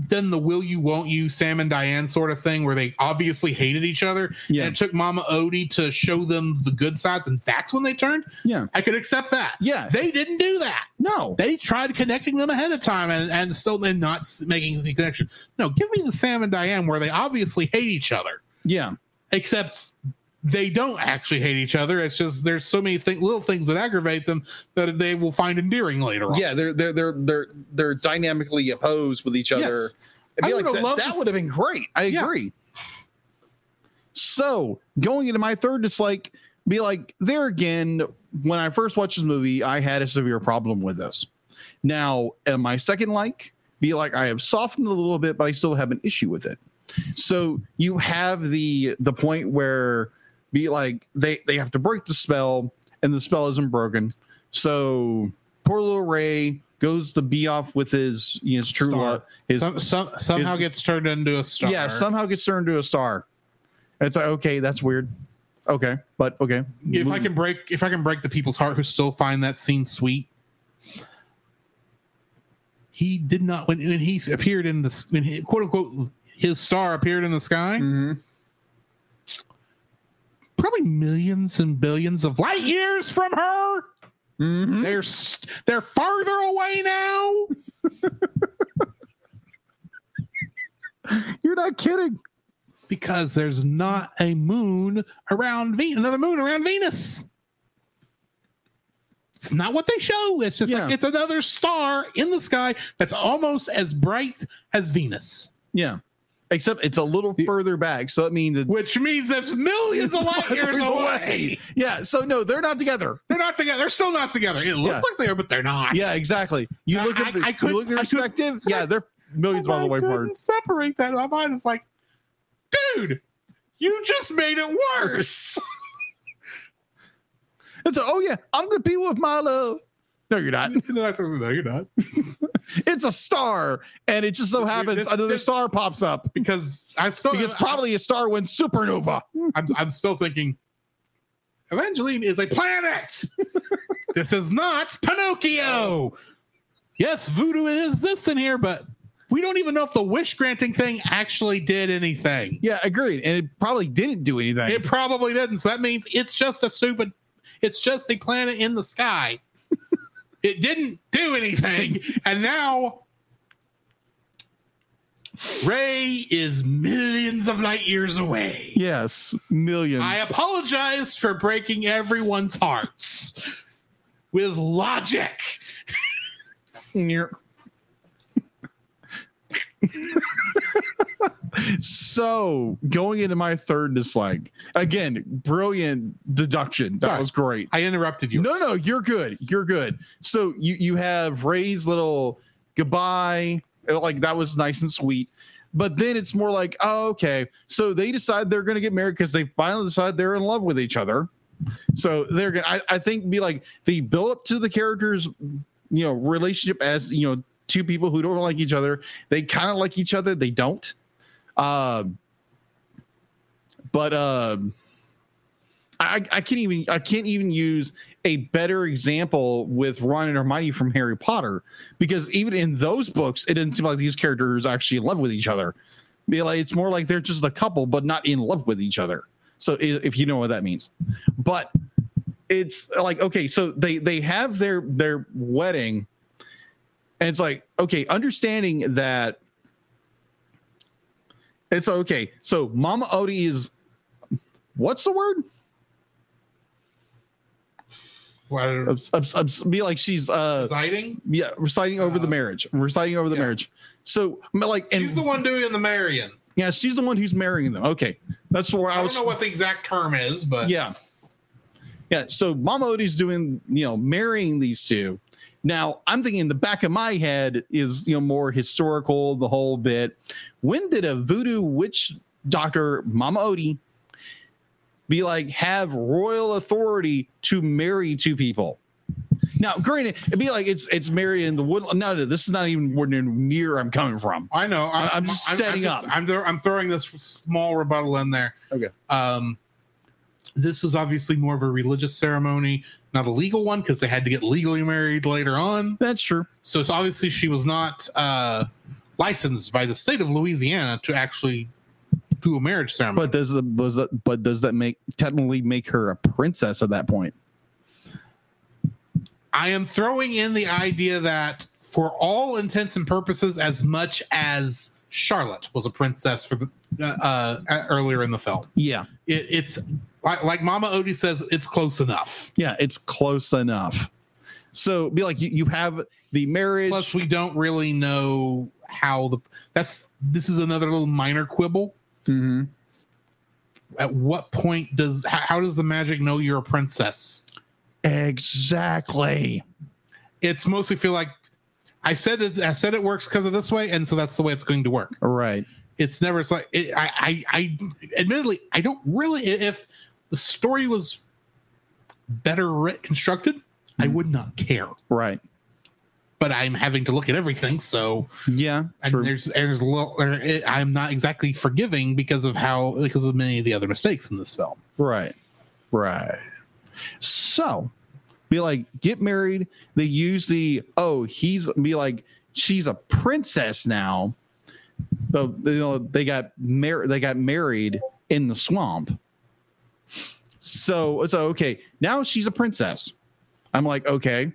[SPEAKER 2] done the will you won't you sam and diane sort of thing where they obviously hated each other
[SPEAKER 3] Yeah.
[SPEAKER 2] and it took mama odie to show them the good sides and that's when they turned
[SPEAKER 3] Yeah.
[SPEAKER 2] i could accept that
[SPEAKER 3] yeah,
[SPEAKER 2] they didn't do that
[SPEAKER 3] no,
[SPEAKER 2] they tried connecting them ahead of time and, and still and not s- making the connection no give me the sam and diane where they obviously hate each other
[SPEAKER 3] yeah,
[SPEAKER 2] except they don't actually hate each other it's just there's so many th- little things that aggravate them that they will find endearing later on
[SPEAKER 3] yeah. They're they're they're they're they're dynamically opposed with each other.
[SPEAKER 2] Yes.
[SPEAKER 3] It'd be
[SPEAKER 2] I
[SPEAKER 3] like,
[SPEAKER 2] would've
[SPEAKER 3] that,
[SPEAKER 2] loved
[SPEAKER 3] that
[SPEAKER 2] to
[SPEAKER 3] would have been great. I
[SPEAKER 2] Yeah.
[SPEAKER 3] agree. So going into my third dislike, be like there again. When I first watched this movie, I had a severe problem with this. Now, and my second like, be like I have softened a little bit, but I still have an issue with it. So you have the the point where be like they they have to break the spell, and the spell isn't broken. So poor little Ray goes to be off with his his true
[SPEAKER 2] Star.
[SPEAKER 3] love, his
[SPEAKER 2] Some, some, somehow
[SPEAKER 3] is-
[SPEAKER 2] gets turned into a star
[SPEAKER 3] yeah, somehow gets turned into a star. It's like, okay, that's weird. Okay, but okay.
[SPEAKER 2] if I can break if I can break the people's heart who still find that scene sweet. He did not when when he appeared in the when he, quote unquote his star appeared in the sky.
[SPEAKER 3] Mhm.
[SPEAKER 2] Probably millions and billions of light years from her.
[SPEAKER 3] Mhm.
[SPEAKER 2] They're st- they're farther away now.
[SPEAKER 3] You're not kidding.
[SPEAKER 2] because there's not a moon around Venus, another moon around Venus. It's not what they show. It's just
[SPEAKER 3] Yeah.
[SPEAKER 2] like it's another star in the sky that's almost as bright as Venus,
[SPEAKER 3] Yeah. Except it's a little further back, so it means it's
[SPEAKER 2] which means it's millions of light years away.
[SPEAKER 3] Yeah, so no, they're not together.
[SPEAKER 2] They're not together. They're still not together. It looks
[SPEAKER 3] Yeah.
[SPEAKER 2] like they are, but they're not.
[SPEAKER 3] Yeah, exactly. You
[SPEAKER 2] I-
[SPEAKER 3] look
[SPEAKER 2] I-
[SPEAKER 3] at the,
[SPEAKER 2] I couldn't-
[SPEAKER 3] you look at
[SPEAKER 2] I couldn't- Oh
[SPEAKER 3] perspective. yeah, they're millions
[SPEAKER 2] And
[SPEAKER 3] miles
[SPEAKER 2] I
[SPEAKER 3] away
[SPEAKER 2] couldn't
[SPEAKER 3] apart.
[SPEAKER 2] separate that. My mind is like, dude, you just made it worse.
[SPEAKER 3] It's a, oh yeah, I'm gonna be with my love. No, you're not.
[SPEAKER 2] no, you're not.
[SPEAKER 3] It's a star, and it just so happens
[SPEAKER 2] this-
[SPEAKER 3] another
[SPEAKER 2] this- Oh, uh,
[SPEAKER 3] star pops up
[SPEAKER 2] Because I still
[SPEAKER 3] because probably a star went supernova.
[SPEAKER 2] I'm, I'm still thinking Evangeline is a planet. this is not Pinocchio. Yes, voodoo is this in here, but we don't even know if the wish granting thing actually did anything.
[SPEAKER 3] Yeah, agreed. And it probably didn't do anything.
[SPEAKER 2] It probably didn't. So that means it's just a stupid, it's just a planet in the sky. it didn't do anything. And now Ray is millions of light years away.
[SPEAKER 3] yes, millions.
[SPEAKER 2] I apologize for breaking everyone's hearts with logic.
[SPEAKER 3] so going into my third dislike again, brilliant deduction. That
[SPEAKER 2] Sorry.
[SPEAKER 3] was great.
[SPEAKER 2] I interrupted you.
[SPEAKER 3] No, no, you're good. You're good. So you you have Ray's little goodbye, Uh, like that was nice and sweet. But then it's more like, oh, okay. So they decide they're going to get married because they finally decide they're in love with each other. So they're going. to I think be like the build up to the characters, you know, relationship as you know, two people who don't like each other. They kind of like each other. They don't. Um. But um. I, I can't even I can't even use a better example with Ron and Hermione from Harry Potter because even in those books, it didn't seem like these characters actually in love with each other. Be like- It's more like they're just a couple, but not in love with each other. So i- if you know what that means, but it's like okay, so they they have their their wedding, and it's like okay, understanding that it's okay. So Mama Odie is what's the word?
[SPEAKER 2] What,
[SPEAKER 3] Obs- obs- obs- be like she's uh
[SPEAKER 2] residing?
[SPEAKER 3] yeah reciting over the
[SPEAKER 2] Uh,
[SPEAKER 3] marriage reciting over the
[SPEAKER 2] yeah.
[SPEAKER 3] marriage so m- like and
[SPEAKER 2] She's the one doing the marrying.
[SPEAKER 3] yeah she's the one who's marrying them okay that's where i,
[SPEAKER 2] I don't
[SPEAKER 3] was
[SPEAKER 2] know what the exact term is, but
[SPEAKER 3] yeah yeah so mama odie's doing you know marrying these two now i'm thinking in the back of my head is you know more historical the whole bit when did a voodoo witch doctor mama odie be like have royal authority to marry two people now granted it'd be like it's it's married in the wood no no this is not even where near, near i'm coming from
[SPEAKER 2] I know. I'm,
[SPEAKER 3] I'm just setting up.
[SPEAKER 2] I'm, there, I'm throwing this small rebuttal in there.
[SPEAKER 3] Okay.
[SPEAKER 2] Um, this is obviously more of a religious ceremony, not a legal one, because they had to get legally married later on.
[SPEAKER 3] that's true
[SPEAKER 2] So it's obviously she was not uh, licensed by the state of Louisiana to actually do a marriage ceremony.
[SPEAKER 3] But does the was that but does that make technically make her a princess at that point?
[SPEAKER 2] I am throwing in the idea that for all intents and purposes, as much as Charlotte was a princess for the uh, uh, earlier in the film,
[SPEAKER 3] Yeah.
[SPEAKER 2] it, it's like, like Mama Odie says, it's close enough.
[SPEAKER 3] Yeah, it's close enough. So be like you, you have the marriage.
[SPEAKER 2] Plus, we don't really know how the that's this is another little minor quibble.
[SPEAKER 3] Mhm.
[SPEAKER 2] At what point does how, how does the magic know you're a princess?
[SPEAKER 3] Exactly.
[SPEAKER 2] it's mostly feel like I said it. I said it works because of this way, and so that's the way it's going to work.
[SPEAKER 3] All right.
[SPEAKER 2] It's never. It's like it, I, I, I. Admittedly, I don't really. i- If the story was better writ, constructed, I would not care.
[SPEAKER 3] Right.
[SPEAKER 2] But I'm having to look at everything, so
[SPEAKER 3] Yeah.
[SPEAKER 2] and
[SPEAKER 3] True.
[SPEAKER 2] there's and there's a little. there- it- I'm not exactly forgiving because of how because of many of the other mistakes in this film.
[SPEAKER 3] Right. Right. So be like, get married. They use the oh, he's be like, she's a princess now. So you know, they got married they got married in the swamp. So so okay, now she's a princess. I'm like, okay.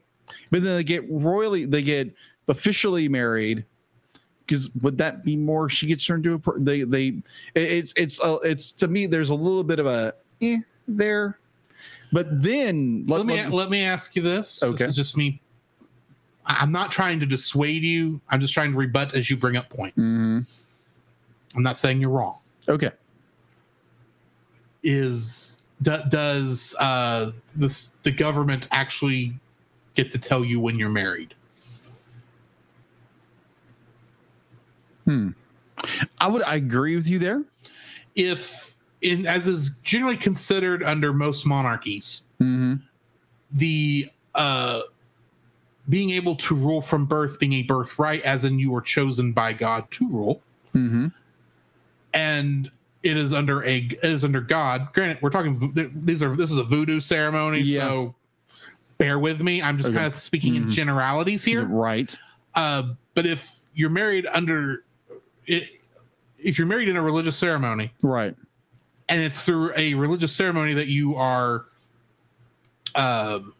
[SPEAKER 3] But then they get royally they get officially married. Because would that be more? She gets turned into a pr- they they it- it's it's uh, it's to me there's a little bit of a eh, there, but then
[SPEAKER 2] Let, me let me ask you this.
[SPEAKER 3] Okay.
[SPEAKER 2] This is just me. I- I'm not trying to dissuade you. I'm just trying to rebut as you bring up points.
[SPEAKER 3] Mhm.
[SPEAKER 2] I'm not saying you're wrong.
[SPEAKER 3] okay
[SPEAKER 2] Is do, does uh, this the government actually get to tell you when you're married?
[SPEAKER 3] I would I agree with you there.
[SPEAKER 2] if in as is generally considered under most monarchies,
[SPEAKER 3] Mm-hmm.
[SPEAKER 2] the uh being able to rule from birth being a birthright, as in you were chosen by God to rule,
[SPEAKER 3] Mm-hmm.
[SPEAKER 2] and it is under a it is under God. Granted, we're talking vo- th- these are this is a voodoo ceremony,
[SPEAKER 3] Yeah.
[SPEAKER 2] so bear with me. I'm just
[SPEAKER 3] Okay.
[SPEAKER 2] kind of speaking in
[SPEAKER 3] Mhm.
[SPEAKER 2] generalities here.
[SPEAKER 3] Right.
[SPEAKER 2] Uh, but if you're married under, i- if you're married in a religious ceremony,
[SPEAKER 3] Right.
[SPEAKER 2] and it's through a religious ceremony that you are um,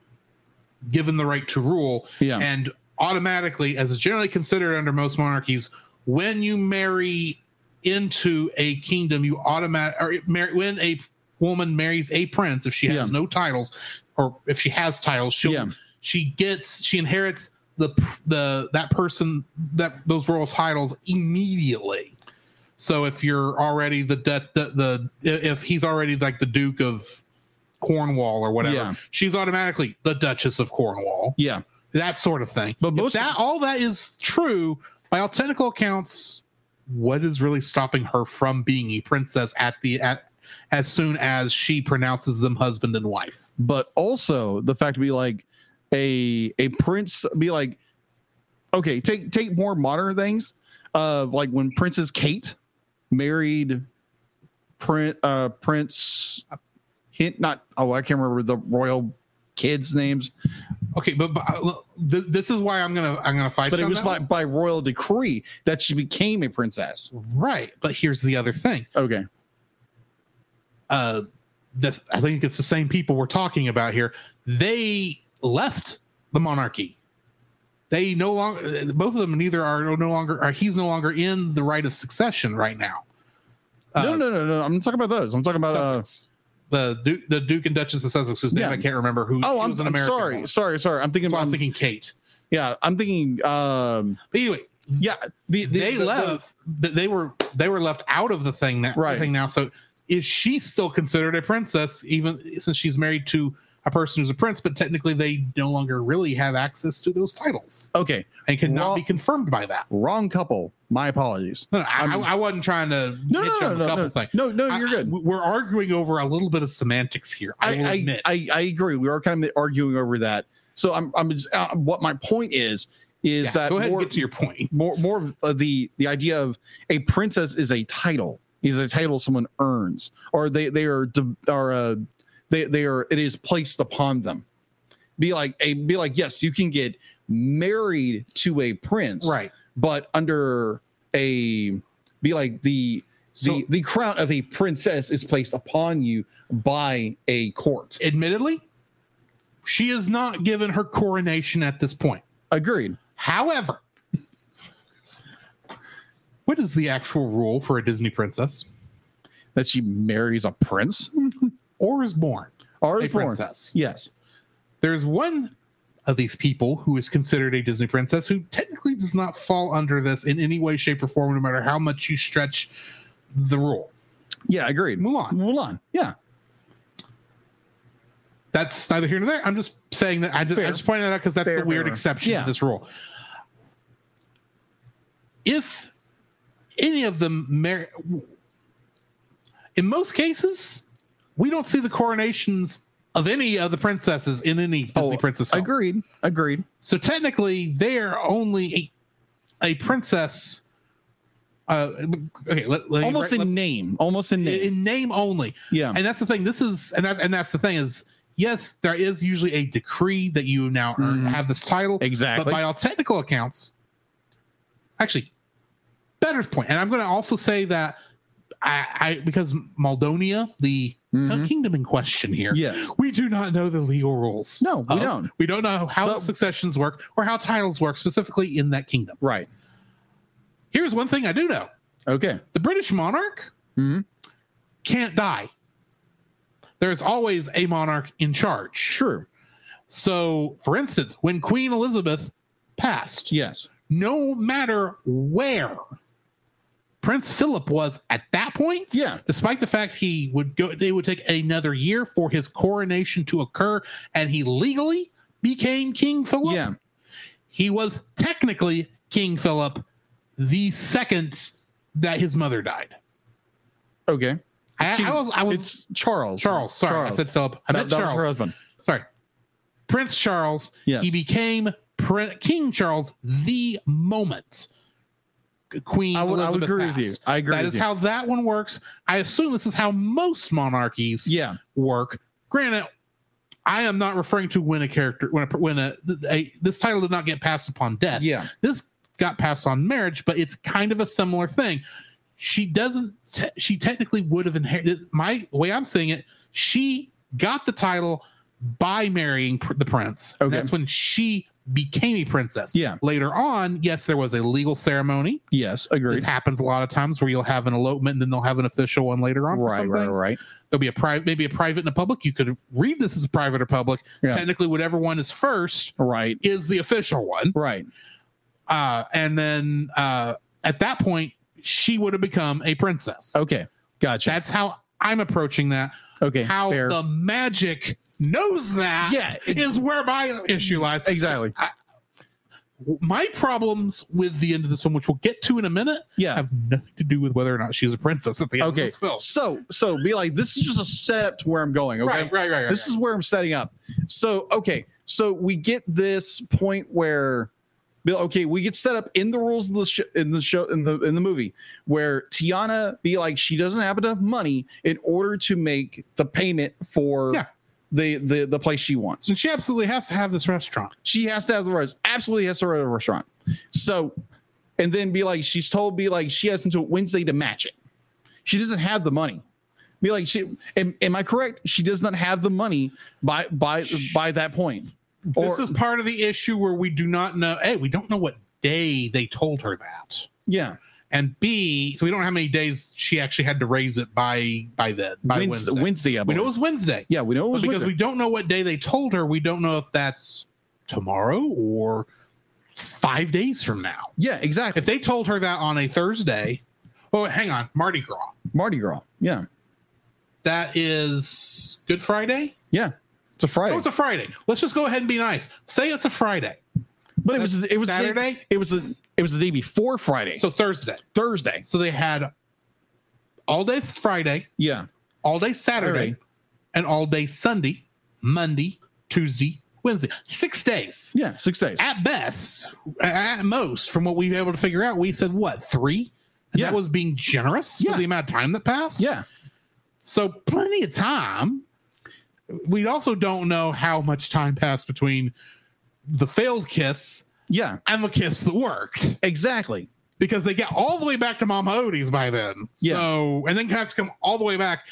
[SPEAKER 2] given the right to rule,
[SPEAKER 3] Yeah.
[SPEAKER 2] and automatically, as is generally considered under most monarchies, when you marry into a kingdom, you automatic or it mar- when a woman marries a prince, if she has
[SPEAKER 3] Yeah.
[SPEAKER 2] no titles, or if she has titles, she'll
[SPEAKER 3] Yeah.
[SPEAKER 2] she gets she inherits the the that person that those royal titles immediately. So if you're already the de- the, the if he's already like the Duke of Cornwall or whatever,
[SPEAKER 3] Yeah.
[SPEAKER 2] she's automatically the Duchess of Cornwall
[SPEAKER 3] Yeah.
[SPEAKER 2] that sort of thing.
[SPEAKER 3] But
[SPEAKER 2] If
[SPEAKER 3] most-
[SPEAKER 2] that all that is true by all technical accounts. What is really stopping her from being a princess at the at, as soon as she pronounces them husband and wife?
[SPEAKER 3] but also the fact to be like a a prince be like okay take take more modern things uh like when princess kate married prince uh prince hint not oh i can't remember the royal kids names
[SPEAKER 2] Okay, but, but uh, look, th- this is why I'm gonna I'm gonna fight.
[SPEAKER 3] but
[SPEAKER 2] you
[SPEAKER 3] it
[SPEAKER 2] on
[SPEAKER 3] was
[SPEAKER 2] that
[SPEAKER 3] by,
[SPEAKER 2] one.
[SPEAKER 3] by royal decree that she became a princess
[SPEAKER 2] right. But here's the other thing.
[SPEAKER 3] okay
[SPEAKER 2] Uh, this I think it's the same people we're talking about here. They left the monarchy. They no longer both of them neither are no longer are he's no longer in the right of succession right now.
[SPEAKER 3] no no no no i'm talking about those i'm talking about uh,
[SPEAKER 2] Sussex. the Duke, the Duke and Duchess of Sussex, whose name
[SPEAKER 3] Yeah.
[SPEAKER 2] I can't remember. Who?
[SPEAKER 3] oh
[SPEAKER 2] she
[SPEAKER 3] i'm,
[SPEAKER 2] was an
[SPEAKER 3] I'm
[SPEAKER 2] American
[SPEAKER 3] sorry um,
[SPEAKER 2] woman.
[SPEAKER 3] sorry sorry i'm thinking
[SPEAKER 2] So I was
[SPEAKER 3] about
[SPEAKER 2] thinking Kate.
[SPEAKER 3] yeah i'm thinking um
[SPEAKER 2] But anyway,
[SPEAKER 3] yeah the, the-
[SPEAKER 2] they
[SPEAKER 3] the-
[SPEAKER 2] left. th- they were they were left out of the thing that
[SPEAKER 3] Right.
[SPEAKER 2] thing now. So is she still considered a princess even since she's married to a person who's a prince? But technically, they no longer really have access to those titles
[SPEAKER 3] okay
[SPEAKER 2] and cannot
[SPEAKER 3] Well-
[SPEAKER 2] be confirmed by that.
[SPEAKER 3] wrong couple. My apologies.
[SPEAKER 2] No, no, I,
[SPEAKER 3] I'm-
[SPEAKER 2] I, I wasn't trying to
[SPEAKER 3] No,
[SPEAKER 2] hit you
[SPEAKER 3] no, no,
[SPEAKER 2] on the
[SPEAKER 3] no,
[SPEAKER 2] couple
[SPEAKER 3] no,
[SPEAKER 2] thing.
[SPEAKER 3] no, no, you're
[SPEAKER 2] I-
[SPEAKER 3] good.
[SPEAKER 2] I- we're arguing over a little bit of semantics here. I, will
[SPEAKER 3] I,
[SPEAKER 2] admit.
[SPEAKER 3] I, I, I agree. We are kind of arguing over that. So I'm, I'm just, uh, what my point is, is
[SPEAKER 2] Yeah,
[SPEAKER 3] that
[SPEAKER 2] go ahead
[SPEAKER 3] more,
[SPEAKER 2] and get to your point.
[SPEAKER 3] more, more of the, the idea of a princess is a title is a title someone earns or they, they are, de- are, uh, they, they are, it is placed upon them. Be like a, be like, yes, you can get married to a prince,
[SPEAKER 2] Right.
[SPEAKER 3] But under a, be like the,
[SPEAKER 2] So
[SPEAKER 3] the the crown of a princess is placed upon you by a court.
[SPEAKER 2] admittedly, she is not given her coronation at this point.
[SPEAKER 3] Agreed.
[SPEAKER 2] However, what is the actual rule for a Disney princess
[SPEAKER 3] That she marries a prince
[SPEAKER 2] or is born
[SPEAKER 3] or
[SPEAKER 2] a
[SPEAKER 3] is born.
[SPEAKER 2] princess?
[SPEAKER 3] Yes.
[SPEAKER 2] There's one of these people who is considered a Disney princess who technically does not fall under this in any way, shape, or form, no matter how much you stretch the rule.
[SPEAKER 3] Yeah. Agreed.
[SPEAKER 2] Mulan.
[SPEAKER 3] Mulan. Yeah.
[SPEAKER 2] That's neither here nor there. I'm just saying that I just, I
[SPEAKER 3] Fair.
[SPEAKER 2] just pointed that out because that's
[SPEAKER 3] Fair,
[SPEAKER 2] the weird
[SPEAKER 3] fair.
[SPEAKER 2] exception
[SPEAKER 3] Yeah.
[SPEAKER 2] to this rule. If any of them, mar- in most cases, we don't see the coronations of any of the princesses in any
[SPEAKER 3] Oh,
[SPEAKER 2] Disney princess film.
[SPEAKER 3] Agreed. Agreed.
[SPEAKER 2] So technically, they're only a, a princess. Uh, okay, let, let,
[SPEAKER 3] Almost
[SPEAKER 2] let-
[SPEAKER 3] in name. Almost in name.
[SPEAKER 2] in name only
[SPEAKER 3] yeah.
[SPEAKER 2] and that's the thing this is and that and that's the thing is yes there is usually a decree that you now earn,
[SPEAKER 3] Mhm.
[SPEAKER 2] have this title
[SPEAKER 3] Exactly.
[SPEAKER 2] but by all technical accounts actually better point and i'm going to also say that i i because maldonia the
[SPEAKER 3] Mhm.
[SPEAKER 2] kingdom in question here
[SPEAKER 3] Yes.
[SPEAKER 2] we do not know the legal rules
[SPEAKER 3] No, we
[SPEAKER 2] of-
[SPEAKER 3] don't.
[SPEAKER 2] we don't know how
[SPEAKER 3] But-
[SPEAKER 2] the successions work or how titles work specifically in that kingdom
[SPEAKER 3] Right.
[SPEAKER 2] here's one thing i do know
[SPEAKER 3] Okay.
[SPEAKER 2] the british monarch
[SPEAKER 3] Mhm.
[SPEAKER 2] can't die. There's always a monarch in charge.
[SPEAKER 3] Sure.
[SPEAKER 2] So, for instance, when Queen Elizabeth passed,
[SPEAKER 3] Yes.
[SPEAKER 2] no matter where Prince Philip was at that point,
[SPEAKER 3] Yeah.
[SPEAKER 2] despite the fact he would go, it would take another year for his coronation to occur, and he legally became King Philip.
[SPEAKER 3] Yeah.
[SPEAKER 2] He was technically King Philip the second that his mother died.
[SPEAKER 3] Okay.
[SPEAKER 2] I, I was, I was
[SPEAKER 3] It's Charles.
[SPEAKER 2] Charles. Sorry, I
[SPEAKER 3] Charles.
[SPEAKER 2] said Philip. I
[SPEAKER 3] That-
[SPEAKER 2] meant
[SPEAKER 3] that was
[SPEAKER 2] Charles.
[SPEAKER 3] her husband.
[SPEAKER 2] Sorry, Prince Charles.
[SPEAKER 3] Yes.
[SPEAKER 2] He became Prin- King Charles the moment Queen.
[SPEAKER 3] I would- I would
[SPEAKER 2] Elizabeth
[SPEAKER 3] agree with
[SPEAKER 2] passed.
[SPEAKER 3] you. I agree
[SPEAKER 2] That
[SPEAKER 3] with
[SPEAKER 2] is
[SPEAKER 3] you.
[SPEAKER 2] how that one works. I assume this is how most monarchies
[SPEAKER 3] Yeah.
[SPEAKER 2] work. Granted, I am not referring to when a character when a when a, a this title did not get passed upon death.
[SPEAKER 3] Yeah.
[SPEAKER 2] this got passed on marriage, but it's kind of a similar thing. She doesn't. Te- she technically would have inherited. My way I'm saying it, she got the title by marrying pr- the prince. And
[SPEAKER 3] Okay.
[SPEAKER 2] that's when she became a princess.
[SPEAKER 3] Yeah.
[SPEAKER 2] Later on, yes, there was a legal ceremony.
[SPEAKER 3] Yes.
[SPEAKER 2] This
[SPEAKER 3] Agreed.
[SPEAKER 2] happens a lot of times where you'll have an elopement, and then they'll have an official one later on. for
[SPEAKER 3] Right.
[SPEAKER 2] some
[SPEAKER 3] Right.
[SPEAKER 2] things
[SPEAKER 3] Right.
[SPEAKER 2] there'll be a private maybe a private and a public you could read this as a private or public
[SPEAKER 3] Yeah.
[SPEAKER 2] technically whatever one is first
[SPEAKER 3] Right.
[SPEAKER 2] is the official one
[SPEAKER 3] Right.
[SPEAKER 2] uh and then uh at that point she would have become a princess
[SPEAKER 3] Okay. Gotcha.
[SPEAKER 2] that's how i'm approaching that
[SPEAKER 3] okay.
[SPEAKER 2] how
[SPEAKER 3] fair.
[SPEAKER 2] the magic knows that
[SPEAKER 3] Yeah, it-
[SPEAKER 2] is where my issue lies
[SPEAKER 3] exactly.
[SPEAKER 2] my problems with the end of this one which we'll get to in a minute
[SPEAKER 3] Yeah.
[SPEAKER 2] have nothing to do with whether or not she was a princess at the end
[SPEAKER 3] Okay.
[SPEAKER 2] of this film
[SPEAKER 3] So so be like this is just a setup to where I'm going. Okay.
[SPEAKER 2] right right right, right
[SPEAKER 3] this is where I'm setting up. So, okay, so we get this point where Bill, okay, we get set up in the rules of the sh- in the show in the in the movie where Tiana be like she doesn't have enough money in order to make the payment for
[SPEAKER 2] Yeah.
[SPEAKER 3] the the the place she wants.
[SPEAKER 2] and she absolutely has to have this restaurant
[SPEAKER 3] She has to have the rest. Absolutely has to have a restaurant. So, and then be like she's told be like she has until Wednesday to match it. She doesn't have the money. Be like she. Am, am I correct? She does not have the money by by by that point. Or,
[SPEAKER 2] this is part of the issue where we do not know. A, we don't know what day they told her that,
[SPEAKER 3] yeah.
[SPEAKER 2] and B, so we don't know how many days she actually had to raise it by by then by
[SPEAKER 3] Wednesday.
[SPEAKER 2] Wednesday.
[SPEAKER 3] Wednesday I
[SPEAKER 2] We know it
[SPEAKER 3] believe.
[SPEAKER 2] was Wednesday,
[SPEAKER 3] yeah. We know it
[SPEAKER 2] but
[SPEAKER 3] was
[SPEAKER 2] because
[SPEAKER 3] Wednesday.
[SPEAKER 2] we don't know what day they told her, we don't know if that's tomorrow or five days from now.
[SPEAKER 3] yeah. Exactly.
[SPEAKER 2] If they told her that on a Thursday, oh, hang on, Mardi Gras.
[SPEAKER 3] Mardi Gras. Yeah.
[SPEAKER 2] That is Good Friday.
[SPEAKER 3] Yeah. It's a Friday.
[SPEAKER 2] So it's a Friday. Let's just go ahead and be nice. Say it's a Friday.
[SPEAKER 3] but it was it was the-
[SPEAKER 2] Saturday?
[SPEAKER 3] it was the, it was the day before Friday.
[SPEAKER 2] So Thursday.
[SPEAKER 3] Thursday.
[SPEAKER 2] So they had all day Friday,
[SPEAKER 3] Yeah.
[SPEAKER 2] all day Saturday,
[SPEAKER 3] Saturday.
[SPEAKER 2] and all day Sunday, Monday, Tuesday, Wednesday. Six days.
[SPEAKER 3] Yeah. Six days.
[SPEAKER 2] At best, at most, from what we've been able to figure out, we said what, three? And
[SPEAKER 3] Yeah.
[SPEAKER 2] that was being generous
[SPEAKER 3] Yeah.
[SPEAKER 2] with the amount of time that passed.
[SPEAKER 3] yeah.
[SPEAKER 2] So plenty of time. We also don't know how much time passed between the failed kiss
[SPEAKER 3] Yeah.
[SPEAKER 2] and the kiss that worked
[SPEAKER 3] Exactly.
[SPEAKER 2] because they get all the way back to Mama Odie's by then.
[SPEAKER 3] Yeah.
[SPEAKER 2] So and then have to come all the way back.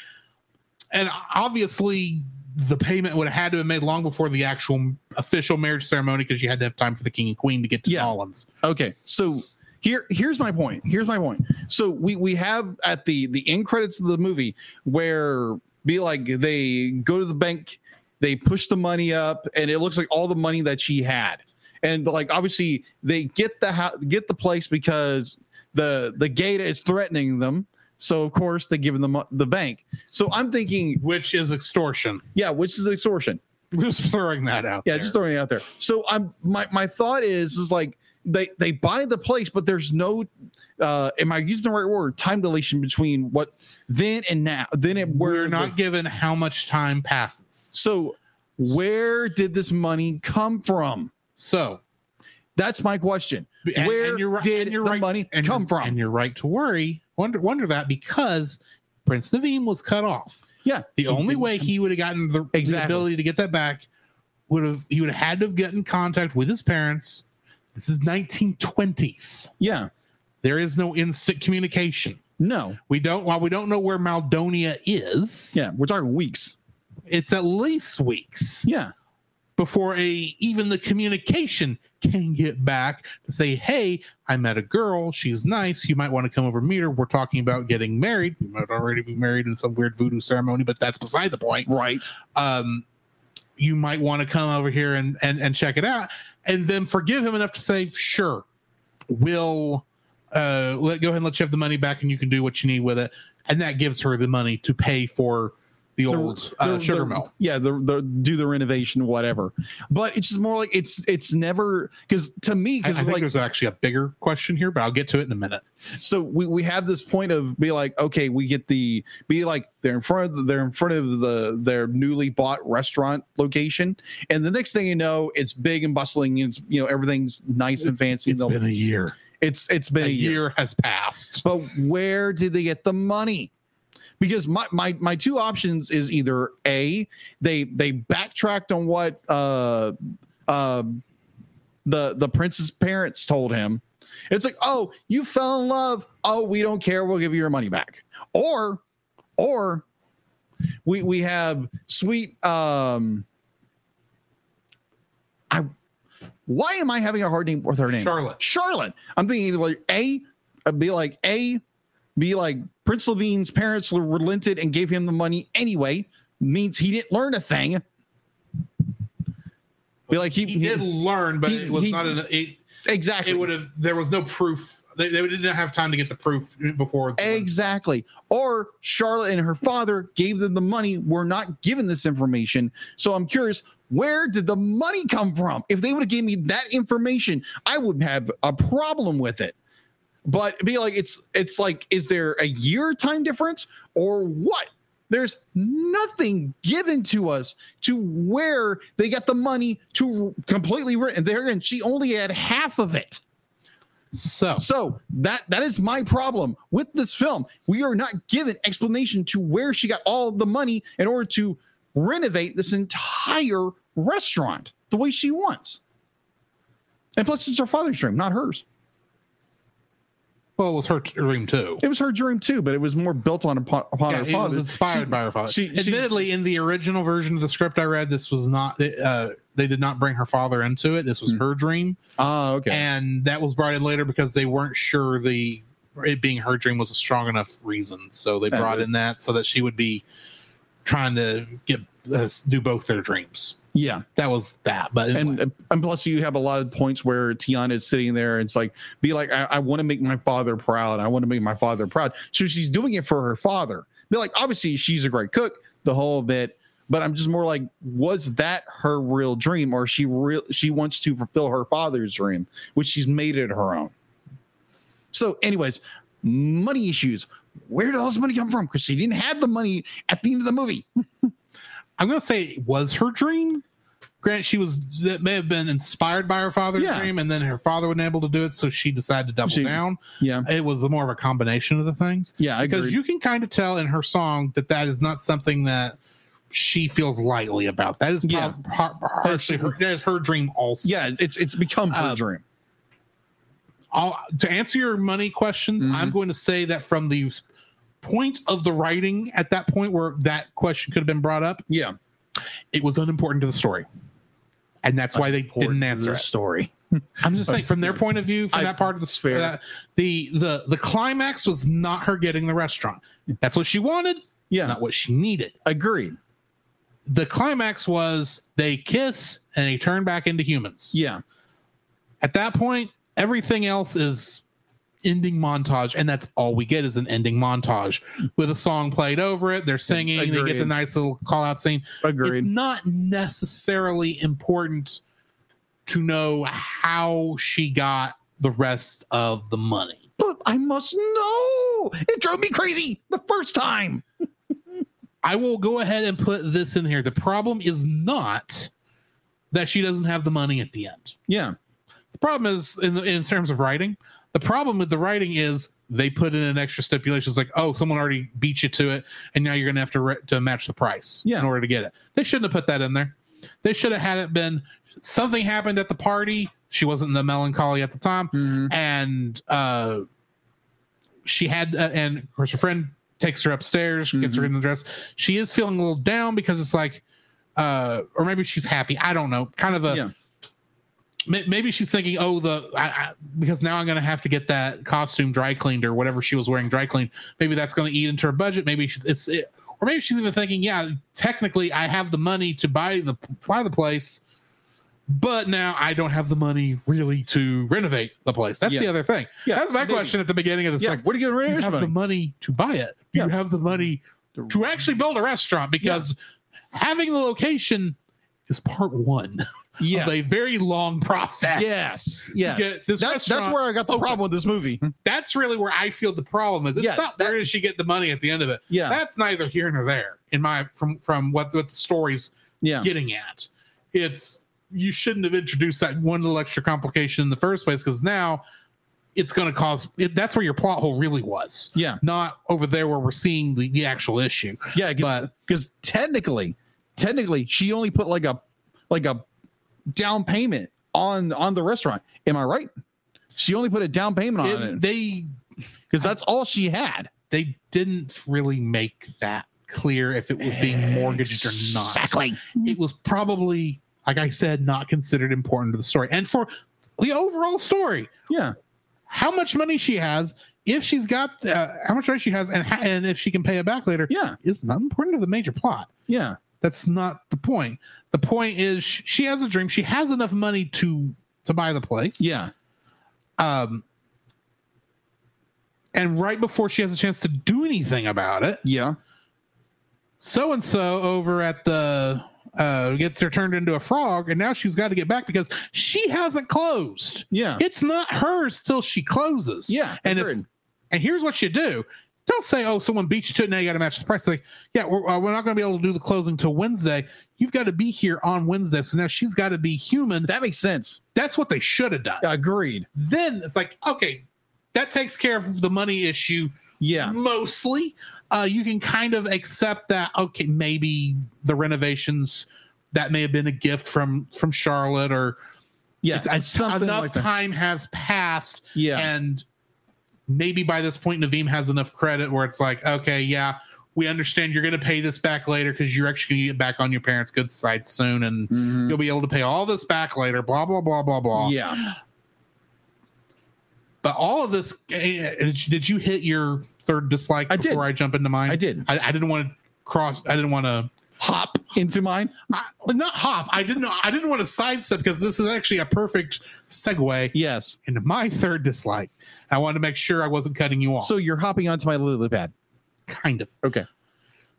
[SPEAKER 2] And obviously the payment would have had to have made long before the actual official marriage ceremony because you had to have time for the king and queen to get to
[SPEAKER 3] Yeah.
[SPEAKER 2] Collins.
[SPEAKER 3] Okay, so here here's my point. Here's my point. So we we have at the the end credits of the movie where be like they go to the bank, they push the money up, and it looks like all the money that she had, and like obviously they get the ho- get the place because the the gate is threatening them. So of course they give them the, mo- the bank. So I'm thinking,
[SPEAKER 2] Which is extortion.
[SPEAKER 3] yeah, which is extortion
[SPEAKER 2] Just throwing that out.
[SPEAKER 3] yeah
[SPEAKER 2] there.
[SPEAKER 3] just throwing it out there so i'm my, my thought is is like they they buy the place but there's no uh am i using the right word time dilation between what then and now then it where
[SPEAKER 2] we're
[SPEAKER 3] the-
[SPEAKER 2] not given how much time passes.
[SPEAKER 3] so where did this money come from
[SPEAKER 2] So
[SPEAKER 3] that's my question
[SPEAKER 2] and-
[SPEAKER 3] where
[SPEAKER 2] and you're right-
[SPEAKER 3] did
[SPEAKER 2] and you're
[SPEAKER 3] the
[SPEAKER 2] right-
[SPEAKER 3] money
[SPEAKER 2] and
[SPEAKER 3] come
[SPEAKER 2] you're-
[SPEAKER 3] from
[SPEAKER 2] And you're right to worry, wonder wonder that because Prince Naveen was cut off.
[SPEAKER 3] yeah
[SPEAKER 2] The only way he would have gotten the, the
[SPEAKER 3] Exactly.
[SPEAKER 2] ability to get that back would have he would have had to have gotten in contact with his parents. This is 1920s.
[SPEAKER 3] yeah
[SPEAKER 2] There is no instant communication.
[SPEAKER 3] no
[SPEAKER 2] We don't while we don't know where Maldonia is,
[SPEAKER 3] yeah we're talking weeks
[SPEAKER 2] it's at least weeks
[SPEAKER 3] yeah
[SPEAKER 2] before a even the communication can get back to say, hey, I met a girl, she's nice, you might want to come over and meet her. We're talking about getting married. We might already be married in some weird voodoo ceremony, but that's beside the point.
[SPEAKER 3] right
[SPEAKER 2] um, you might want to come over here and, and and check it out, and then forgive him enough to say, sure, we'll uh, let go ahead and let you have the money back, and you can do what you need with it, and that gives her the money to pay for the old uh,
[SPEAKER 3] the-
[SPEAKER 2] sugar
[SPEAKER 3] the-
[SPEAKER 2] mill.
[SPEAKER 3] Yeah, the, the do the renovation, whatever. But it's just more like it's it's never because to me
[SPEAKER 2] I, I
[SPEAKER 3] because
[SPEAKER 2] think
[SPEAKER 3] like
[SPEAKER 2] there's actually a bigger question here, but I'll get to it in a minute.
[SPEAKER 3] so we, we have this point of be like okay we get the be like they're in front of they're in front of the their newly bought restaurant location and the next thing you know it's big and bustling and it's, you know everything's nice and fancy
[SPEAKER 2] It's
[SPEAKER 3] and
[SPEAKER 2] been a year.
[SPEAKER 3] it's it's been
[SPEAKER 2] A
[SPEAKER 3] a year.
[SPEAKER 2] year has passed.
[SPEAKER 3] But where did they get the money? Because my my my two options is either a they they backtracked on what uh uh the the prince's parents told him. It's like oh you fell in love oh we don't care we'll give you your money back or or we we have sweet um I why am I having a hard name with her name
[SPEAKER 2] Charlotte.
[SPEAKER 3] Charlotte. I'm thinking like A, I'd be like A, be like Prince Levine's parents relented and gave him the money anyway. Means he didn't learn a thing. Be like he,
[SPEAKER 2] He did learn, but
[SPEAKER 3] he-
[SPEAKER 2] it was
[SPEAKER 3] he-
[SPEAKER 2] not an it.
[SPEAKER 3] exactly
[SPEAKER 2] It would have. There was no proof. They, they didn't have time to get the proof before. the-
[SPEAKER 3] exactly. Or Charlotte and her father gave them the money. We're not given this information, so I'm curious. Where did the money come from? If they would have gave me that information, I would have a problem with it. but be like it's it's like is there a year time difference or what there's nothing given to us to where they got the money to completely rent and there and she only had half of it
[SPEAKER 2] So
[SPEAKER 3] so that that is my problem with this film we are not given explanation to where she got all the money in order to renovate this entire restaurant the way she wants and plus it's her father's dream not hers
[SPEAKER 2] well, it was her dream too.
[SPEAKER 3] It was her dream too, but it was more built on upon, upon
[SPEAKER 2] Yeah,
[SPEAKER 3] her
[SPEAKER 2] it was
[SPEAKER 3] father.
[SPEAKER 2] inspired by her father.
[SPEAKER 3] she- she's-
[SPEAKER 2] Admittedly, in the original version of the script I read, this was not. Uh, they did not bring her father into it. This was
[SPEAKER 3] Hmm.
[SPEAKER 2] her dream,
[SPEAKER 3] Ah, okay.
[SPEAKER 2] and that was brought in later because they weren't sure the it being her dream was a strong enough reason. So they
[SPEAKER 3] Yeah.
[SPEAKER 2] brought in that so that she would be trying to get uh, do both their dreams.
[SPEAKER 3] yeah,
[SPEAKER 2] That was that. But
[SPEAKER 3] and and plus you have a lot of points where Tiana is sitting there. And it's like be like, I, I want to make my father proud. I want to make my father proud. So she's doing it for her father. Be like, obviously she's a great cook, the whole bit. But I'm just more like, was that her real dream, or she real she wants to fulfill her father's dream, which she's made it her own. So, anyways, money issues. Where did all this money come from? Because she didn't have the money at the end of the movie.
[SPEAKER 2] I'm gonna say it was her dream. Grant, she was that may have been inspired by her father's
[SPEAKER 3] Yeah.
[SPEAKER 2] dream, and then her father wasn't able to do it, so she decided to double
[SPEAKER 3] She-
[SPEAKER 2] down.
[SPEAKER 3] Yeah,
[SPEAKER 2] It was more of a combination of the things
[SPEAKER 3] yeah, I
[SPEAKER 2] because
[SPEAKER 3] agree.
[SPEAKER 2] you can kind of tell in her song that that is not something that she feels lightly about. That is prob-
[SPEAKER 3] Yeah.
[SPEAKER 2] har- harshly her, that is her dream also.
[SPEAKER 3] yeah, it's it's become her
[SPEAKER 2] Uh,
[SPEAKER 3] dream.
[SPEAKER 2] I'll, to answer your money questions,
[SPEAKER 3] Mhm.
[SPEAKER 2] I'm going to say that from the point of the writing at that point where that question could have been brought up,
[SPEAKER 3] Yeah,
[SPEAKER 2] it was unimportant to the story. And that's why they didn't answer it.
[SPEAKER 3] story.
[SPEAKER 2] I'm just saying, from their point of view, from
[SPEAKER 3] I-
[SPEAKER 2] that part of the
[SPEAKER 3] fair.
[SPEAKER 2] sphere, uh, the the the climax was not her getting the restaurant. That's what she wanted,
[SPEAKER 3] Yeah,
[SPEAKER 2] not what she needed.
[SPEAKER 3] agreed.
[SPEAKER 2] The climax was they kiss and they turn back into humans.
[SPEAKER 3] Yeah,
[SPEAKER 2] At that point, everything else is ending montage, and that's all we get is an ending montage with a song played over it. They're singing, they get the
[SPEAKER 3] Agreed.
[SPEAKER 2] nice little call out scene.
[SPEAKER 3] agreed.
[SPEAKER 2] It's not necessarily important to know how she got the rest of the money.
[SPEAKER 3] but I must know. It drove me crazy the first time.
[SPEAKER 2] I will go ahead and put this in here. The problem is not that she doesn't have the money at the end.
[SPEAKER 3] Yeah,
[SPEAKER 2] The problem is in the, in terms of writing. The problem with the writing is they put in an extra stipulation. It's like, oh, someone already beat you to it, and now you're going to have to re- to match the price
[SPEAKER 3] Yeah.
[SPEAKER 2] in order to get it. They shouldn't have put that in there. They should have had it been something happened at the party. She wasn't in the melancholy at the time, and uh, she had uh, and of course her friend takes her upstairs, gets
[SPEAKER 3] Mm-hmm.
[SPEAKER 2] her in the dress. She is feeling a little down because it's like, uh, or maybe she's happy. I don't know. Kind of a
[SPEAKER 3] Yeah.
[SPEAKER 2] May- maybe she's thinking, oh, the I, I, because now I'm going to have to get that costume dry cleaned or whatever she was wearing dry cleaned. Maybe that's going to eat into her budget. Maybe she's it's it, or maybe she's even thinking, yeah, technically I have the money to buy the buy the place, but now I don't have the money really to renovate the place. That's the
[SPEAKER 3] Yeah.
[SPEAKER 2] other thing.
[SPEAKER 3] Yeah,
[SPEAKER 2] that's my
[SPEAKER 3] maybe.
[SPEAKER 2] question at the beginning of this.
[SPEAKER 3] yeah.
[SPEAKER 2] Like,
[SPEAKER 3] what are you gonna
[SPEAKER 2] do you have the money to buy it? Do
[SPEAKER 3] Yeah.
[SPEAKER 2] you have the money to actually build a restaurant because having the location is part one
[SPEAKER 3] Yeah.
[SPEAKER 2] of a very long process.
[SPEAKER 3] yes.
[SPEAKER 2] Yeah,
[SPEAKER 3] Yes.
[SPEAKER 2] this
[SPEAKER 3] That- that's
[SPEAKER 2] restaurant- Hmm.
[SPEAKER 3] where I got the
[SPEAKER 2] open.
[SPEAKER 3] problem with this movie.
[SPEAKER 2] That's really where I feel the problem is. It's
[SPEAKER 3] Yeah,
[SPEAKER 2] not where does she get the money at the end of it.
[SPEAKER 3] Yeah.
[SPEAKER 2] That's neither here nor there in my from from what what the story's
[SPEAKER 3] Yeah.
[SPEAKER 2] getting at. It's you shouldn't have introduced that one little extra complication in the first place because now it's going to cause it, that's where your plot hole really was,
[SPEAKER 3] Yeah.
[SPEAKER 2] not over there where we're seeing the, the actual issue.
[SPEAKER 3] Yeah,
[SPEAKER 2] But-
[SPEAKER 3] because technically, technically, she only put like a like a down payment on on the restaurant. Am I right? She only put a down payment on
[SPEAKER 2] It-
[SPEAKER 3] it
[SPEAKER 2] they
[SPEAKER 3] because that's all she had.
[SPEAKER 2] they didn't really make that clear if it was being mortgaged or not. It was probably, like I said, not considered important to the story. And for the overall story,
[SPEAKER 3] Yeah.
[SPEAKER 2] how much money she has, if she's got, uh, how much money she has, and, ha- and if she can pay it back later,
[SPEAKER 3] Yeah.
[SPEAKER 2] is not important to the major plot.
[SPEAKER 3] Yeah.
[SPEAKER 2] That's not the point. The point is sh- she has a dream. She has enough money to to buy the place.
[SPEAKER 3] Yeah.
[SPEAKER 2] Um, and right before she has a chance to do anything about it,
[SPEAKER 3] Yeah.
[SPEAKER 2] so and so over at the uh gets her turned into a frog and now she's got to get back because she hasn't closed
[SPEAKER 3] Yeah.
[SPEAKER 2] it's not hers till she closes
[SPEAKER 3] Yeah.
[SPEAKER 2] and if,
[SPEAKER 3] agreed.
[SPEAKER 2] and here's what you do don't say oh someone beat you to it now you got to match the price like yeah we're, uh, we're not going to be able to do the closing till wednesday you've got to be here on wednesday so now she's got to be human
[SPEAKER 3] that makes sense.
[SPEAKER 2] that's what they should have done
[SPEAKER 3] Agreed.
[SPEAKER 2] then it's like okay that takes care of the money issue
[SPEAKER 3] Yeah.
[SPEAKER 2] mostly uh, you can kind of accept that okay maybe the renovations that may have been a gift from from charlotte or
[SPEAKER 3] Yeah.
[SPEAKER 2] it's-
[SPEAKER 3] Something
[SPEAKER 2] enough
[SPEAKER 3] like that.
[SPEAKER 2] time has passed
[SPEAKER 3] Yeah.
[SPEAKER 2] and maybe by this point naveem has enough credit where it's like okay yeah we understand you're going to pay this back later because you're actually going to get back on your parents good side soon and
[SPEAKER 3] Mhm.
[SPEAKER 2] you'll be able to pay all this back later blah blah blah blah blah
[SPEAKER 3] Yeah.
[SPEAKER 2] but all of this eh, did you- did you hit your third dislike
[SPEAKER 3] I did.
[SPEAKER 2] before i jump into mine
[SPEAKER 3] I did
[SPEAKER 2] I, I didn't want to cross. I didn't want to
[SPEAKER 3] hop into mine.
[SPEAKER 2] not hop. I didn't. I didn't want to sidestep because this is actually a perfect segue
[SPEAKER 3] Yes.
[SPEAKER 2] into my third dislike. I wanted to make sure I wasn't cutting you off.
[SPEAKER 3] So you're hopping onto my lily pad.
[SPEAKER 2] kind of
[SPEAKER 3] Okay.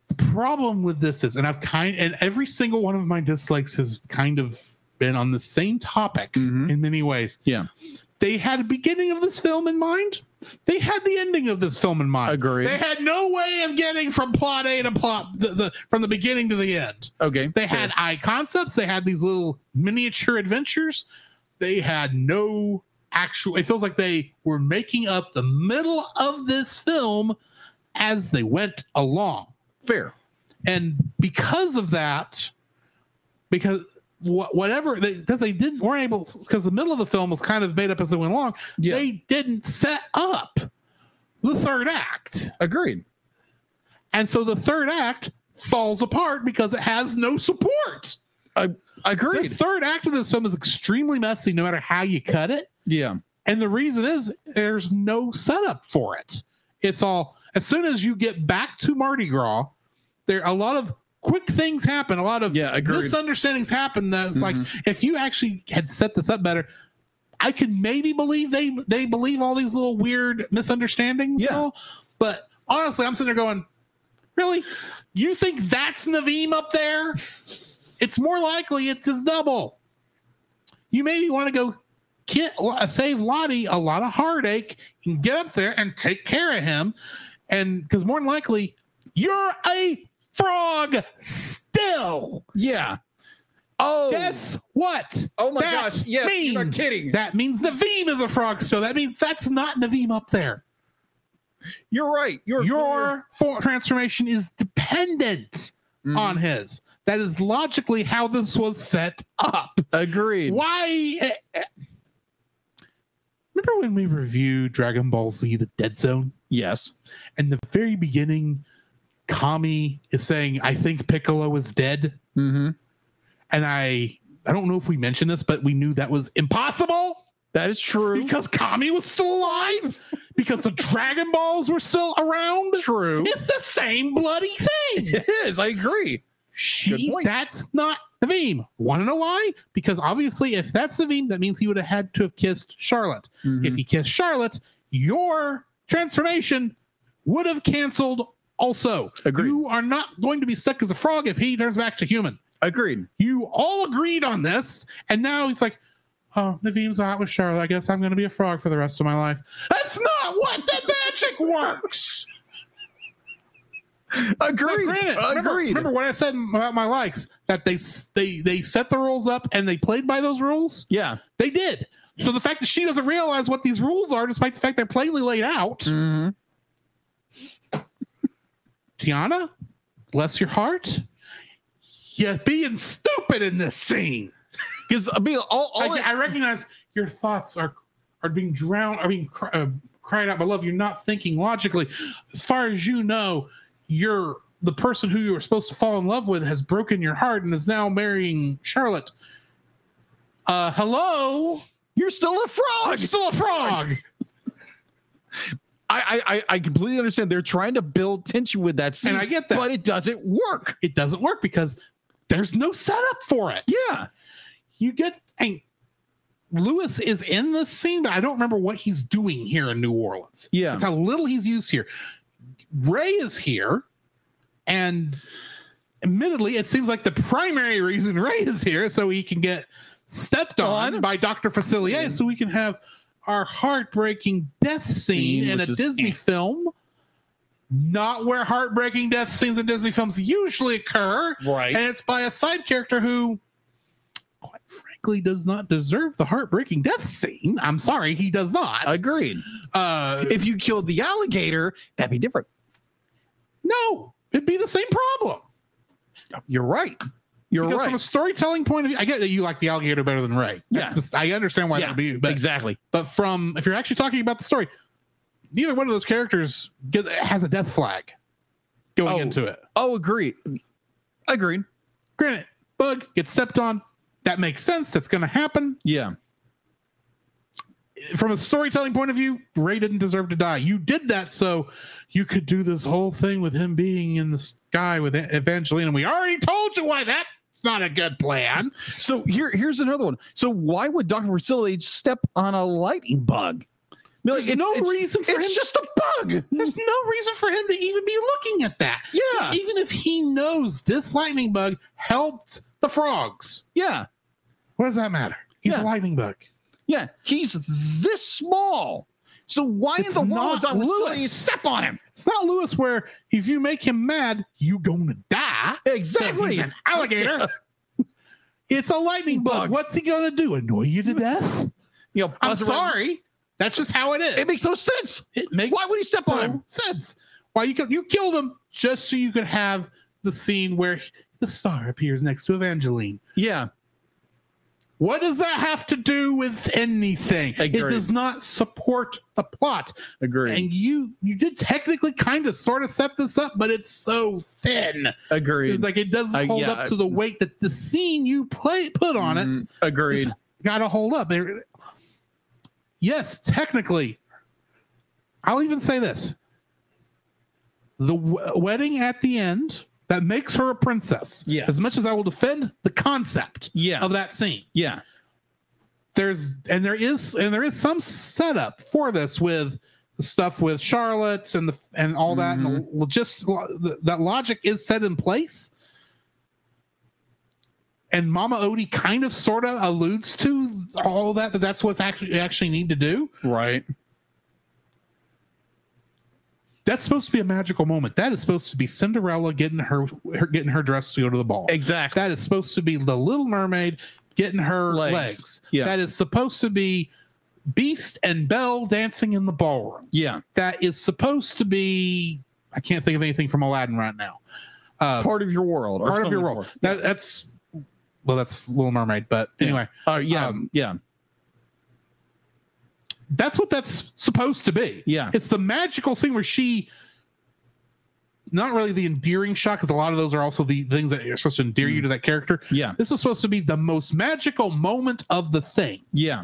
[SPEAKER 2] the problem with this is, and I've kind and every single one of my dislikes has kind of been on the same topic
[SPEAKER 3] Mhm.
[SPEAKER 2] in many ways.
[SPEAKER 3] Yeah.
[SPEAKER 2] They had a beginning of this film in mind. They had the ending of this film in mind.
[SPEAKER 3] Agreed.
[SPEAKER 2] They had no way of getting from plot A to plot the, the from the beginning to the end.
[SPEAKER 3] Okay.
[SPEAKER 2] They had eye concepts. They had these little miniature adventures. They had no actual. It feels like they were making up the middle of this film as they went along,
[SPEAKER 3] fair.
[SPEAKER 2] and because of that, because wha- whatever because they, 'cause they didn't weren't able because the middle of the film was kind of made up as they went along.
[SPEAKER 3] Yeah.
[SPEAKER 2] They didn't set up the third act.
[SPEAKER 3] Agreed.
[SPEAKER 2] And so the third act falls apart because it has no support. The
[SPEAKER 3] Agreed.
[SPEAKER 2] third act of this film is extremely messy, no matter how you cut it.
[SPEAKER 3] Yeah.
[SPEAKER 2] And the reason is there's no setup for it. It's all as soon as you get back to Mardi Gras, there a lot of quick things happen. A lot of
[SPEAKER 3] Yeah, agreed. Mm-hmm.
[SPEAKER 2] misunderstandings happen. That's like if you actually had set this up better, I could maybe believe they they believe all these little weird misunderstandings. and
[SPEAKER 3] Yeah.
[SPEAKER 2] all, but honestly, I'm sitting there going, really, you think that's Naveem up there? It's more likely it's his double. You maybe want to go get, uh, save Lottie a lot of heartache and get up there and take care of him. And because more than likely, you're a frog still.
[SPEAKER 3] Yeah. Oh.
[SPEAKER 2] Guess what?
[SPEAKER 3] Oh my
[SPEAKER 2] That
[SPEAKER 3] gosh. Yes. you're not
[SPEAKER 2] means-
[SPEAKER 3] kidding.
[SPEAKER 2] That means Naveem is a frog still. That means that's not Naveem up there.
[SPEAKER 3] You're right. You're
[SPEAKER 2] Your for- transformation is dependent
[SPEAKER 3] Mhm.
[SPEAKER 2] on his. That is logically how this was set up.
[SPEAKER 3] agreed.
[SPEAKER 2] Why? eh, eh. Remember when we reviewed Dragon Ball Z: The Dead Zone,
[SPEAKER 3] Yes.
[SPEAKER 2] and the very beginning, Kami is saying, "I think Piccolo is dead,"
[SPEAKER 3] Mm-hmm.
[SPEAKER 2] and I I don't know if we mentioned this, but we knew that was impossible
[SPEAKER 3] That is true.
[SPEAKER 2] because Kami was still alive, because the Dragon Balls were still around.
[SPEAKER 3] true.
[SPEAKER 2] It's the same bloody thing.
[SPEAKER 3] It is. I agree.
[SPEAKER 2] She,
[SPEAKER 3] Good point.
[SPEAKER 2] that's not Naveem. Want to know why? Because obviously, if that's Naveem, that means he would have had to have kissed Charlotte.
[SPEAKER 3] Mm-hmm.
[SPEAKER 2] If he kissed Charlotte, your transformation would have canceled Also,
[SPEAKER 5] Agreed.
[SPEAKER 2] you are not going to be stuck as a frog if he turns back to human.
[SPEAKER 5] Agreed.
[SPEAKER 2] You all agreed on this, and now he's like, "Oh, Naveen's out with Charlotte. I guess I'm going to be a frog for the rest of my life." That's not what the magic works.
[SPEAKER 5] Agreed.
[SPEAKER 2] Granted, remember,
[SPEAKER 5] Agreed.
[SPEAKER 2] remember what I said about my likes that they s- they they set the rules up and they played by those rules.
[SPEAKER 5] Yeah.
[SPEAKER 2] They did. So the fact that she doesn't realize what these rules are, despite the fact they're plainly laid out, Tiana, bless your heart. You're being stupid in this scene.
[SPEAKER 5] Because I mean, all, all
[SPEAKER 2] I, I recognize your thoughts are are being drowned, are being cr- uh, cried out by love. You're not thinking logically. As far as you know, you're the person who you were supposed to fall in love with has broken your heart and is now marrying Charlotte. Uh, hello,
[SPEAKER 5] you're still a
[SPEAKER 2] I'm
[SPEAKER 5] frog.
[SPEAKER 2] still a frog.
[SPEAKER 5] I, I- I I completely understand. They're trying to build tension with that scene,
[SPEAKER 2] I get that.
[SPEAKER 5] but it doesn't work.
[SPEAKER 2] It doesn't work because there's no setup for it.
[SPEAKER 5] Yeah.
[SPEAKER 2] you get and Lewis is in this scene, but I don't remember what he's doing here in New Orleans.
[SPEAKER 5] Yeah.
[SPEAKER 2] That's how little he's used here. Ray is here, and admittedly, it seems like the primary reason Ray is here is so he can get stepped
[SPEAKER 5] Oh,
[SPEAKER 2] on by Dr. Facilier, so we can have our heartbreaking death scene,
[SPEAKER 5] Scene,
[SPEAKER 2] in a
[SPEAKER 5] which is- eh.
[SPEAKER 2] Disney film. Not where heartbreaking death scenes in Disney films usually occur
[SPEAKER 5] Right.
[SPEAKER 2] and it's by a side character who quite frankly does not deserve the heartbreaking death scene i'm sorry he does not
[SPEAKER 5] Agreed.
[SPEAKER 2] uh
[SPEAKER 5] If you killed the alligator, that'd be different.
[SPEAKER 2] no it'd be the same problem
[SPEAKER 5] You're right. You're
[SPEAKER 2] because
[SPEAKER 5] right.
[SPEAKER 2] from a storytelling point of view i get that you like the alligator better than ray
[SPEAKER 5] Yeah.
[SPEAKER 2] That's- i understand why that would be but,
[SPEAKER 5] exactly.
[SPEAKER 2] but from if you're actually talking about the story neither one of those characters get, has a death flag going
[SPEAKER 5] Oh.
[SPEAKER 2] into it
[SPEAKER 5] Oh, agreed. Agreed.
[SPEAKER 2] granted bug gets stepped on that makes sense that's going to happen
[SPEAKER 5] Yeah.
[SPEAKER 2] from a storytelling point of view, Ray didn't deserve to die. You did that so you could do this whole thing with him being in the sky with Evangelina. We already told you why that's not a good plan.
[SPEAKER 5] So here, here's another one. So why would Doctor Facilier step on a lightning bug? I mean, like,
[SPEAKER 2] There's no reason for
[SPEAKER 5] it's
[SPEAKER 2] him-
[SPEAKER 5] just a bug.
[SPEAKER 2] There's no reason for him to even be looking at that.
[SPEAKER 5] Yeah.
[SPEAKER 2] Even if he knows this lightning bug helped the frogs,
[SPEAKER 5] Yeah.
[SPEAKER 2] what does that matter? He's
[SPEAKER 5] Yeah.
[SPEAKER 2] a lightning bug.
[SPEAKER 5] Yeah. He's this small. So why
[SPEAKER 2] It's
[SPEAKER 5] in the world
[SPEAKER 2] not
[SPEAKER 5] would Doctor Facilier
[SPEAKER 2] Lewis.
[SPEAKER 5] step on him?
[SPEAKER 2] It's not Lewis where if you make him mad, you gonna die. Because
[SPEAKER 5] Exactly.
[SPEAKER 2] He's an alligator. It's a lightning bug.
[SPEAKER 5] Bug.
[SPEAKER 2] What's he gonna do? Annoy you to death?
[SPEAKER 5] You know,
[SPEAKER 2] I'm
[SPEAKER 5] buzz around-
[SPEAKER 2] sorry. That's just how it is.
[SPEAKER 5] It makes no sense.
[SPEAKER 2] It makes
[SPEAKER 5] Why would he step on
[SPEAKER 2] no
[SPEAKER 5] him?
[SPEAKER 2] sense. Why you could, you killed him just so you could have the scene where the star appears next to Evangeline.
[SPEAKER 5] Yeah.
[SPEAKER 2] What does that have to do with anything? It
[SPEAKER 5] Agreed.
[SPEAKER 2] does not support the plot.
[SPEAKER 5] Agreed.
[SPEAKER 2] And you you did technically kind of sort of set this up, but it's so thin.
[SPEAKER 5] Agreed.
[SPEAKER 2] It's like it doesn't
[SPEAKER 5] I-
[SPEAKER 2] hold
[SPEAKER 5] yeah,
[SPEAKER 2] up to the weight that the scene you play put on it
[SPEAKER 5] Mm, Agreed.
[SPEAKER 2] got to hold up. There- Yes, technically, I'll even say this: the w- wedding at the end that makes her a princess.
[SPEAKER 5] Yeah.
[SPEAKER 2] As much as I will defend the concept
[SPEAKER 5] Yeah.
[SPEAKER 2] of that scene,
[SPEAKER 5] Yeah.
[SPEAKER 2] there's and there is and there is some setup for this with the stuff with Charlotte and the and all that and the, just that logic is set in place. And Mama Odie kind of sort of alludes to all that that that's what's actually you actually need to do.
[SPEAKER 5] Right.
[SPEAKER 2] That's supposed to be a magical moment. That is supposed to be Cinderella getting her, her getting her dress to go to the ball.
[SPEAKER 5] Exactly.
[SPEAKER 2] That is supposed to be the Little Mermaid getting her legs.
[SPEAKER 5] Legs. Yeah.
[SPEAKER 2] That is supposed to be Beast and Belle dancing in the ballroom.
[SPEAKER 5] yeah.
[SPEAKER 2] That is supposed to be I can't think of anything from Aladdin right now. Uh,
[SPEAKER 5] Part of your world. or
[SPEAKER 2] part of your
[SPEAKER 5] something
[SPEAKER 2] role.
[SPEAKER 5] like
[SPEAKER 2] That, that's well, that's Little Mermaid, but
[SPEAKER 5] Yeah.
[SPEAKER 2] anyway,
[SPEAKER 5] that. Uh, yeah.
[SPEAKER 2] Um,
[SPEAKER 5] yeah.
[SPEAKER 2] that's what that's supposed to be.
[SPEAKER 5] Yeah.
[SPEAKER 2] It's the magical scene where she not really the endearing shot because a lot of those are also the things that are supposed to endear you to that character.
[SPEAKER 5] Mm. Yeah.
[SPEAKER 2] This is supposed to be the most magical moment of the thing.
[SPEAKER 5] Yeah.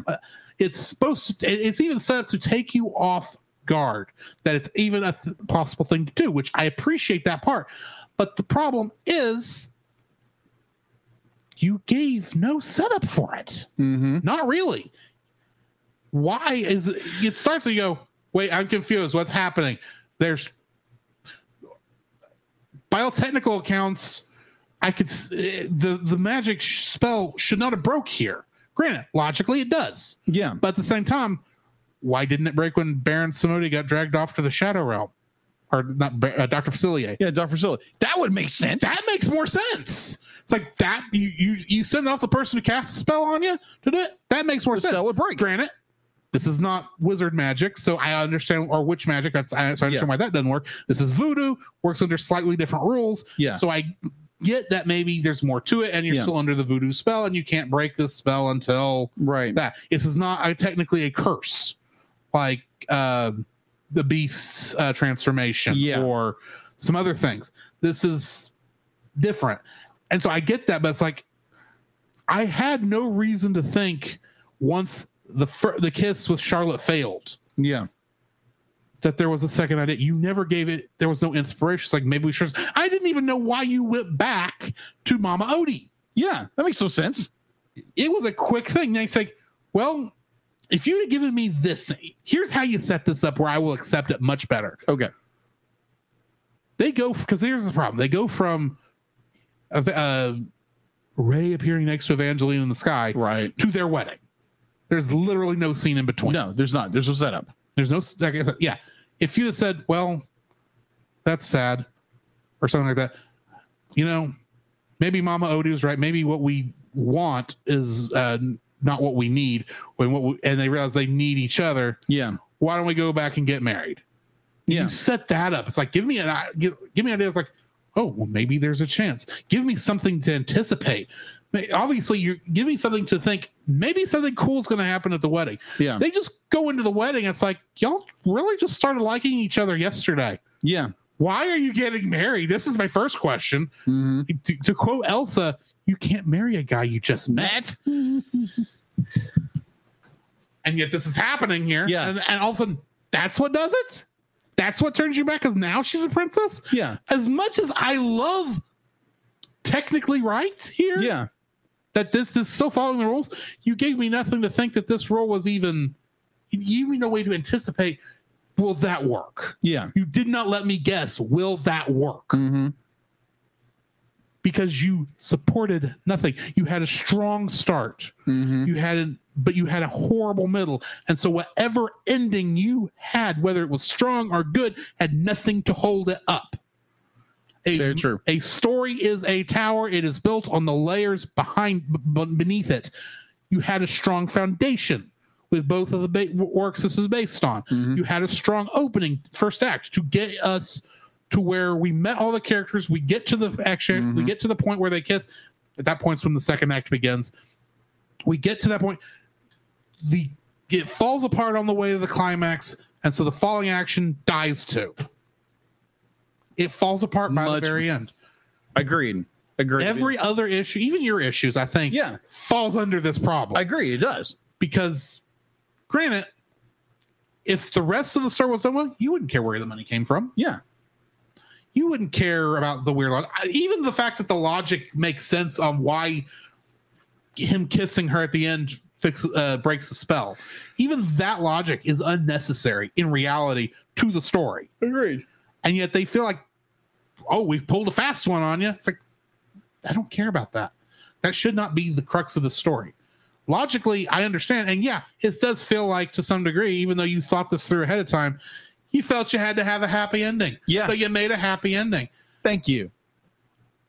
[SPEAKER 2] It's supposed to, it- it's even set up to take you off guard that it's even a th- possible thing to do, which I appreciate that part. But the problem is you gave no setup for it.
[SPEAKER 5] Mm-hmm.
[SPEAKER 2] Not really. Why is it, it starts and you go, wait, I'm confused. What's happening? There's by all technical accounts, I could s- eh, the the magic sh- spell should not have broke here. Granted, logically it does,
[SPEAKER 3] Yeah.
[SPEAKER 2] but at the same time, why didn't it break when Baron Samudi got dragged off to the Shadow Realm, or not Ba- uh, Doctor Facilier?
[SPEAKER 3] Yeah, Dr. Silly. That would make sense.
[SPEAKER 2] That makes more sense. It's like that you you you send off the person who casts a spell on you to do it. That makes more
[SPEAKER 3] The
[SPEAKER 2] sense.
[SPEAKER 3] cell would break.
[SPEAKER 2] Granted, this is not wizard magic, so I understand or witch magic. That's I, so I understand
[SPEAKER 3] Yeah.
[SPEAKER 2] why that doesn't work. This is voodoo, works under slightly different rules.
[SPEAKER 3] Yeah.
[SPEAKER 2] So I get that maybe there's more to it, and you're
[SPEAKER 3] Yeah.
[SPEAKER 2] still under the voodoo spell, and you can't break this spell until
[SPEAKER 3] Right.
[SPEAKER 2] that. This is not a, technically a curse, like uh, the beast's uh, transformation
[SPEAKER 3] Yeah.
[SPEAKER 2] or some other things. This is different, and so I get that, but it's like I had no reason to think once the fir- the kiss with Charlotte failed
[SPEAKER 3] Yeah.
[SPEAKER 2] that there was a second idea. You never gave it. There was no inspiration. It's like maybe we should. I didn't even know why you went back to Mama Odie
[SPEAKER 3] Yeah. That makes no sense.
[SPEAKER 2] it was a quick thing. And it's like, well, if you had given me this, here's how you set this up where I will accept it much better.
[SPEAKER 3] Okay.
[SPEAKER 2] They go because here's the problem. They go from uh, uh, Ray appearing next to Evangeline in the sky
[SPEAKER 3] Right.
[SPEAKER 2] to their wedding. There's literally no scene in between.
[SPEAKER 3] No, there's not. There's no setup.
[SPEAKER 2] There's no, like I said, yeah. If you had said, well, that's sad, or something like that, you know, maybe Mama Odie was right. Maybe what we want is uh, not what we need. When what we, and they realize they need each other.
[SPEAKER 3] Yeah.
[SPEAKER 2] Why don't we go back and get married?
[SPEAKER 3] Yeah.
[SPEAKER 2] You set that up. It's like give me an i- give, give me ideas. Like, oh, well, maybe there's a chance. Give me something to anticipate. Ma- Obviously, you're giving something to think. Maybe something cool is going to happen at the wedding.
[SPEAKER 3] Yeah.
[SPEAKER 2] They just go into the wedding. It's like, y'all really just started liking each other yesterday.
[SPEAKER 3] Yeah.
[SPEAKER 2] Why are you getting married? This is my first question.
[SPEAKER 3] Mm-hmm.
[SPEAKER 2] To, to quote Elsa, you can't marry a guy you just met. and yet this is happening here.
[SPEAKER 3] Yeah.
[SPEAKER 2] And, and all of a sudden, that's what does it? That's what turns you back because now she's a princess?
[SPEAKER 3] Yeah.
[SPEAKER 2] As much as I love technically right here,
[SPEAKER 3] Yeah.
[SPEAKER 2] that this is so following the rules. You gave me nothing to think that this rule was even. You gave me no way to anticipate. Will that work?
[SPEAKER 3] Yeah.
[SPEAKER 2] You did not let me guess. Will that work?
[SPEAKER 3] Mm-hmm.
[SPEAKER 2] Because you supported nothing. You had a strong start.
[SPEAKER 3] Mm-hmm.
[SPEAKER 2] You had an, but you had a horrible middle. And so whatever ending you had, whether it was strong or good, had nothing to hold it up. A,
[SPEAKER 3] Very true.
[SPEAKER 2] A story is a tower. It is built on the layers behind b- beneath it. You had a strong foundation with both of the ba- works this is based on.
[SPEAKER 3] Mm-hmm.
[SPEAKER 2] You had a strong opening first act to get us to where we met all the characters. We get to the action. We
[SPEAKER 3] Mm-hmm.
[SPEAKER 2] get to the point where they kiss. At that point's when the second act begins we get to that point the it falls apart on the way to the climax and so the falling action dies too it falls apart by
[SPEAKER 3] Much-
[SPEAKER 2] the very end
[SPEAKER 3] Agreed. Agreed.
[SPEAKER 2] every other issue even your issues i think
[SPEAKER 3] Yeah.
[SPEAKER 2] falls under this problem
[SPEAKER 3] I agree. It does.
[SPEAKER 2] because granted if the rest of the story was done well you wouldn't care where the money came from
[SPEAKER 3] Yeah.
[SPEAKER 2] you wouldn't care about the weird log- I- even the fact that the logic makes sense on why him kissing her at the end fix, uh, breaks the spell even that logic is unnecessary in reality to the story
[SPEAKER 3] Agreed.
[SPEAKER 2] and yet they feel like oh we pulled a fast one on you it's like i don't care about that that should not be the crux of the story logically i understand and yeah it does feel like to some degree even though you thought this through ahead of time you felt you had to have a happy ending
[SPEAKER 3] Yeah.
[SPEAKER 2] so you made a happy ending
[SPEAKER 3] Thank you.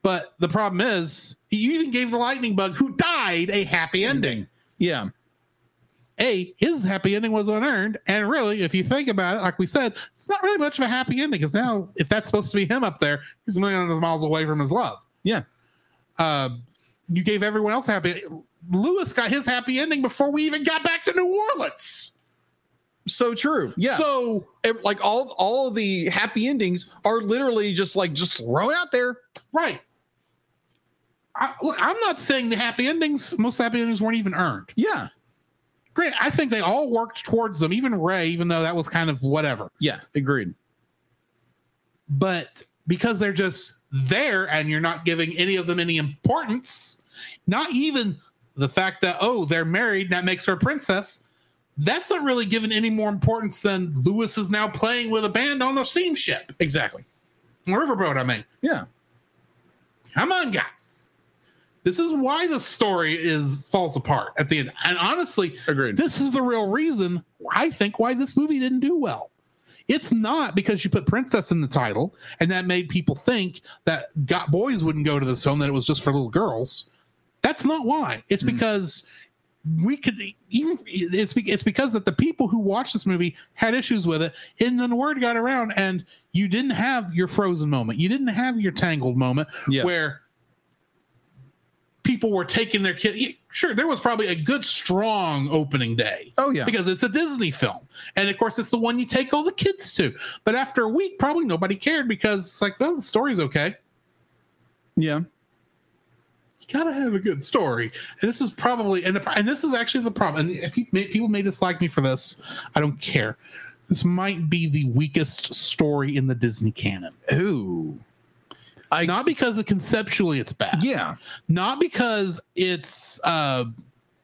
[SPEAKER 2] but the problem is, you even gave the lightning bug who died a happy ending.
[SPEAKER 3] Yeah.
[SPEAKER 2] A, his happy ending was unearned. And really, if you think about it, like we said, it's not really much of a happy ending because now, if that's supposed to be him up there, he's millions of miles away from his love.
[SPEAKER 3] Yeah.
[SPEAKER 2] Um, you gave everyone else happy. Lewis got his happy ending before we even got back to New Orleans.
[SPEAKER 3] So true. Yeah.
[SPEAKER 2] So
[SPEAKER 3] it- like all all the happy endings are literally just like just thrown out there.
[SPEAKER 2] Right. I, look, I'm not saying the happy endings, most happy endings weren't even earned.
[SPEAKER 3] Yeah.
[SPEAKER 2] Great. I think they all worked towards them, even Ray, even though that was kind of whatever.
[SPEAKER 3] Yeah. Agreed.
[SPEAKER 2] But because they're just there and you're not giving any of them any importance, not even the fact that, oh, they're married, that makes her a princess, that's not really given any more importance than Lewis is now playing with a band on a steamship.
[SPEAKER 3] Exactly.
[SPEAKER 2] Riverboat, I mean.
[SPEAKER 3] Yeah.
[SPEAKER 2] Come on, guys. This is why the story is falls apart at the end. And honestly,
[SPEAKER 3] Agreed.
[SPEAKER 2] this is the real reason I think why this movie didn't do well. It's not because you put princess in the title and that made people think that got boys wouldn't go to this film that it was just for little girls. That's not why.
[SPEAKER 3] Hmm.
[SPEAKER 2] It's because we could even it's be- it's because that the people who watched this movie had issues with it and then word got around and you didn't have your frozen moment. You didn't have your tangled moment
[SPEAKER 3] Yeah.
[SPEAKER 2] where people were taking their kids. Sure, there was probably a good strong opening day
[SPEAKER 3] Oh yeah.
[SPEAKER 2] because it's a Disney film. And of course, it's the one you take all the kids to. But after a week, probably nobody cared because it's like, well, the story's okay.
[SPEAKER 3] Yeah.
[SPEAKER 2] You gotta have a good story. And this is probably, and, the, and this is actually the problem. And pe- may- people may dislike me for this. I don't care. This might be the weakest story in the Disney canon.
[SPEAKER 3] Ooh. I-
[SPEAKER 2] Not because it conceptually it's bad.
[SPEAKER 3] Yeah.
[SPEAKER 2] not because it's uh,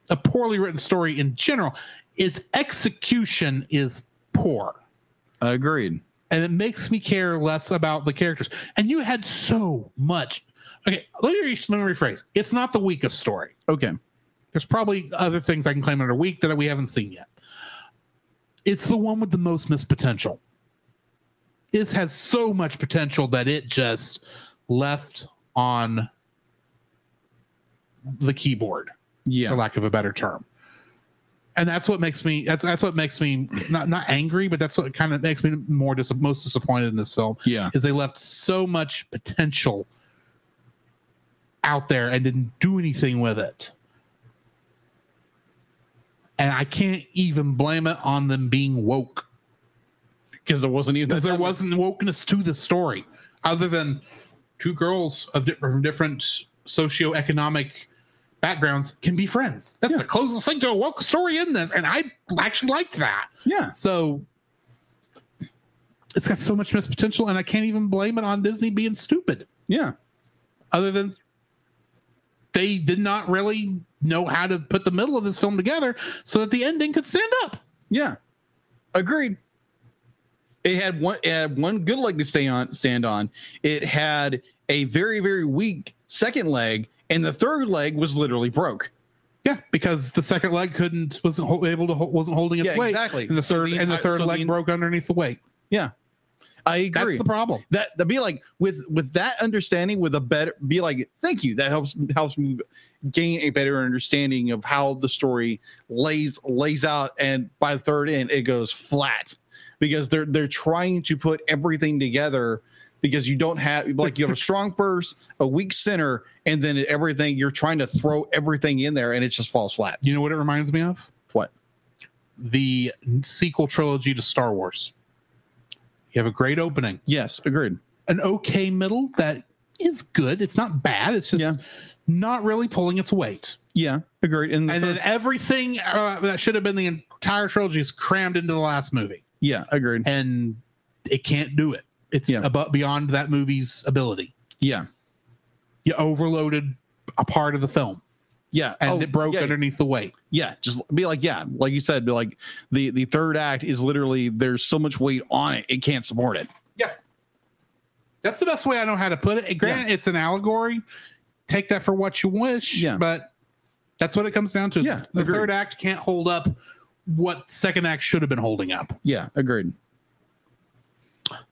[SPEAKER 2] a poorly written story in general. Its execution is poor,
[SPEAKER 3] Agreed.
[SPEAKER 2] and it makes me care less about the characters. And you had so much. Okay, let me, re- let me rephrase. It's not the weakest story.
[SPEAKER 3] Okay.
[SPEAKER 2] There's probably other things I can claim under weak that we haven't seen yet. It's the one with the most missed potential. It has so much potential that it just left on the keyboard for
[SPEAKER 3] Yeah.
[SPEAKER 2] lack of a better term. And that's what makes me that's that's what makes me not not angry, but that's what kind of makes me more dis- most disappointed in this film
[SPEAKER 3] Yeah.
[SPEAKER 2] is they left so much potential out there and didn't do anything with it. And I can't even blame it on them being woke
[SPEAKER 3] Because it wasn't even
[SPEAKER 2] because there wasn't wokeness to the story other than two girls of different from different socioeconomic backgrounds can be friends that's the closest thing to a woke story in this and i actually liked that
[SPEAKER 3] Yeah.
[SPEAKER 2] so it's got so much missed potential and i can't even blame it on disney being stupid
[SPEAKER 3] Yeah.
[SPEAKER 2] other than they did not really know how to put the middle of this film together so that the ending could stand up
[SPEAKER 3] Yeah. Agreed. It had one it had one good leg to stay on stand on. It had a very, very weak second leg, and the third leg was literally broke.
[SPEAKER 2] Yeah, because the second leg couldn't wasn't hol- able to hol- wasn't holding its
[SPEAKER 3] Yeah,
[SPEAKER 2] weight.
[SPEAKER 3] exactly.
[SPEAKER 2] And the
[SPEAKER 3] So
[SPEAKER 2] third
[SPEAKER 3] the
[SPEAKER 2] and the
[SPEAKER 3] enti-
[SPEAKER 2] third
[SPEAKER 3] so the
[SPEAKER 2] leg
[SPEAKER 3] en-
[SPEAKER 2] broke underneath the weight.
[SPEAKER 3] I
[SPEAKER 2] That's
[SPEAKER 3] agree.
[SPEAKER 2] the problem.
[SPEAKER 3] that that'd be like with with that understanding with a better be like thank you that helps helps me gain a better understanding of how the story lays lays out and by the third end it goes flat because they're they're trying to put everything together because you don't have like you have a strong first a weak center and then everything you're trying to throw everything in there and it just falls flat
[SPEAKER 2] You know what it reminds me of?
[SPEAKER 3] What?
[SPEAKER 2] The sequel trilogy to Star Wars. You have a great opening,
[SPEAKER 3] yes agreed
[SPEAKER 2] an okay middle that is good. It's not bad. It's just
[SPEAKER 3] Yeah.
[SPEAKER 2] not really pulling its weight.
[SPEAKER 3] yeah agreed and, the
[SPEAKER 2] And
[SPEAKER 3] third-
[SPEAKER 2] then everything uh, that should have been the entire trilogy is crammed into the last movie,
[SPEAKER 3] yeah agreed
[SPEAKER 2] and it can't do it. It's
[SPEAKER 3] Yeah.
[SPEAKER 2] about beyond that movie's ability.
[SPEAKER 3] yeah
[SPEAKER 2] you overloaded a part of the film
[SPEAKER 3] yeah
[SPEAKER 2] and
[SPEAKER 3] Oh,
[SPEAKER 2] it broke
[SPEAKER 3] yeah,
[SPEAKER 2] underneath the weight.
[SPEAKER 3] yeah just be like yeah like you said be like the the third act is literally there's so much weight on it it can't support it
[SPEAKER 2] That's the best way I know how to put it. And Granted, it's an allegory. Take that for what you wish.
[SPEAKER 3] Yeah.
[SPEAKER 2] But that's what it comes down to.
[SPEAKER 3] Yeah,
[SPEAKER 2] The
[SPEAKER 3] agreed.
[SPEAKER 2] third act can't hold up what second act should have been holding up.
[SPEAKER 3] yeah agreed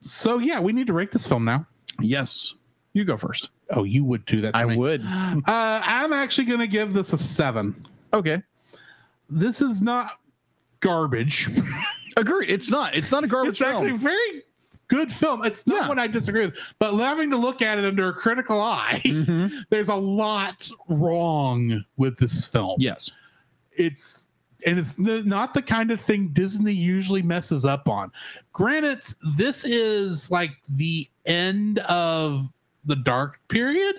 [SPEAKER 2] So yeah, we need to rate this film now.
[SPEAKER 3] yes you go first
[SPEAKER 2] Oh, you would do that. to me.
[SPEAKER 3] would
[SPEAKER 2] Uh, I'm actually going to give this a seven.
[SPEAKER 3] okay
[SPEAKER 2] This is not garbage.
[SPEAKER 3] agreed it's not it's not a
[SPEAKER 2] it's
[SPEAKER 3] garbage
[SPEAKER 2] actually
[SPEAKER 3] film
[SPEAKER 2] very good film. It's not
[SPEAKER 3] Yeah.
[SPEAKER 2] what I disagree with, but having to look at it under a critical eye,
[SPEAKER 3] Mhm.
[SPEAKER 2] there's a lot wrong with this film.
[SPEAKER 3] yes
[SPEAKER 2] It's and it's n- not the kind of thing Disney usually messes up on. Granted, this is like the end of the dark period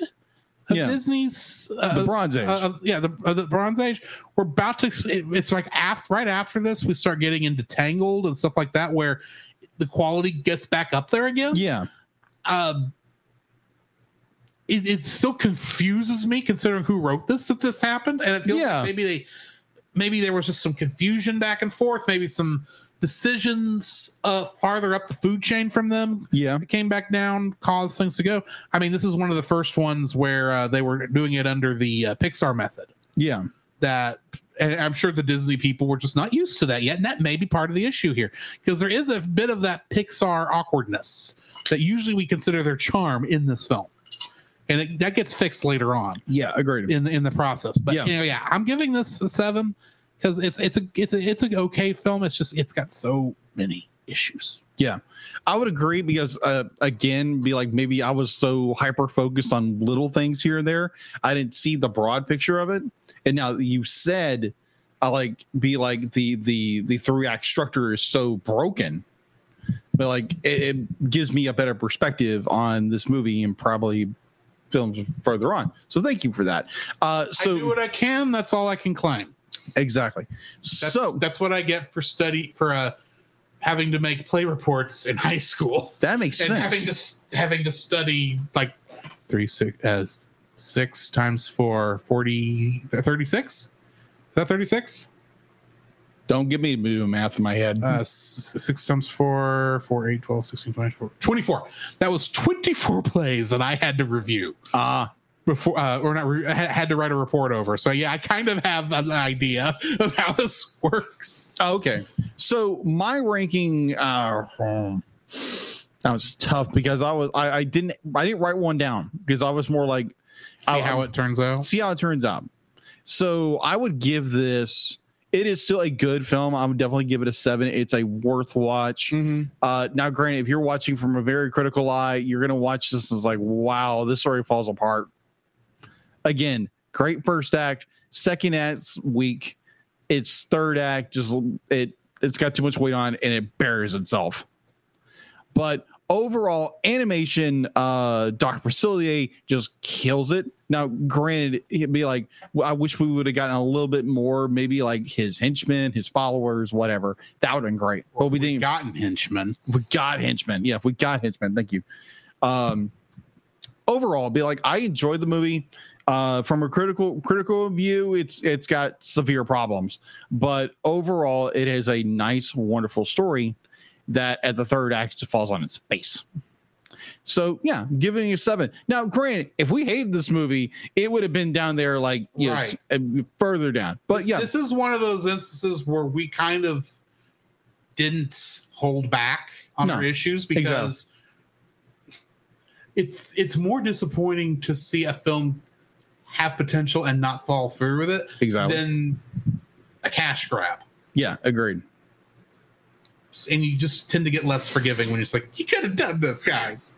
[SPEAKER 2] of
[SPEAKER 3] Yeah.
[SPEAKER 2] Disney's
[SPEAKER 3] the
[SPEAKER 2] uh,
[SPEAKER 3] bronze age
[SPEAKER 2] uh, uh, yeah, the, uh, the Bronze Age. We're about to. it- it's like after, right after this, we start getting into Tangled and stuff like that, where the quality gets back up there again.
[SPEAKER 3] yeah
[SPEAKER 2] Um, it, it still confuses me, considering who wrote this that this happened, and it feels
[SPEAKER 3] Yeah.
[SPEAKER 2] like maybe they, maybe there was just some confusion back and forth, maybe some decisions uh, farther up the food chain from them
[SPEAKER 3] Yeah.
[SPEAKER 2] it came back down, caused things to go. I mean, this is one of the first ones where uh, they were doing it under the uh, Pixar method.
[SPEAKER 3] Yeah.
[SPEAKER 2] That, and I'm sure the Disney people were just not used to that yet, and that may be part of the issue here because there is a bit of that Pixar awkwardness that usually we consider their charm in this film, and it, that gets fixed later on
[SPEAKER 3] Yeah. Agreed.
[SPEAKER 2] in the, in the process. But
[SPEAKER 3] Yeah.
[SPEAKER 2] you know, yeah, I'm giving this a seven because it's it's a it's a it's an okay film. It's just it's got so many issues.
[SPEAKER 3] I would agree because uh, again, be like maybe I was so hyper focused on little things here and there, I didn't see the broad picture of it. And now that you said, I like be like the the the three act structure is so broken, but like it, it gives me a better perspective on this movie and probably films further on. So thank you for that. Uh,
[SPEAKER 2] I do
[SPEAKER 3] so
[SPEAKER 2] what I can. That's all I can claim.
[SPEAKER 3] exactly.
[SPEAKER 2] That's,
[SPEAKER 3] so
[SPEAKER 2] that's what I get for study for uh, having to make play reports in high school
[SPEAKER 3] that makes
[SPEAKER 2] and
[SPEAKER 3] sense.
[SPEAKER 2] having to s- having to study like three six uh, six times four 40 36 is that 36
[SPEAKER 3] Don't get me to do math in my head.
[SPEAKER 2] uh s- six times four four eight 12 16 24 24 that was 24 plays that i had to review
[SPEAKER 3] Ah,
[SPEAKER 2] before uh, or not re- I had had to write a report over so yeah i kind of have an idea of how this works
[SPEAKER 3] Oh, Okay. So my ranking uh that was tough because I was I, I didn't I didn't write one down because I was more like
[SPEAKER 2] see
[SPEAKER 3] I'll-
[SPEAKER 2] how it turns out
[SPEAKER 3] see how it turns out. So I would give this it is still a good film. I would definitely give it a seven. It's a worth watch.
[SPEAKER 2] mm-hmm.
[SPEAKER 3] Uh, now, granted, if you're watching from a very critical eye, you're going to watch this and it's like, wow, this story falls apart. Again, great first act. Second act's weak. Its third act just it it's got too much weight on it and it buries itself. But overall, animation, uh, Doctor Facilier just kills it. Now, granted, it'd be like, well, I wish we would have gotten a little bit more, maybe like his henchmen, his followers, whatever. That would have been great. But we didn't
[SPEAKER 2] gotten henchman
[SPEAKER 3] we got henchmen. Yeah, we got henchmen. Thank you. Um, overall, be like I enjoyed the movie. Uh, from a critical critical view, it's it's got severe problems, but overall, it is a nice, wonderful story that at the third act just falls on its face. So yeah, giving it a seven. Now, granted, if we hated this movie, it would have been down there like yes, further down. But
[SPEAKER 2] this,
[SPEAKER 3] yeah,
[SPEAKER 2] this is one of those instances where we kind of didn't hold back on
[SPEAKER 3] No,
[SPEAKER 2] our issues because it's it's more disappointing to see a film have potential and not fall through with it
[SPEAKER 3] exactly.
[SPEAKER 2] than a cash grab.
[SPEAKER 3] yeah, agreed.
[SPEAKER 2] And you just tend to get less forgiving when it's like, you could have done this, guys.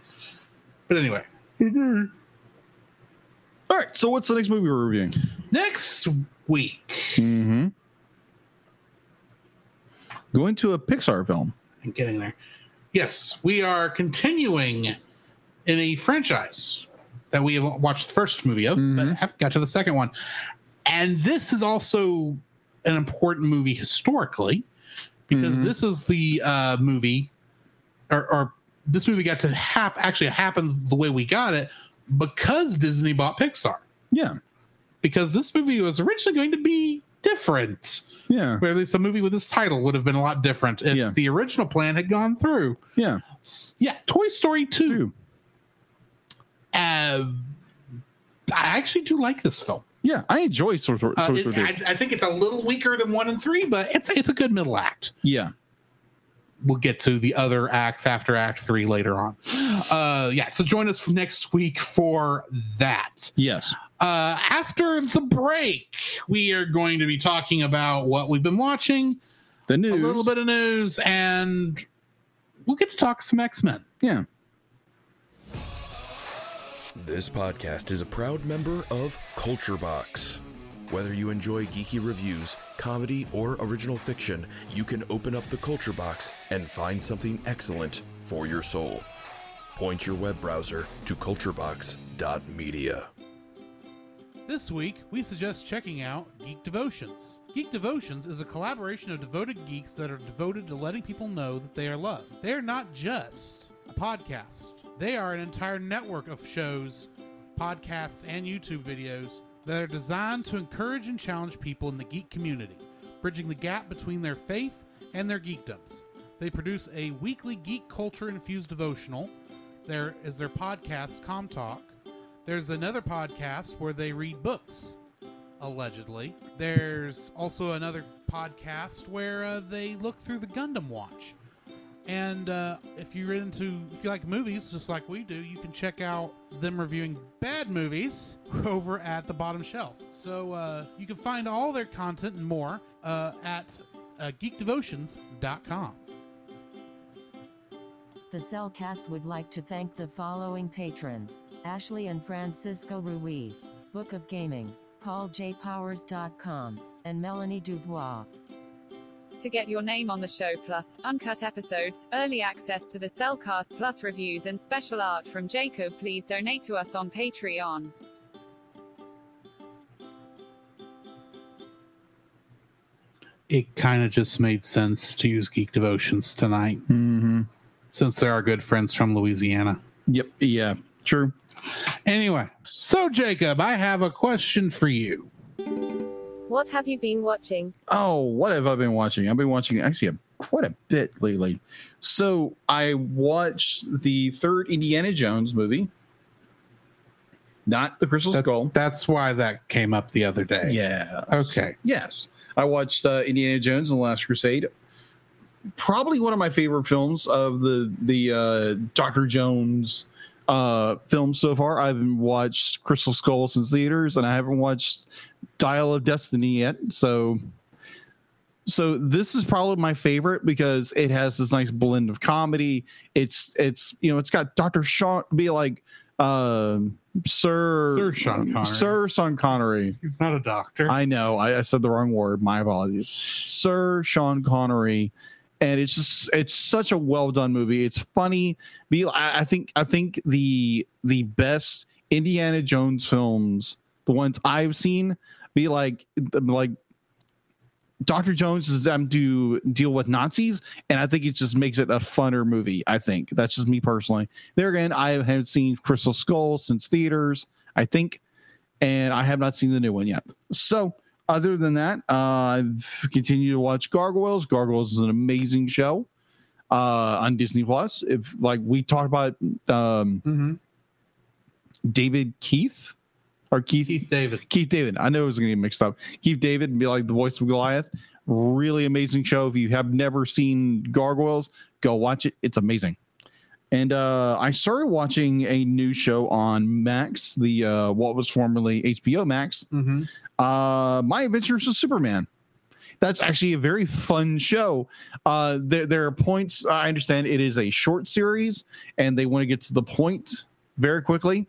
[SPEAKER 2] But anyway.
[SPEAKER 3] All right. So what's the next movie we're reviewing?
[SPEAKER 2] Next week
[SPEAKER 3] Mm-hmm. Going to a Pixar film.
[SPEAKER 2] I'm getting there. Yes, we are continuing in a franchise that we have watched the first movie of,
[SPEAKER 3] Mhm.
[SPEAKER 2] but haven't got to the second one. And this is also an important movie historically because
[SPEAKER 3] Mhm.
[SPEAKER 2] this is the uh, movie, or, or this movie got to hap actually happened the way we got it because Disney bought Pixar.
[SPEAKER 3] Yeah.
[SPEAKER 2] Because this movie was originally going to be different
[SPEAKER 3] Yeah.
[SPEAKER 2] where at least a movie with this title would have been a lot different if
[SPEAKER 3] Yeah.
[SPEAKER 2] the original plan had gone through.
[SPEAKER 3] Yeah.
[SPEAKER 2] S- Yeah, Toy Story 2. Um, I actually do like this film.
[SPEAKER 3] Yeah. I enjoy Source Source
[SPEAKER 2] Uh, it-
[SPEAKER 3] Review.
[SPEAKER 2] I, I think it's a little weaker than one and three, but it's it's a good middle act.
[SPEAKER 3] Yeah.
[SPEAKER 2] We'll get to the other acts after Act Three later on. Uh, yeah, so join us next week for that.
[SPEAKER 3] Yes.
[SPEAKER 2] Uh, after the break, we are going to be talking about what we've been watching,
[SPEAKER 3] The news.
[SPEAKER 2] a little bit of news, and we'll get to talk some X Men.
[SPEAKER 3] Yeah.
[SPEAKER 8] This podcast is a proud member of Culture Box. Whether you enjoy geeky reviews, comedy, or original fiction, you can open up the Culture Box and find something excellent for your soul. Point your web browser to culturebox.media.
[SPEAKER 2] This week, we suggest checking out Geek Devotions. Geek Devotions is a collaboration of devoted geeks that are devoted to letting people know that they are loved. They are not just a podcast, they are an entire network of shows, podcasts, and YouTube videos that are designed to encourage and challenge people in the geek community, bridging the gap between their faith and their geekdoms. They produce a weekly geek culture infused devotional. There is their podcast, Com Talk. There's another podcast where they read books, allegedly. There's also another podcast where uh, they look through the Gundam Watch. And uh, if you're into, if you like movies, just like we do, you can check out them reviewing bad movies over at the bottom shelf. So uh, you can find all their content and more uh, at uh, geekdevotions.com.
[SPEAKER 9] The Cellcast would like to thank the following patrons Ashley and Francisco Ruiz, Book of Gaming, PaulJPowers.com, and Melanie Dubois.
[SPEAKER 10] To get your name on the show, plus uncut episodes, early access to the Cellcast Plus reviews, and special art from Jacob, please donate to us on Patreon.
[SPEAKER 2] It kind of just made sense to use Geek Devotions tonight
[SPEAKER 3] Mm-hmm.
[SPEAKER 2] since they are good friends from Louisiana.
[SPEAKER 3] Yep. Yeah. True.
[SPEAKER 2] Anyway, so Jacob, I have a question for you.
[SPEAKER 4] What have you been watching?
[SPEAKER 3] Oh, what have I been watching? I've been watching actually a, quite a bit lately. So I watched the third Indiana Jones movie, not the Crystal
[SPEAKER 2] That-
[SPEAKER 3] Skull.
[SPEAKER 2] That's why that came up the other day.
[SPEAKER 3] Yeah.
[SPEAKER 2] Okay.
[SPEAKER 3] Yes. I watched uh, Indiana Jones and the Last Crusade. Probably one of my favorite films of the the uh, Doctor Jones uh, films so far. I haven't watched Crystal Skull since theaters, and I haven't watched Dial of Destiny yet. So, so this is probably my favorite because it has this nice blend of comedy. It's it's you know it's got Doctor Sean be like um Sir
[SPEAKER 2] Sir Sean Connery.
[SPEAKER 3] Sir Sean Connery.
[SPEAKER 2] He's not a doctor.
[SPEAKER 3] I know. I, I said the wrong word. My apologies. Sir Sean Connery. And it's just it's such a well done movie. It's funny. Be I, I think I think the the best Indiana Jones films, the ones I've seen, be like like Doctor Jones is them to deal with Nazis, and I think it just makes it a funner movie. I think that's just me personally. There again, I haven't seen Crystal Skull since theaters. I think and I have not seen the new one yet. So, other than that, uh, I've continued to watch Gargoyles. Gargoyles is an amazing show uh, on Disney Plus. If like we talked about um,
[SPEAKER 2] Mhm.
[SPEAKER 3] David Keith or Keith
[SPEAKER 2] Keith David.
[SPEAKER 3] Keith David. I know it was going to get mixed up. Keith David and be like the voice of Goliath. Really amazing show. If you have never seen Gargoyles, go watch it. It's amazing. And uh, I started watching a new show on Max, the uh, what was formerly HBO Max,
[SPEAKER 2] Mm-hmm.
[SPEAKER 3] uh, My Adventures with Superman. That's actually a very fun show. Uh, there, there are points. I understand it is a short series, and they want to get to the point very quickly.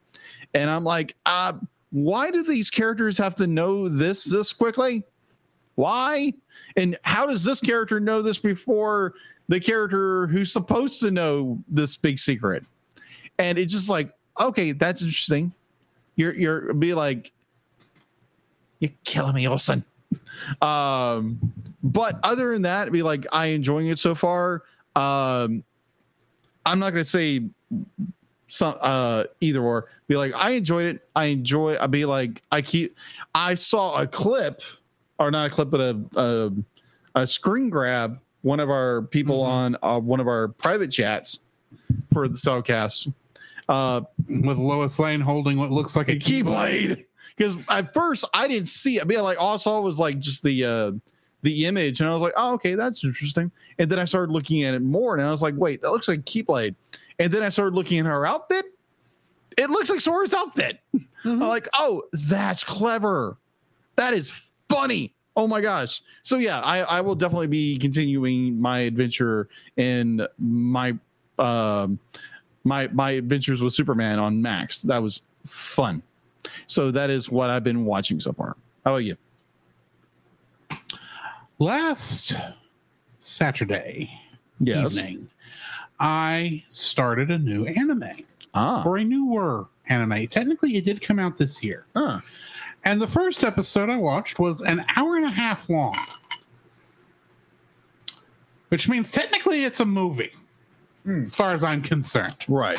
[SPEAKER 3] And I'm like, uh, why do these characters have to know this this quickly? Why? And how does this character know this before the character who's supposed to know this big secret? And it's just like, okay, that's interesting. You're you're be like, you're killing me, Olsen. Um, but other than that, it'd be like I enjoying it so far. Um, I'm not gonna say some uh either or be like I enjoyed it. I enjoy. I'd be like I keep. I saw a clip, or not a clip, but a a, a screen grab. One of our people on uh, one of our private chats for the Cellcast uh,
[SPEAKER 2] With Lois Lane holding what looks like a keyblade.
[SPEAKER 3] because at first I didn't see it. I mean, like all I saw was like just the uh the image, and I was like, oh, okay, that's interesting. And then I started looking at it more, and I was like, wait, that looks like Keyblade. And then I started looking at her outfit. It looks like Sora's outfit. I'm like, oh, that's clever. That is funny. Oh my gosh. So yeah, I, I will definitely be continuing my adventure in my um my my adventures with Superman on Max. That was fun. So that is what I've been watching so far. How about you?
[SPEAKER 2] Last Saturday evening, I started a new anime
[SPEAKER 3] Ah.
[SPEAKER 2] or a newer anime. Technically, it did come out this year.
[SPEAKER 3] Huh.
[SPEAKER 2] And the first episode I watched was an hour and a half long, which means technically it's a movie,
[SPEAKER 5] Hmm.
[SPEAKER 2] as far as I'm concerned.
[SPEAKER 3] Right.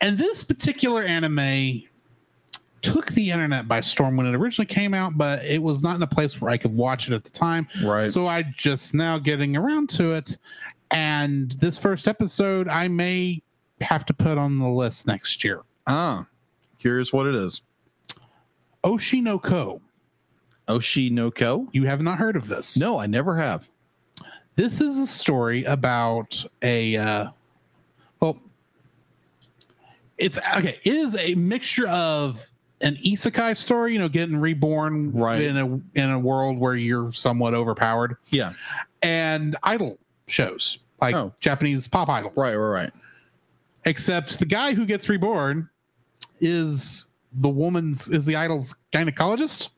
[SPEAKER 2] And this particular anime took the internet by storm when it originally came out, but it was not in a place where I could watch it at the time.
[SPEAKER 5] Right.
[SPEAKER 2] So I just now getting around to it. And this first episode, I may have to put on the list next year.
[SPEAKER 5] Ah, curious what it is.
[SPEAKER 2] Oshinoko.
[SPEAKER 5] Oshinoko?
[SPEAKER 2] You have not heard of this.
[SPEAKER 5] No, I never have.
[SPEAKER 2] This is a story about a, uh, well, it's okay. It is a mixture of an isekai story, you know, getting reborn
[SPEAKER 5] Right.
[SPEAKER 2] in a in a world where you're somewhat overpowered,
[SPEAKER 5] Yeah.
[SPEAKER 2] and idol shows like
[SPEAKER 5] Oh.
[SPEAKER 2] Japanese pop idols,
[SPEAKER 5] Right, right, right.
[SPEAKER 2] Except the guy who gets reborn is the woman's is the idol's gynecologist,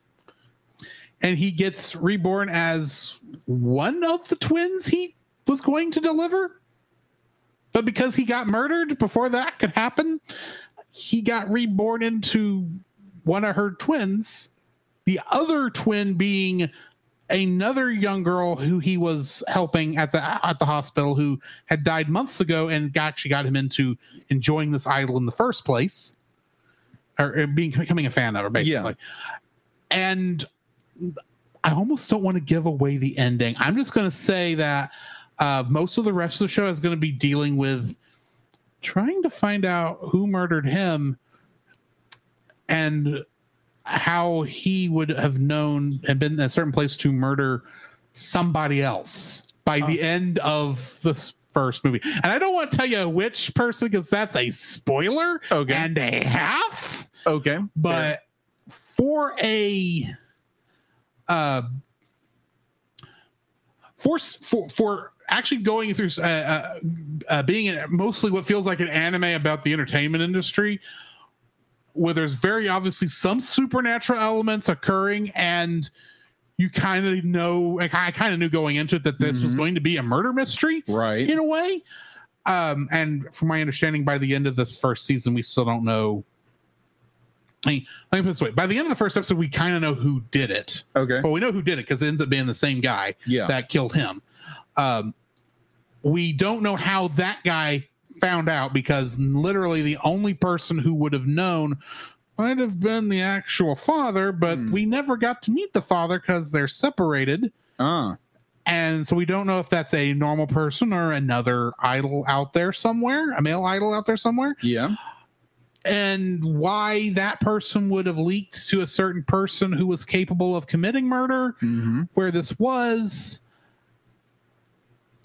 [SPEAKER 2] and he gets reborn as one of the twins he was going to deliver. But because he got murdered before that could happen, he got reborn into one of her twins. The other twin being another young girl who he was helping at the at the hospital who had died months ago and actually got him into enjoying this idol in the first place, or, or being becoming a fan of her basically. And I almost don't want to give away the ending. I'm just going to say that uh, most of the rest of the show is going to be dealing with trying to find out who murdered him and how he would have known and been in a certain place to murder somebody else by the end of this first movie. And I don't want to tell you which person because that's a spoiler
[SPEAKER 5] Okay.
[SPEAKER 2] and a half
[SPEAKER 5] Okay.
[SPEAKER 2] but for a uh for for for actually going through uh, uh, uh being in mostly what feels like an anime about the entertainment industry where there's very obviously some supernatural elements occurring and you kind of know like i kind of knew going into it that this was going to be a murder mystery
[SPEAKER 5] Right.
[SPEAKER 2] in a way. Um, and from my understanding, by the end of this first season, we still don't know. I mean, let me put it this way: by the end of the first episode, we kind of know who did it.
[SPEAKER 5] okay.
[SPEAKER 2] Well, we know who did it because it ends up being the same guy
[SPEAKER 5] oh, Yeah.
[SPEAKER 2] that killed him. Um, we don't know how that guy found out because literally the only person who would have known might have been the actual father, but
[SPEAKER 5] Hmm.
[SPEAKER 2] we never got to meet the father because they're separated.
[SPEAKER 5] ah.
[SPEAKER 2] And so we don't know if that's a normal person or another idol out there somewhere, a male idol out there somewhere,
[SPEAKER 5] Yeah.
[SPEAKER 2] and why that person would have leaked to a certain person who was capable of committing murder,
[SPEAKER 5] Mm-hmm.
[SPEAKER 2] where this was.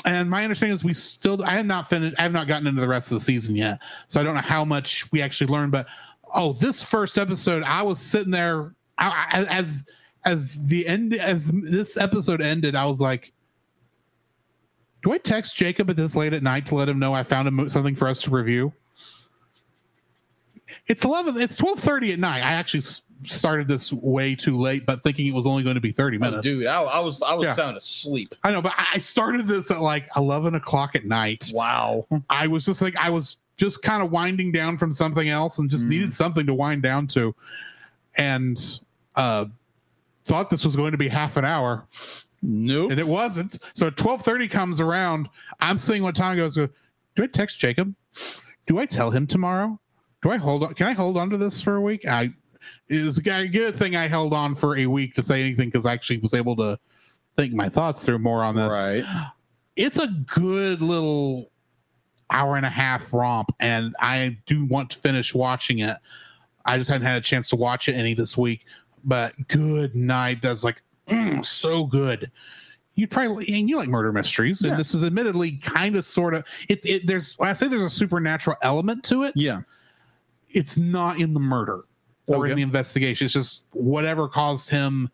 [SPEAKER 2] And my understanding is we still I have not finished I have not gotten into the rest of the season yet. So I don't know how much we actually learned, but oh, this first episode, I was sitting there I, I, as as the end as this episode ended, I was like, do I text Jacob at this late at night to let him know I found a mo- something for us to review? It's eleven. It's twelve thirty at night. I actually s- started this way too late, but thinking it was only going to be
[SPEAKER 3] Oh,
[SPEAKER 2] thirty minutes.
[SPEAKER 5] dude, I, I was I was
[SPEAKER 2] Yeah.
[SPEAKER 5] sound asleep.
[SPEAKER 2] I know, but I I started this at like eleven o'clock at night.
[SPEAKER 5] Wow.
[SPEAKER 2] I was just like, I was just kind of winding down from something else and just
[SPEAKER 5] Mhm.
[SPEAKER 2] needed something to wind down to, and uh, thought this was going to be half an hour,
[SPEAKER 5] Nope.
[SPEAKER 2] and it wasn't. So twelve thirty comes around. I'm seeing what time goes. Do I text Jacob? Do I tell him tomorrow? Do I hold on? Can I hold on to this for a week? I is a good thing I held on for a week to say anything because I actually was able to think my thoughts through more on this
[SPEAKER 5] Right.
[SPEAKER 2] it's a good little hour and a half romp and i do want to finish watching it i just haven't had a chance to watch it any this week but good night that's like mm, so good you probably and you like murder mysteries
[SPEAKER 5] Yeah.
[SPEAKER 2] and this is admittedly kind of sort of it, it there's when i say there's a supernatural element to it
[SPEAKER 5] Yeah.
[SPEAKER 2] it's not in the murder or
[SPEAKER 5] Okay.
[SPEAKER 2] in the investigation. It's just whatever caused him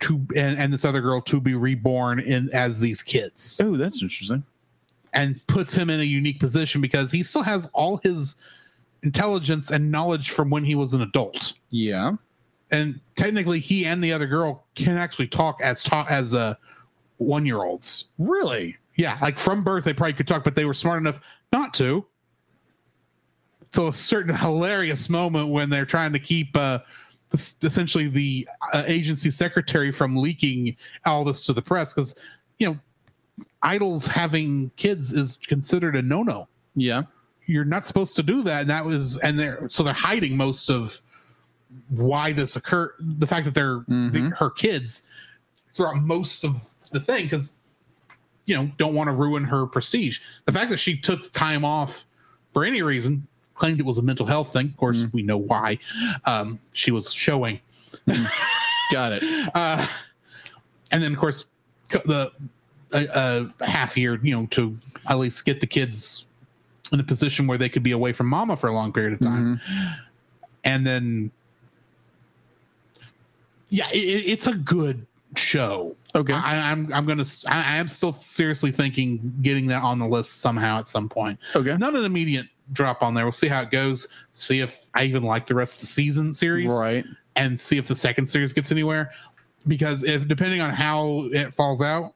[SPEAKER 2] to and, and this other girl to be reborn in as these kids
[SPEAKER 5] Oh, that's interesting.
[SPEAKER 2] and puts him in a unique position because he still has all his intelligence and knowledge from when he was an adult.
[SPEAKER 5] Yeah.
[SPEAKER 2] And technically he and the other girl can actually talk as ta- as uh, one year olds.
[SPEAKER 5] Really?
[SPEAKER 2] Yeah, like from birth, they probably could talk, but they were smart enough not to. So a certain hilarious moment when they're trying to keep uh, es- essentially the uh, agency secretary from leaking all this to the press because you know idols having kids is considered a no-no.
[SPEAKER 5] Yeah.
[SPEAKER 2] You're not supposed to do that, and that was and they're so they're hiding most of why this occurred, the fact that they're
[SPEAKER 3] Mhm.
[SPEAKER 2] the, her kids throughout most of the thing, because you know don't want to ruin her prestige. The fact that she took the time off for any reason, claimed it was a mental health thing. Of course, we know why. Um, she was showing,
[SPEAKER 3] Got it.
[SPEAKER 2] uh, and then of course co- the a, a half year, you know, to at least get the kids in a position where they could be away from mama for a long period of time
[SPEAKER 3] Mm-hmm.
[SPEAKER 5] Mm-hmm.
[SPEAKER 2] and then yeah it, it- it's a good show
[SPEAKER 3] Okay.
[SPEAKER 2] I, i'm i'm gonna s- I, I am still seriously thinking getting that on the list somehow at some point
[SPEAKER 3] okay.
[SPEAKER 2] not an immediate drop on there we'll see how it goes see if i even like the rest of the season series
[SPEAKER 3] Right.
[SPEAKER 2] and see if the second series gets anywhere because if depending on how it falls out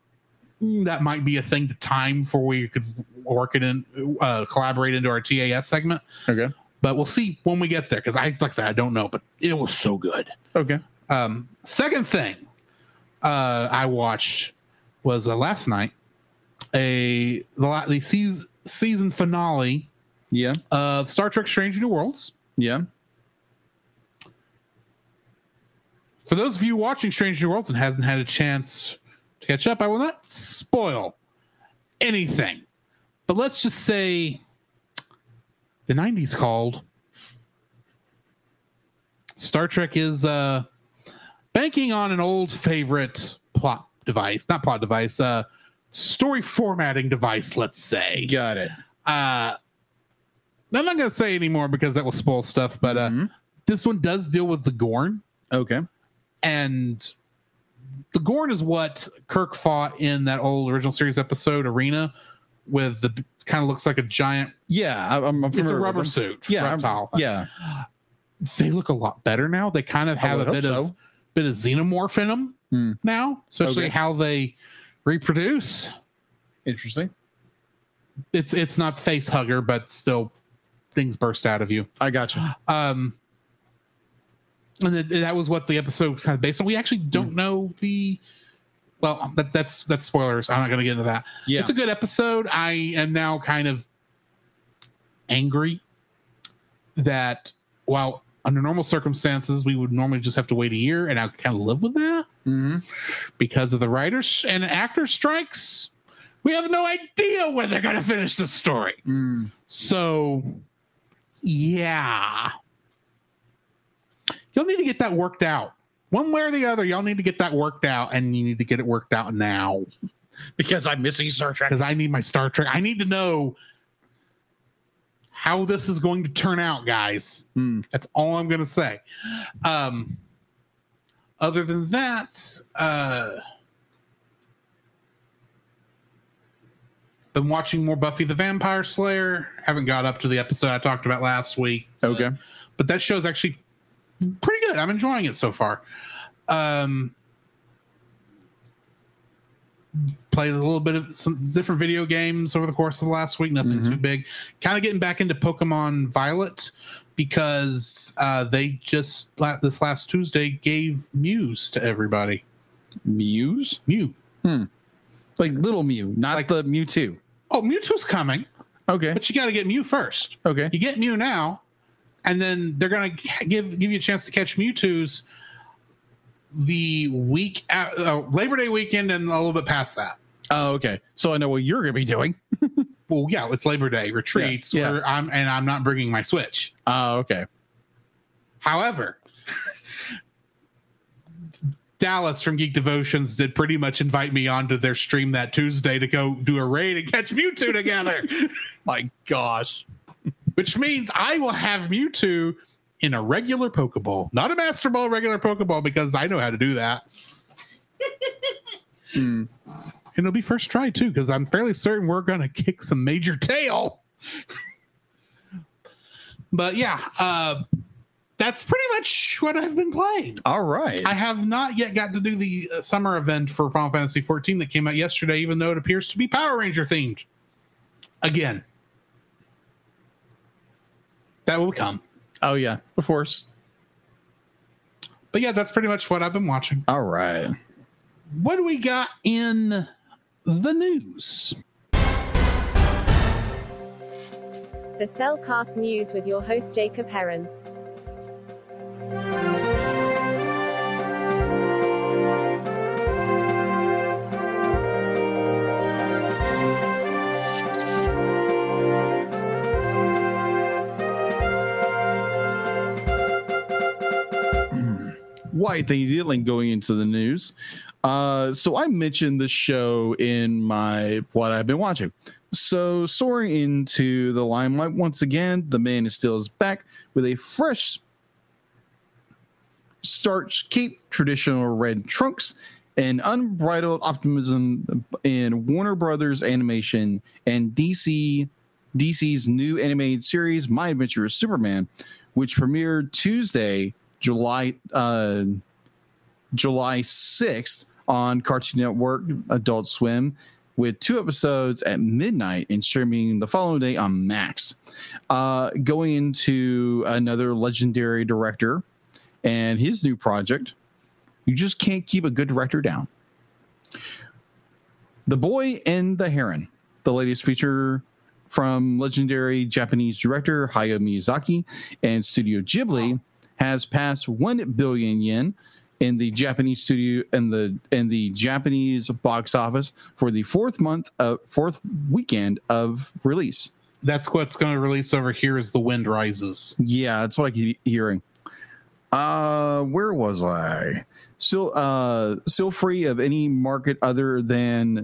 [SPEAKER 2] mm, that might be a thing to time for where you could work it in uh, collaborate into our tas segment
[SPEAKER 3] Okay.
[SPEAKER 2] but we'll see when we get there because i like i said i don't know but it was so good
[SPEAKER 3] Okay.
[SPEAKER 2] um second thing uh i watched was uh, last night a the, la- the season season finale
[SPEAKER 3] Yeah.
[SPEAKER 2] of star trek strange new worlds
[SPEAKER 3] Yeah.
[SPEAKER 2] for those of you watching Strange New Worlds and hasn't had a chance to catch up, I will not spoil anything. But let's just say the 90s called. Star Trek is uh, banking on an old favorite plot device, not plot device, uh, story formatting device, let's say
[SPEAKER 3] Got it.
[SPEAKER 2] uh I'm not gonna say anymore because that will spoil stuff, but uh
[SPEAKER 5] Mm-hmm.
[SPEAKER 3] Mhm.
[SPEAKER 2] this one does deal with the Gorn,
[SPEAKER 3] Okay.
[SPEAKER 2] and the Gorn is what Kirk fought in that old original series episode arena with the kind of looks like a giant
[SPEAKER 3] Yeah. I, I'm, I'm
[SPEAKER 2] it's a
[SPEAKER 3] familiar with
[SPEAKER 2] rubber
[SPEAKER 3] them.
[SPEAKER 2] suit
[SPEAKER 3] Yeah. I'm-
[SPEAKER 2] reptile thing.
[SPEAKER 3] Yeah.
[SPEAKER 2] They look a lot better now. They kind of
[SPEAKER 3] I
[SPEAKER 2] have
[SPEAKER 3] would
[SPEAKER 2] a
[SPEAKER 3] hope
[SPEAKER 2] bit of
[SPEAKER 3] so.
[SPEAKER 2] bit of xenomorph in them
[SPEAKER 3] Hmm.
[SPEAKER 2] now, especially
[SPEAKER 3] Okay.
[SPEAKER 2] how they reproduce.
[SPEAKER 3] Interesting.
[SPEAKER 2] It's it's not face hugger, but still things burst out of you.
[SPEAKER 3] I got you.
[SPEAKER 2] Um, and that, that was what the episode was kind of based on. We actually don't know the. Well, that, that's that's spoilers. I'm not going to get into that.
[SPEAKER 3] Yeah.
[SPEAKER 2] It's a good episode. I am now kind of angry that while under normal circumstances we would normally just have to wait a year, and I kind of live with that
[SPEAKER 3] mm-hmm.
[SPEAKER 2] because of the writers and actor strikes. We have no idea where they're going to finish this story.
[SPEAKER 3] Mm.
[SPEAKER 2] So, yeah. You'll need to get that worked out. One way or the other, y'all need to get that worked out, and you need to get it worked out now.
[SPEAKER 3] Because I'm missing Star Trek.
[SPEAKER 2] Because I need my Star Trek. I need to know how this is going to turn out, guys.
[SPEAKER 3] Mm.
[SPEAKER 2] That's all I'm gonna say. Um, other than that, uh, been watching more Buffy the Vampire Slayer. Haven't got up to the episode I talked about last week.
[SPEAKER 3] Okay.
[SPEAKER 2] but that show's actually pretty good. I'm enjoying it so far. Um, played a little bit of some different video games over the course of the last week. Nothing too big. Kind of getting back into Pokemon Violet because uh, they just la- this last Tuesday gave Muse to everybody.
[SPEAKER 3] Muse?
[SPEAKER 2] Mew.
[SPEAKER 3] Like Little Mew, not
[SPEAKER 2] Like-
[SPEAKER 3] the Mew 2.
[SPEAKER 2] Oh, Mewtwo's coming,
[SPEAKER 3] Okay.
[SPEAKER 2] but you got to get Mew first.
[SPEAKER 3] Okay.
[SPEAKER 2] You get Mew now, and then they're gonna ca- give give you a chance to catch Mewtwo's the week a- uh, Labor Day weekend and a little bit past that.
[SPEAKER 3] Oh, okay. So I know what you're going to be doing.
[SPEAKER 2] Well, yeah, it's Labor Day retreats
[SPEAKER 3] Yeah, yeah.
[SPEAKER 2] where I'm and I'm not bringing my Switch.
[SPEAKER 3] Oh, okay.
[SPEAKER 2] However, Dallas from Geek Devotions did pretty much invite me onto their stream that Tuesday to go do a raid and catch Mewtwo together,
[SPEAKER 3] My gosh.
[SPEAKER 2] which means I will have Mewtwo in a regular Pokeball, not a Master Ball, regular Pokeball, because I know how to do that. And
[SPEAKER 3] Mm.
[SPEAKER 2] it'll be first try too, because I'm fairly certain we're gonna kick some major tail. but yeah, uh, that's pretty much what I've been playing.
[SPEAKER 3] All right.
[SPEAKER 2] I have not yet got to do the uh, summer event for Final Fantasy 14 that came out yesterday, even though it appears to be Power Ranger themed. Again, that will come.
[SPEAKER 3] oh, yeah. Of course.
[SPEAKER 2] But yeah, that's pretty much what I've been watching.
[SPEAKER 3] All right.
[SPEAKER 2] What do we got in the news?
[SPEAKER 4] The Cellcast News with your host Jacob Heron.
[SPEAKER 3] Twilight thing dealing going into the news. Uh, so I mentioned the show in my what I've been watching. So soaring into the limelight once again, the man is still is back with a fresh starch cape, traditional red trunks, and unbridled optimism in Warner Brothers animation and DC DC's new animated series, My Adventure with Superman, which premiered Tuesday, July uh, July sixth on Cartoon Network, Adult Swim, with two episodes at midnight and streaming the following day on Max. Uh, going into another legendary director and his new project, you just can't keep a good director down. The Boy and the Heron, the latest feature from legendary Japanese director Hayao Miyazaki and Studio Ghibli has passed 1 billion yen in the Japanese studio and the in the Japanese box office for the fourth month of fourth weekend of release.
[SPEAKER 2] That's what's going to release over here is The Wind Rises.
[SPEAKER 3] Yeah, that's what I keep hearing. Uh where was I? Still uh still free of any market other than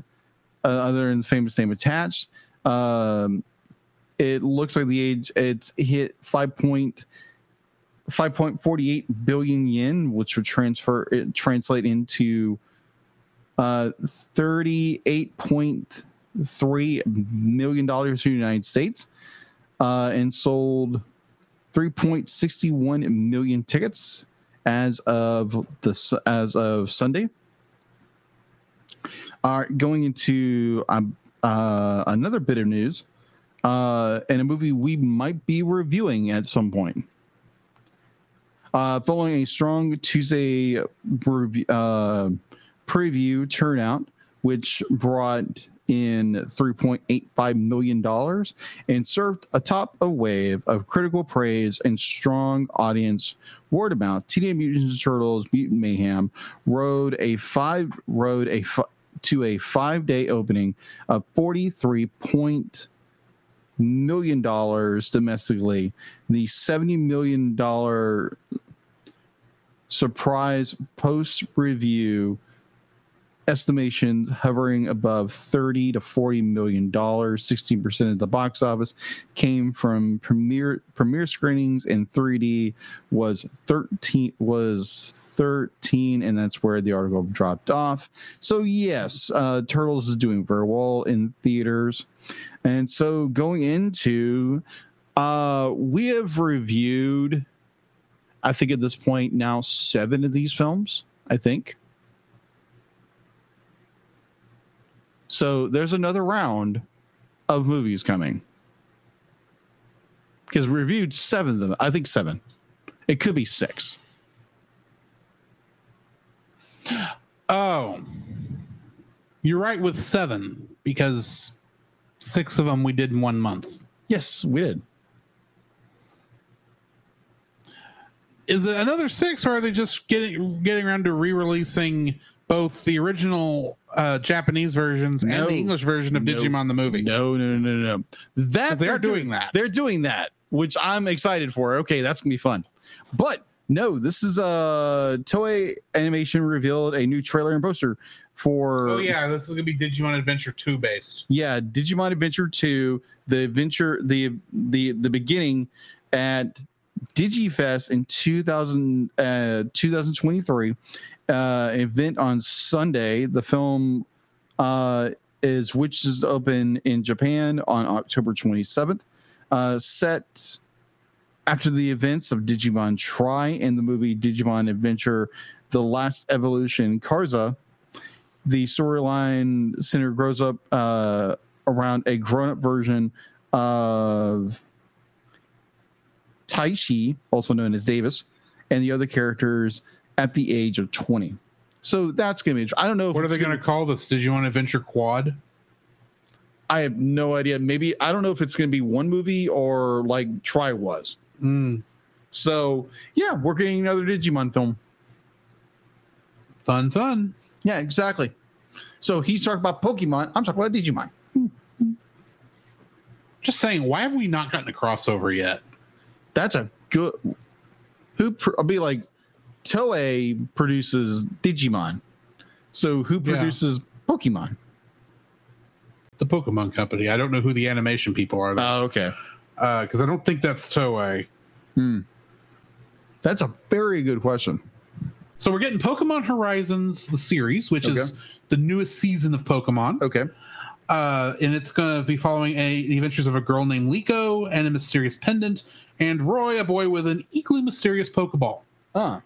[SPEAKER 3] uh, other than the famous name attached. Um, it looks like the age it's hit five point five point forty eight billion yen, which would transfer it translate into uh, thirty eight point three million dollars to the United States, uh, and sold three point sixty one million tickets as of the as of Sunday. Are going into um, uh, another bit of news uh, and a movie we might be reviewing at some point. Uh, following a strong Tuesday rev- uh, preview turnout, which brought in $3.85 million and served atop a wave of critical praise and strong audience word of mouth. Teenage Mutant Ninja Turtles Mutant Mayhem rode a five rode a fi- to a five day opening of $43 point million dollars domestically. The $70 million surprise post review estimations hovering above 30 to 40 million dollars 16% of the box office came from premiere premiere screenings in 3D was 13 was 13 and that's where the article dropped off so yes uh, turtles is doing very well in theaters and so going into uh we have reviewed I think at this point now 7 of these films I think So there's another round of movies coming. Because reviewed seven of them. I think seven. It could be six.
[SPEAKER 2] Oh, you're right with seven because six of them we did in one month.
[SPEAKER 3] Yes, we did.
[SPEAKER 2] Is it another six, or are they just getting getting around to re-releasing both the original uh, Japanese versions
[SPEAKER 3] No.
[SPEAKER 2] and the English version of
[SPEAKER 3] No.
[SPEAKER 2] Digimon the movie.
[SPEAKER 3] No, no, no, no, no. That
[SPEAKER 2] They're doing that.
[SPEAKER 3] They're doing that, which I'm excited for. Okay, that's gonna be fun. But no, this is uh, Toei Animation revealed a new trailer and poster for
[SPEAKER 2] Oh yeah, this is gonna be Digimon Adventure Two based.
[SPEAKER 3] yeah digimon adventure 2 the adventure the the the beginning at digifest in 2000 uh 2023 uh event on sunday the film uh is which is open in japan on october 27th uh set after the events of digimon try and the movie digimon adventure the last evolution karza the storyline center grows up uh, around a grown-up version of Taishi, also known as Davis, and the other characters at the age of 20. So that's going to be. I don't know. If
[SPEAKER 2] What are
[SPEAKER 3] it's
[SPEAKER 2] they gonna call this? Digimon Adventure Quad?
[SPEAKER 3] I have no idea. Maybe I don't know if it's going to be one movie or like Try was.
[SPEAKER 2] Mm,
[SPEAKER 3] So yeah, we're getting another Digimon film.
[SPEAKER 2] fun, fun.
[SPEAKER 3] Yeah, exactly. So he's talking about Pokemon. I'm talking about Digimon.
[SPEAKER 2] Just saying, why have we not gotten a crossover yet?
[SPEAKER 3] That's a good. Who pr- I'll be like,
[SPEAKER 5] Toei produces Digimon. So who
[SPEAKER 2] Yeah.
[SPEAKER 5] produces Pokemon?
[SPEAKER 2] The Pokemon Company. I don't know who the animation people are,
[SPEAKER 3] Uh,
[SPEAKER 2] though,
[SPEAKER 5] Oh, okay.
[SPEAKER 2] because I don't think that's Toei.
[SPEAKER 5] That's a very good question.
[SPEAKER 2] So we're getting Pokemon Horizons, the series, which is
[SPEAKER 5] Okay.
[SPEAKER 2] the newest season of Pokemon.
[SPEAKER 5] Okay.
[SPEAKER 2] uh, and it's going to be following a, the adventures of a girl named Liko and a mysterious pendant, and Roy, a boy with an equally mysterious Pokeball.
[SPEAKER 5] Ah.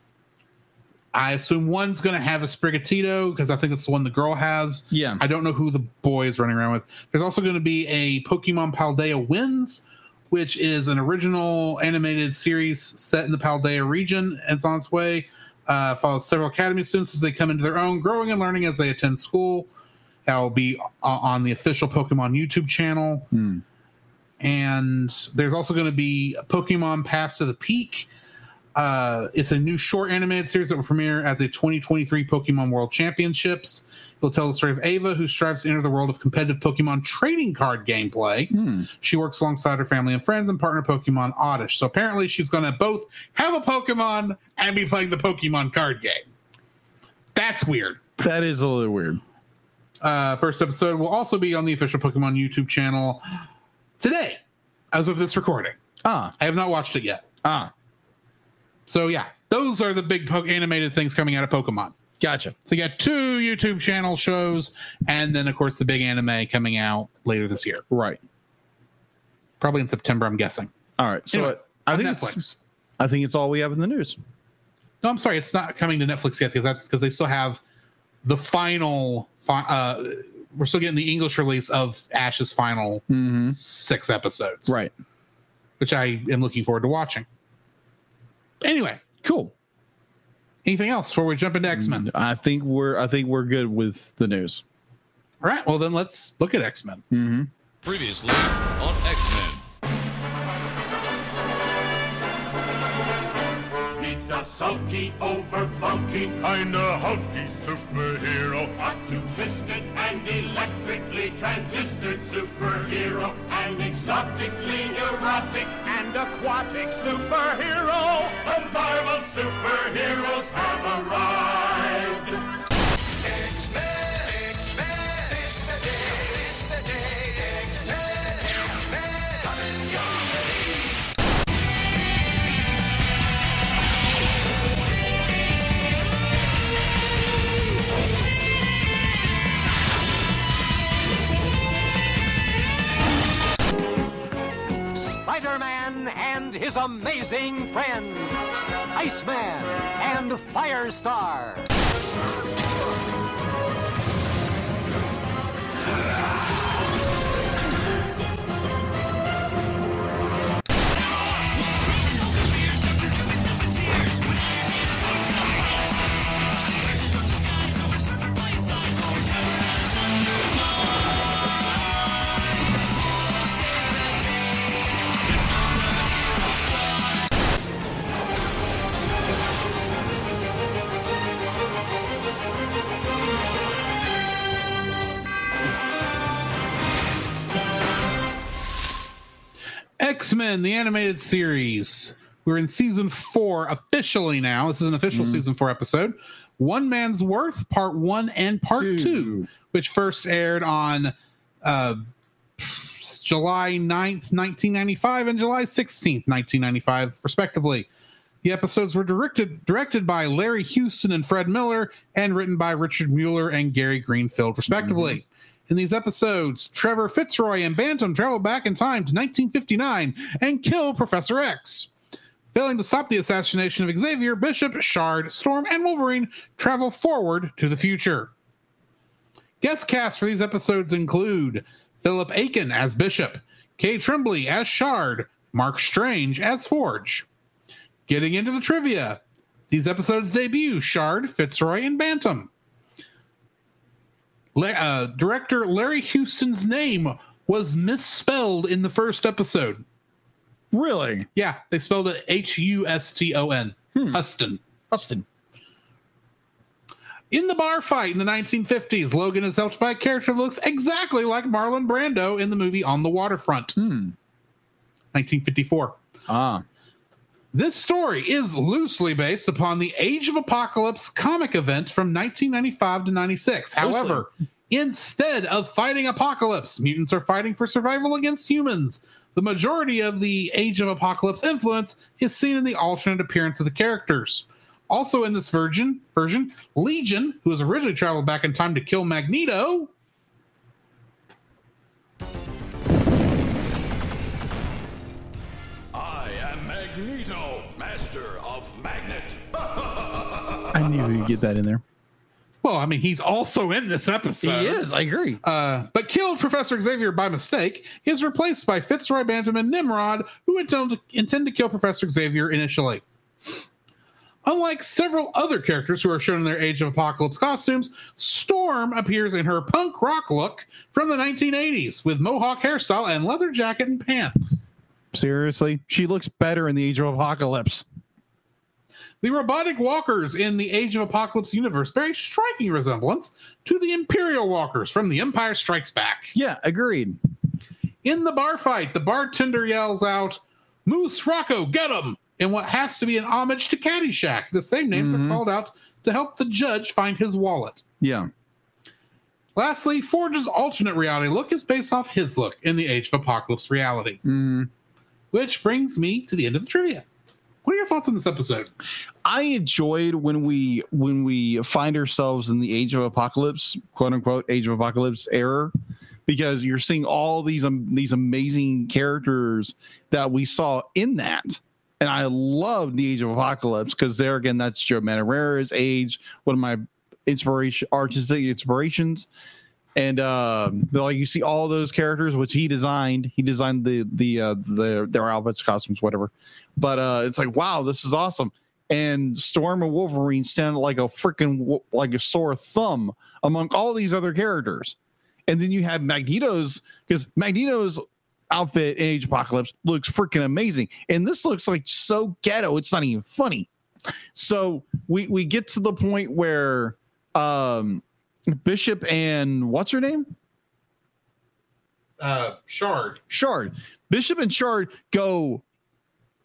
[SPEAKER 2] I assume one's going to have a Sprigatito because I think it's the one the girl has.
[SPEAKER 5] Yeah.
[SPEAKER 2] I don't know who the boy is running around with. There's also going to be a Pokemon Paldea Wins, which is an original animated series set in the Paldea region. It's on its way. Uh, follows several academy students as they come into their own, growing and learning as they attend school. That will be o- on the official Pokemon YouTube channel.
[SPEAKER 5] Hmm.
[SPEAKER 2] And there's also going to be Pokemon Pass to the Peak, uh, it's a new short animated series that will premiere at the 2023 Pokemon World Championships. It'll tell the story of Ava, who strives to enter the world of competitive Pokemon trading card gameplay.
[SPEAKER 5] Hmm.
[SPEAKER 2] She works alongside her family and friends and partner Pokemon Oddish. So apparently, she's going to both have a Pokemon and be playing the Pokemon card game. That's weird.
[SPEAKER 5] That is a little weird.
[SPEAKER 2] Uh, first episode will also be on the official Pokemon YouTube channel today, as of this recording.
[SPEAKER 5] Ah.
[SPEAKER 2] I have not watched it yet.
[SPEAKER 5] Ah.
[SPEAKER 2] So yeah, those are the big po- animated things coming out of Pokemon.
[SPEAKER 5] Gotcha.
[SPEAKER 2] So you got two YouTube channel shows, and then of course the big anime coming out later this year,
[SPEAKER 5] Right.
[SPEAKER 2] probably in September, I'm guessing.
[SPEAKER 5] All right. So
[SPEAKER 2] Anyway,
[SPEAKER 5] I, I
[SPEAKER 2] on
[SPEAKER 5] think
[SPEAKER 2] Netflix.
[SPEAKER 5] it's, I think it's all we have in the news.
[SPEAKER 2] No, I'm sorry, it's not coming to Netflix yet because that's because they still have the final. fi- Uh, we're still getting the English release of Ash's final
[SPEAKER 5] Mm-hmm.
[SPEAKER 2] six episodes,
[SPEAKER 5] Right.
[SPEAKER 2] which I am looking forward to watching. Anyway,
[SPEAKER 5] Cool.
[SPEAKER 2] anything else before we jump into X Men?
[SPEAKER 5] I think we're I think we're good with the news.
[SPEAKER 2] All right, well then let's look at X Men.
[SPEAKER 5] Mm-hmm.
[SPEAKER 11] Previously on X Men.
[SPEAKER 12] He's a sulky, over bulky, kinda hunky superhero. A two-fisted and electrically transistored superhero. An exotically neurotic and aquatic superhero. The Marvel superheroes have arrived.
[SPEAKER 13] Spider-Man and his amazing friends, Iceman and Firestar.
[SPEAKER 2] X Men, the animated series. We're in season four officially now. This is an official season four episode. One Man's Worth, part one and part two,
[SPEAKER 5] Two.
[SPEAKER 2] which first aired on uh, July 9th, 1995, and July 16th, 1995, respectively. The episodes were directed directed by Larry Houston and Fred Miller, and written by Richard Mueller and Gary Greenfield, respectively. In these episodes, Trevor Fitzroy and Bantam travel back in time to 1959 and kill Professor X. Failing to stop the assassination of Xavier, Bishop, Shard, Storm, and Wolverine travel forward to the future. Guest casts for these episodes include Philip Aiken as Bishop, Kay Tremblay as Shard, Mark Strange as Forge. Getting into the trivia, these episodes debut Shard, Fitzroy, and Bantam. La- uh, director Larry Houston's name was misspelled in the first episode.
[SPEAKER 5] Really?
[SPEAKER 2] Yeah, they spelled it H U S T O N. Huston.
[SPEAKER 5] Austin.
[SPEAKER 2] In the bar fight in the 1950s, Logan is helped by a character that looks exactly like Marlon Brando in the movie On the Waterfront,
[SPEAKER 5] Hmm.
[SPEAKER 2] 1954.
[SPEAKER 5] Ah.
[SPEAKER 2] This story is loosely based upon the Age of Apocalypse comic event from 1995 to 96. However, instead of fighting apocalypse, mutants are fighting for survival against humans. The majority of the Age of Apocalypse influence is seen in the alternate appearance of the characters. Also in this version, version Legion, who has originally traveled back in time to kill Magneto,
[SPEAKER 11] I am Magneto, master of magnet.
[SPEAKER 3] I knew you'd get that in there.
[SPEAKER 2] Well, I mean, he's also in this episode.
[SPEAKER 3] he is. I agree.
[SPEAKER 2] Uh, but killed Professor Xavier by mistake. He is replaced by Fitzroy Bantam and Nimrod, who intend to, intend to kill Professor Xavier initially. Unlike several other characters who are shown in their Age of Apocalypse costumes, Storm appears in her punk rock look from the 1980s with mohawk hairstyle and leather jacket and pants.
[SPEAKER 3] Seriously, she looks better in the Age of Apocalypse.
[SPEAKER 2] The robotic walkers in the Age of Apocalypse universe bear a striking resemblance to the Imperial walkers from The Empire Strikes Back.
[SPEAKER 3] Yeah, agreed.
[SPEAKER 2] In the bar fight, the bartender yells out, Moose Rocco, get him! In what has to be an homage to Caddyshack. The same names
[SPEAKER 3] Mhm.
[SPEAKER 2] are called out to help the judge find his wallet.
[SPEAKER 3] Yeah.
[SPEAKER 2] Lastly, Forge's alternate reality look is based off his look in the Age of Apocalypse reality.
[SPEAKER 3] Mm.
[SPEAKER 2] Which brings me to the end of the trivia. What are your thoughts on this episode?
[SPEAKER 3] I enjoyed when we when we find ourselves in the Age of Apocalypse, quote unquote Age of Apocalypse era, because you're seeing all these um, these amazing characters that we saw in that. And I love the Age of Apocalypse because there again, that's Joe Manarera's age, one of my inspiration artistic inspirations. And um, but, like you see all those characters which he designed. He designed the the uh, the their outfits, costumes, whatever. But uh, it's like wow, this is awesome. And Storm and Wolverine sounded like a freaking wo- like a sore thumb among all these other characters. And then you have Magneto's because Magneto's outfit in Age of Apocalypse looks freaking amazing. And this looks like so ghetto, it's not even funny. So we we get to the point where um Bishop and what's her name?
[SPEAKER 2] Uh, Shard.
[SPEAKER 3] Shard. Bishop and Shard go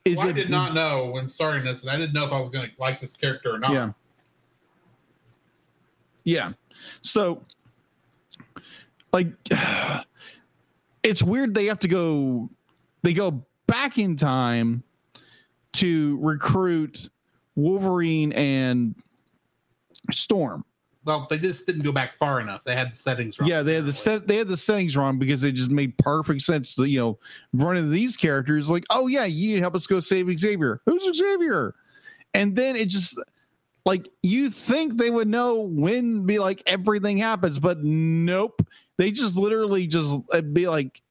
[SPEAKER 3] is
[SPEAKER 2] Well, I
[SPEAKER 3] it
[SPEAKER 2] did not know when starting this, and I didn't know if I was going to like this character or not.
[SPEAKER 3] Yeah. Yeah. So like it's weird they have to go they go back in time to recruit Wolverine and Storm.
[SPEAKER 2] Well, they just didn't go back far enough. They had the settings wrong.
[SPEAKER 3] Yeah, they had the
[SPEAKER 2] apparently.
[SPEAKER 3] set they had the settings wrong because they just made perfect sense that you know running these characters like, oh yeah, you need to help us go save Xavier. Who's Xavier? And then it just like you think they would know when be like everything happens, but nope. They just literally just it'd be like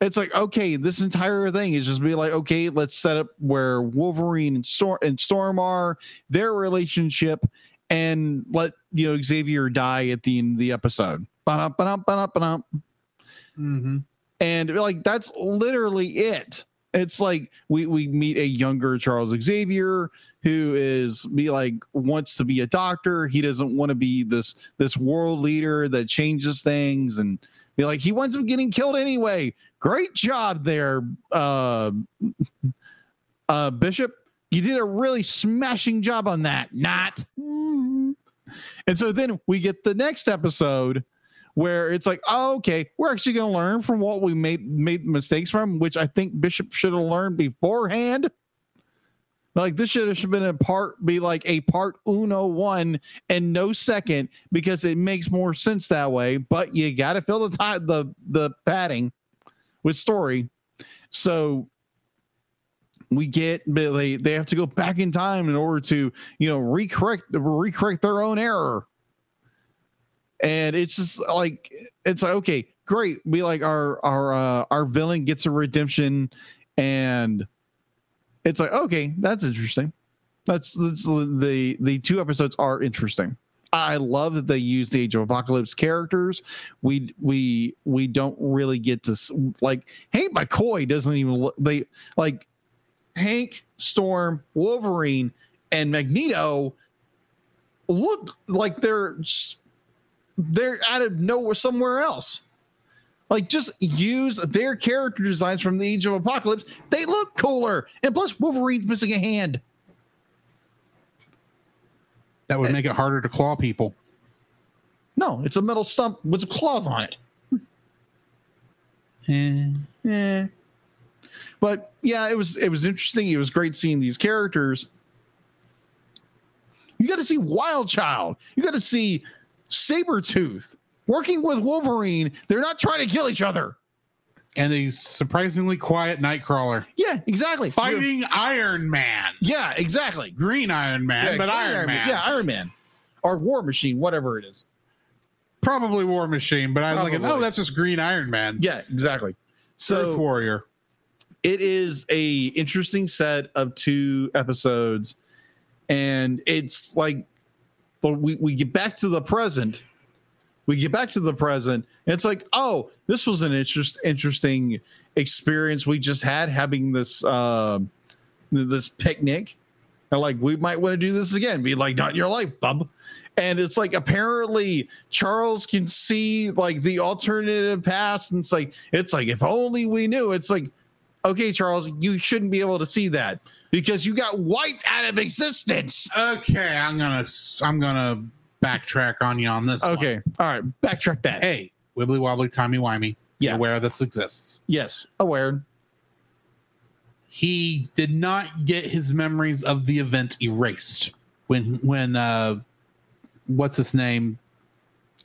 [SPEAKER 3] it's like okay, this entire thing is just be like okay, let's set up where Wolverine and Storm and Storm are their relationship, and let you know Xavier die at the end of the episode. Ba-dum, ba-dum, ba-dum, ba-dum.
[SPEAKER 2] Mhm.
[SPEAKER 3] And like that's literally it. It's like we we meet a younger Charles Xavier who is be like wants to be a doctor. He doesn't want to be this this world leader that changes things and be like he winds up getting killed anyway. Great job there, uh, uh, Bishop. You did a really smashing job on that. Not. And so then we get the next episode where it's like, oh, okay, we're actually going to learn from what we made made mistakes from, which I think Bishop should have learned beforehand. Like this should have been a part, be like a part uno one and no second because it makes more sense that way. But you got to fill the time, the the padding with story. So we get but they they have to go back in time in order to you know recorrect recorrect their own error and it's just like it's like okay great we like our our uh, our villain gets a redemption and it's like okay that's interesting that's, that's the the two episodes are interesting i love that they use the age of apocalypse characters we we we don't really get to s- like hank mccoy doesn't even look they like hank storm wolverine and magneto look like they're s- they're out of nowhere somewhere else. Like, just use their character designs from the Age of Apocalypse. They look cooler. And plus, Wolverine's missing a hand.
[SPEAKER 2] That would make it harder to claw people.
[SPEAKER 3] No, it's a metal stump with claws on it.
[SPEAKER 2] Eh.
[SPEAKER 3] Yeah. But yeah, it was it was interesting. It was great seeing these characters. You got to see Wild Child. You got to see Sabretooth working with Wolverine. They're not trying to kill each other.
[SPEAKER 2] And a surprisingly quiet Nightcrawler
[SPEAKER 3] Yeah, exactly.
[SPEAKER 2] fighting Iron Man,
[SPEAKER 3] Yeah, exactly.
[SPEAKER 2] Green Iron Man,
[SPEAKER 3] yeah,
[SPEAKER 2] but
[SPEAKER 3] Green
[SPEAKER 2] Iron, Man,
[SPEAKER 3] Yeah, Iron Man. Or War Machine, whatever it is.
[SPEAKER 2] probably War Machine. But I was like, oh,
[SPEAKER 3] Probably.
[SPEAKER 2] that's just Green Iron Man.
[SPEAKER 3] Yeah, exactly.
[SPEAKER 2] Earth
[SPEAKER 3] So
[SPEAKER 2] Warrior.
[SPEAKER 3] it is a interesting set of two episodes, and it's like but we, we get back to the present. We get back to the present, and it's like, oh, this was an interest interesting experience we just had having this um th- this picnic. And like, we might want to do this again. Be like, not in your life, bub. And it's like apparently Charles can see like the alternative past, and it's like it's like if only we knew. It's like, okay, Charles, you shouldn't be able to see that because you got wiped out of existence.
[SPEAKER 2] Okay, I'm gonna s- I'm gonna backtrack on you on this. one.
[SPEAKER 3] Okay, all right, backtrack that.
[SPEAKER 2] Hey, wibbly wobbly, timey wimey. be
[SPEAKER 3] Yeah.
[SPEAKER 2] Aware this exists.
[SPEAKER 3] Yes, aware.
[SPEAKER 2] he did not get his memories of the event erased when when uh what's his name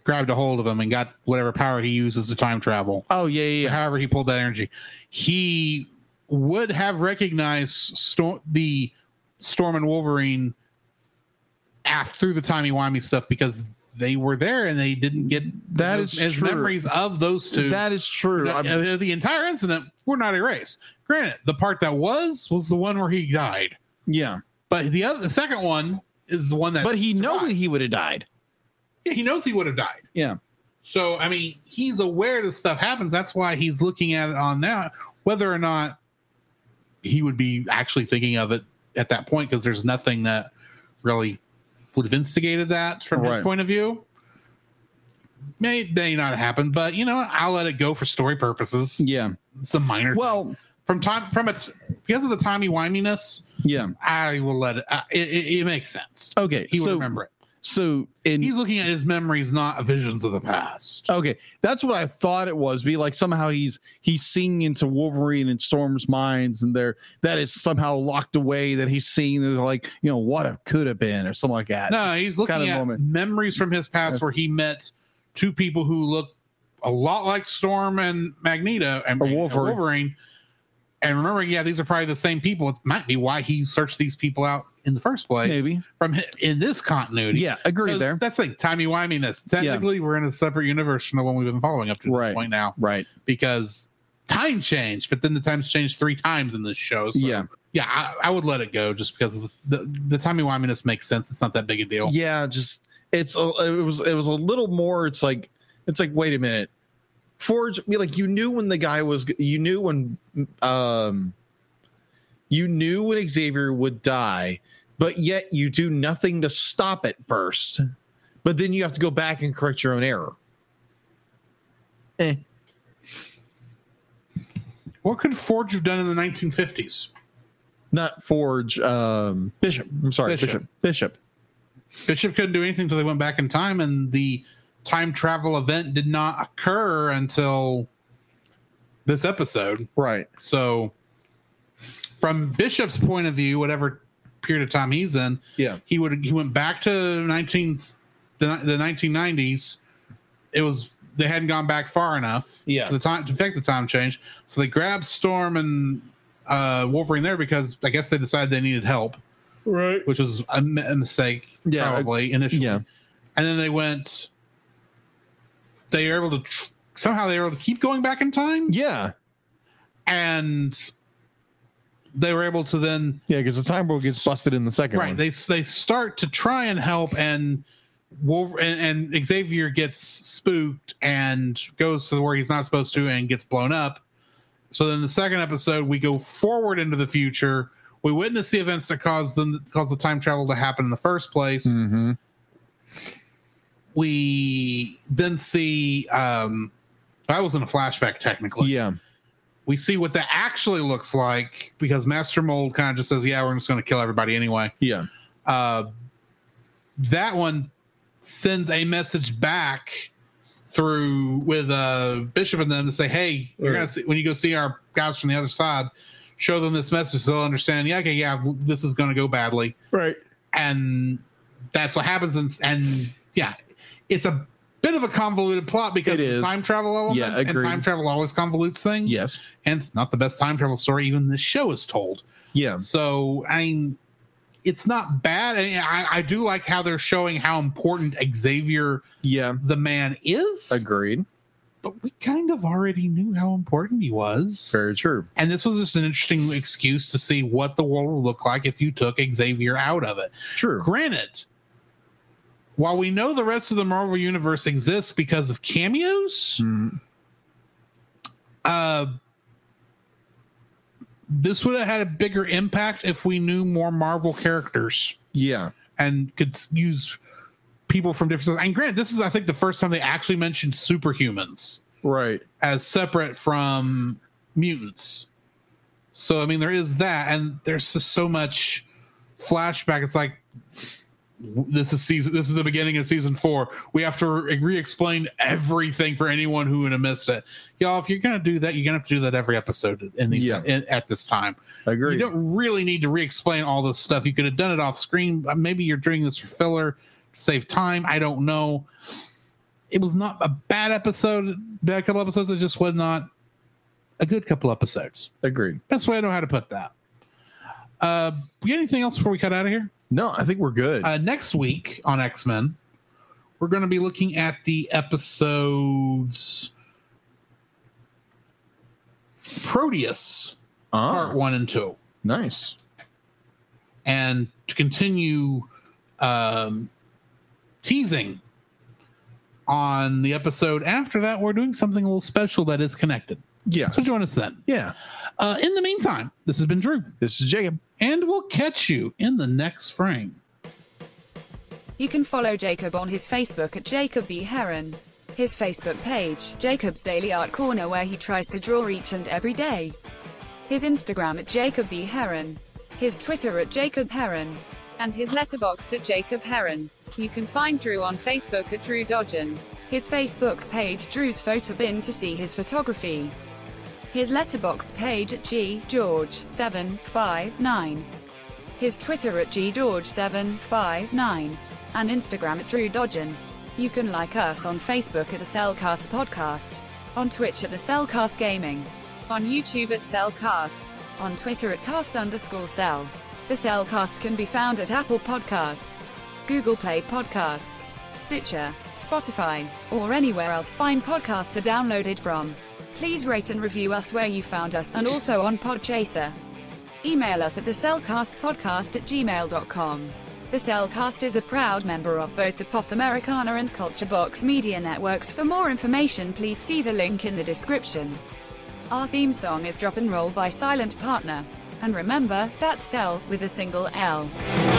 [SPEAKER 2] grabbed a hold of him and got whatever power he uses to time travel
[SPEAKER 3] Oh yeah, yeah, yeah.
[SPEAKER 2] however he pulled that energy he would have recognized storm the storm and wolverine after the timey-wimey stuff because they were there and they didn't get
[SPEAKER 3] That
[SPEAKER 2] those-
[SPEAKER 3] is
[SPEAKER 2] his
[SPEAKER 3] true.
[SPEAKER 2] memories of those two
[SPEAKER 3] That is true.
[SPEAKER 2] no,
[SPEAKER 3] I'm-
[SPEAKER 2] uh, the entire incident were not erased. Granted, the part that was was the one where he died,
[SPEAKER 3] yeah,
[SPEAKER 2] but the other, the second one is the one that.
[SPEAKER 3] but he
[SPEAKER 2] survived.
[SPEAKER 3] know that he would have died.
[SPEAKER 2] Yeah, he knows he would have died.
[SPEAKER 3] Yeah.
[SPEAKER 2] So I mean, he's aware this stuff happens. That's why he's looking at it on now. Whether or not he would be actually thinking of it at that point, because there's nothing that really would have instigated that from his
[SPEAKER 3] Right.
[SPEAKER 2] point of view. May may not happen, but you know, I'll let it go for story purposes.
[SPEAKER 3] Yeah.
[SPEAKER 2] Some minor
[SPEAKER 3] Well,
[SPEAKER 2] from time from it because of the timey wiminess.
[SPEAKER 3] yeah.
[SPEAKER 2] I will let it, I, it. It it makes sense.
[SPEAKER 3] Okay.
[SPEAKER 2] He would
[SPEAKER 3] so,
[SPEAKER 2] remember it.
[SPEAKER 3] so in
[SPEAKER 2] He's looking at his memories, not visions of the past.
[SPEAKER 3] okay, that's what I thought it was. Be like somehow he's he's seeing into Wolverine and Storm's minds, and there that is somehow locked away that he's seeing. They're like, you know, what if could have been or something like that.
[SPEAKER 2] No, he's looking
[SPEAKER 3] Kind of
[SPEAKER 2] at
[SPEAKER 3] moment.
[SPEAKER 2] memories from his past
[SPEAKER 3] Yes.
[SPEAKER 2] where he met two people who looked a lot like Storm and Magneto and
[SPEAKER 3] Or
[SPEAKER 2] Magneto,
[SPEAKER 3] Wolverine.
[SPEAKER 2] Wolverine. And remembering, yeah, these are probably the same people. It might be why he searched these people out in the first place.
[SPEAKER 3] Maybe.
[SPEAKER 2] from hi- in this continuity.
[SPEAKER 3] Yeah, agree
[SPEAKER 2] Because
[SPEAKER 3] there.
[SPEAKER 2] That's like timey wiminess. Technically, we're in a separate universe from the one we've been following up to
[SPEAKER 3] Right.
[SPEAKER 2] this point now
[SPEAKER 3] Right.
[SPEAKER 2] because time changed, but then the times changed three times in this show. So
[SPEAKER 3] Yeah.
[SPEAKER 2] yeah, I, I would let it go just because of the the, the timey wiminess makes sense. It's not that big a deal.
[SPEAKER 3] yeah just it's a, it was it was a little more it's like it's like wait a minute forge be like you knew when the guy was you knew when um you knew when xavier would die but yet you do nothing to stop it first but then you have to go back and correct your own error eh.
[SPEAKER 2] What could Forge have done in the 1950s?
[SPEAKER 3] not forge um bishop i'm sorry
[SPEAKER 2] Bishop.
[SPEAKER 3] bishop bishop,
[SPEAKER 2] Bishop couldn't do anything until they went back in time, and the time travel event did not occur until this episode.
[SPEAKER 3] right
[SPEAKER 2] So, from Bishop's point of view, whatever period of time he's in,
[SPEAKER 3] Yeah.
[SPEAKER 2] he would he went back to nineteen the the nineteen nineties. It was they hadn't gone back far enough,
[SPEAKER 3] Yeah.
[SPEAKER 2] to the time to affect the time change. So they grabbed Storm and uh, Wolverine there because I guess they decided they needed help,
[SPEAKER 3] right
[SPEAKER 2] which was a, mi- a mistake
[SPEAKER 3] Yeah,
[SPEAKER 2] probably initially.
[SPEAKER 3] yeah.
[SPEAKER 2] and then they went. They were able to tr- somehow they were able to keep going back in time
[SPEAKER 3] yeah
[SPEAKER 2] and they were able to then
[SPEAKER 3] yeah because the time world gets busted in the second
[SPEAKER 2] right
[SPEAKER 3] one.
[SPEAKER 2] they they start to try and help and Wolver- and, and Xavier gets spooked and goes to where he's not supposed to and gets blown up. So then the second episode we go forward into the future. We witness the events that caused them caused the time travel to happen in the first place.
[SPEAKER 3] Mhm.
[SPEAKER 2] We then see um That was in a flashback, technically.
[SPEAKER 5] Yeah.
[SPEAKER 2] We see what that actually looks like because Master Mold kind of just says, "Yeah, we're just going to kill everybody anyway."
[SPEAKER 5] Yeah.
[SPEAKER 2] Uh, that one sends a message back through with uh, Bishop and them to say, "Hey, you're gonna see, when you go see our guys from the other side, show them this message. So they'll understand. Yeah, okay, yeah, w- this is going to go badly."
[SPEAKER 5] Right.
[SPEAKER 2] and that's what happens and, and yeah it's a bit of a convoluted plot because
[SPEAKER 5] It
[SPEAKER 2] of the
[SPEAKER 5] is.
[SPEAKER 2] time travel element
[SPEAKER 5] Yeah,
[SPEAKER 2] and
[SPEAKER 5] agreed.
[SPEAKER 2] time travel always convolutes things
[SPEAKER 5] Yes.
[SPEAKER 2] and it's not the best time travel story even this show is told
[SPEAKER 5] Yeah.
[SPEAKER 2] so i mean it's not bad and I, I do like how they're showing how important xavier
[SPEAKER 5] Yeah.
[SPEAKER 2] the man is
[SPEAKER 5] Agreed.
[SPEAKER 2] but we kind of already knew how important he was
[SPEAKER 5] Very true.
[SPEAKER 2] and this was just an interesting excuse to see what the world would look like if you took xavier out of it
[SPEAKER 5] True.
[SPEAKER 2] Granted, while we know the rest of the Marvel universe exists because of cameos,
[SPEAKER 5] Mm,
[SPEAKER 2] uh, this would have had a bigger impact if we knew more Marvel characters
[SPEAKER 5] yeah.
[SPEAKER 2] and could s- use people from different. And granted, this is I think the first time they actually mentioned superhumans
[SPEAKER 5] Right.
[SPEAKER 2] as separate from mutants. So I mean, there is that, and there's just so much flashback. It's like w- this is season. This is the beginning of season four. We have to re- re-explain everything for anyone who would have missed it, y'all. If you're gonna do that, you're gonna have to do that every episode in these
[SPEAKER 5] Yeah.
[SPEAKER 2] in- at this time.
[SPEAKER 5] Agreed.
[SPEAKER 2] You don't really need to re-explain all this stuff. You could have done it off screen. Uh, Maybe you're doing this for filler to save time. I don't know. It was not a bad episode, bad couple episodes. It just was not a good couple episodes.
[SPEAKER 5] Agreed.
[SPEAKER 2] That's the way I know how to put that. Uh, we got anything else before we cut out of here?
[SPEAKER 5] No, I think we're good.
[SPEAKER 2] Uh, next week on X Men, we're going to be looking at the episodes Proteus
[SPEAKER 5] Ah,
[SPEAKER 2] Part One and Two.
[SPEAKER 5] nice.
[SPEAKER 2] and to continue um, teasing on the episode after that, we're doing something a little special that is connected.
[SPEAKER 5] Yeah.
[SPEAKER 2] So join us then.
[SPEAKER 5] Yeah.
[SPEAKER 2] Uh, in the meantime, this has been Drew,
[SPEAKER 5] This is Jacob.
[SPEAKER 2] and we'll catch you in the next frame.
[SPEAKER 1] You can follow Jacob on his Facebook at Jacob B. Heron. His Facebook page, Jacob's Daily Art Corner, where he tries to draw each and every day.
[SPEAKER 10] His Instagram at Jacob B. Heron. His Twitter at Jacob Heron. And his letterboxd at Jacob Heron. You can find Drew on Facebook at Drew Dodgen.
[SPEAKER 1] His Facebook page, Drew's Photo Bin, to see his photography.
[SPEAKER 10] His letterboxd page at G. George759.
[SPEAKER 1] His Twitter at ggeorge759.
[SPEAKER 10] And Instagram at Drew Dodgen. You can like us on Facebook at the Cellcast Podcast. On Twitch at the Cellcast Gaming. On YouTube at Cellcast.
[SPEAKER 1] On Twitter at cast underscore cell. The Cellcast can be found at Apple Podcasts, Google Play Podcasts, Stitcher, Spotify, or anywhere else fine podcasts are downloaded from. Please rate and review us where you found us and also on Podchaser. Email us at the Podcast at gmail.com. The Cellcast is a proud member of both the Pop Americana and Culture Box media networks. For more information, please see the link in the description.
[SPEAKER 10] Our theme song is Drop and Roll by Silent Partner. And remember, that's Cell, with a single L.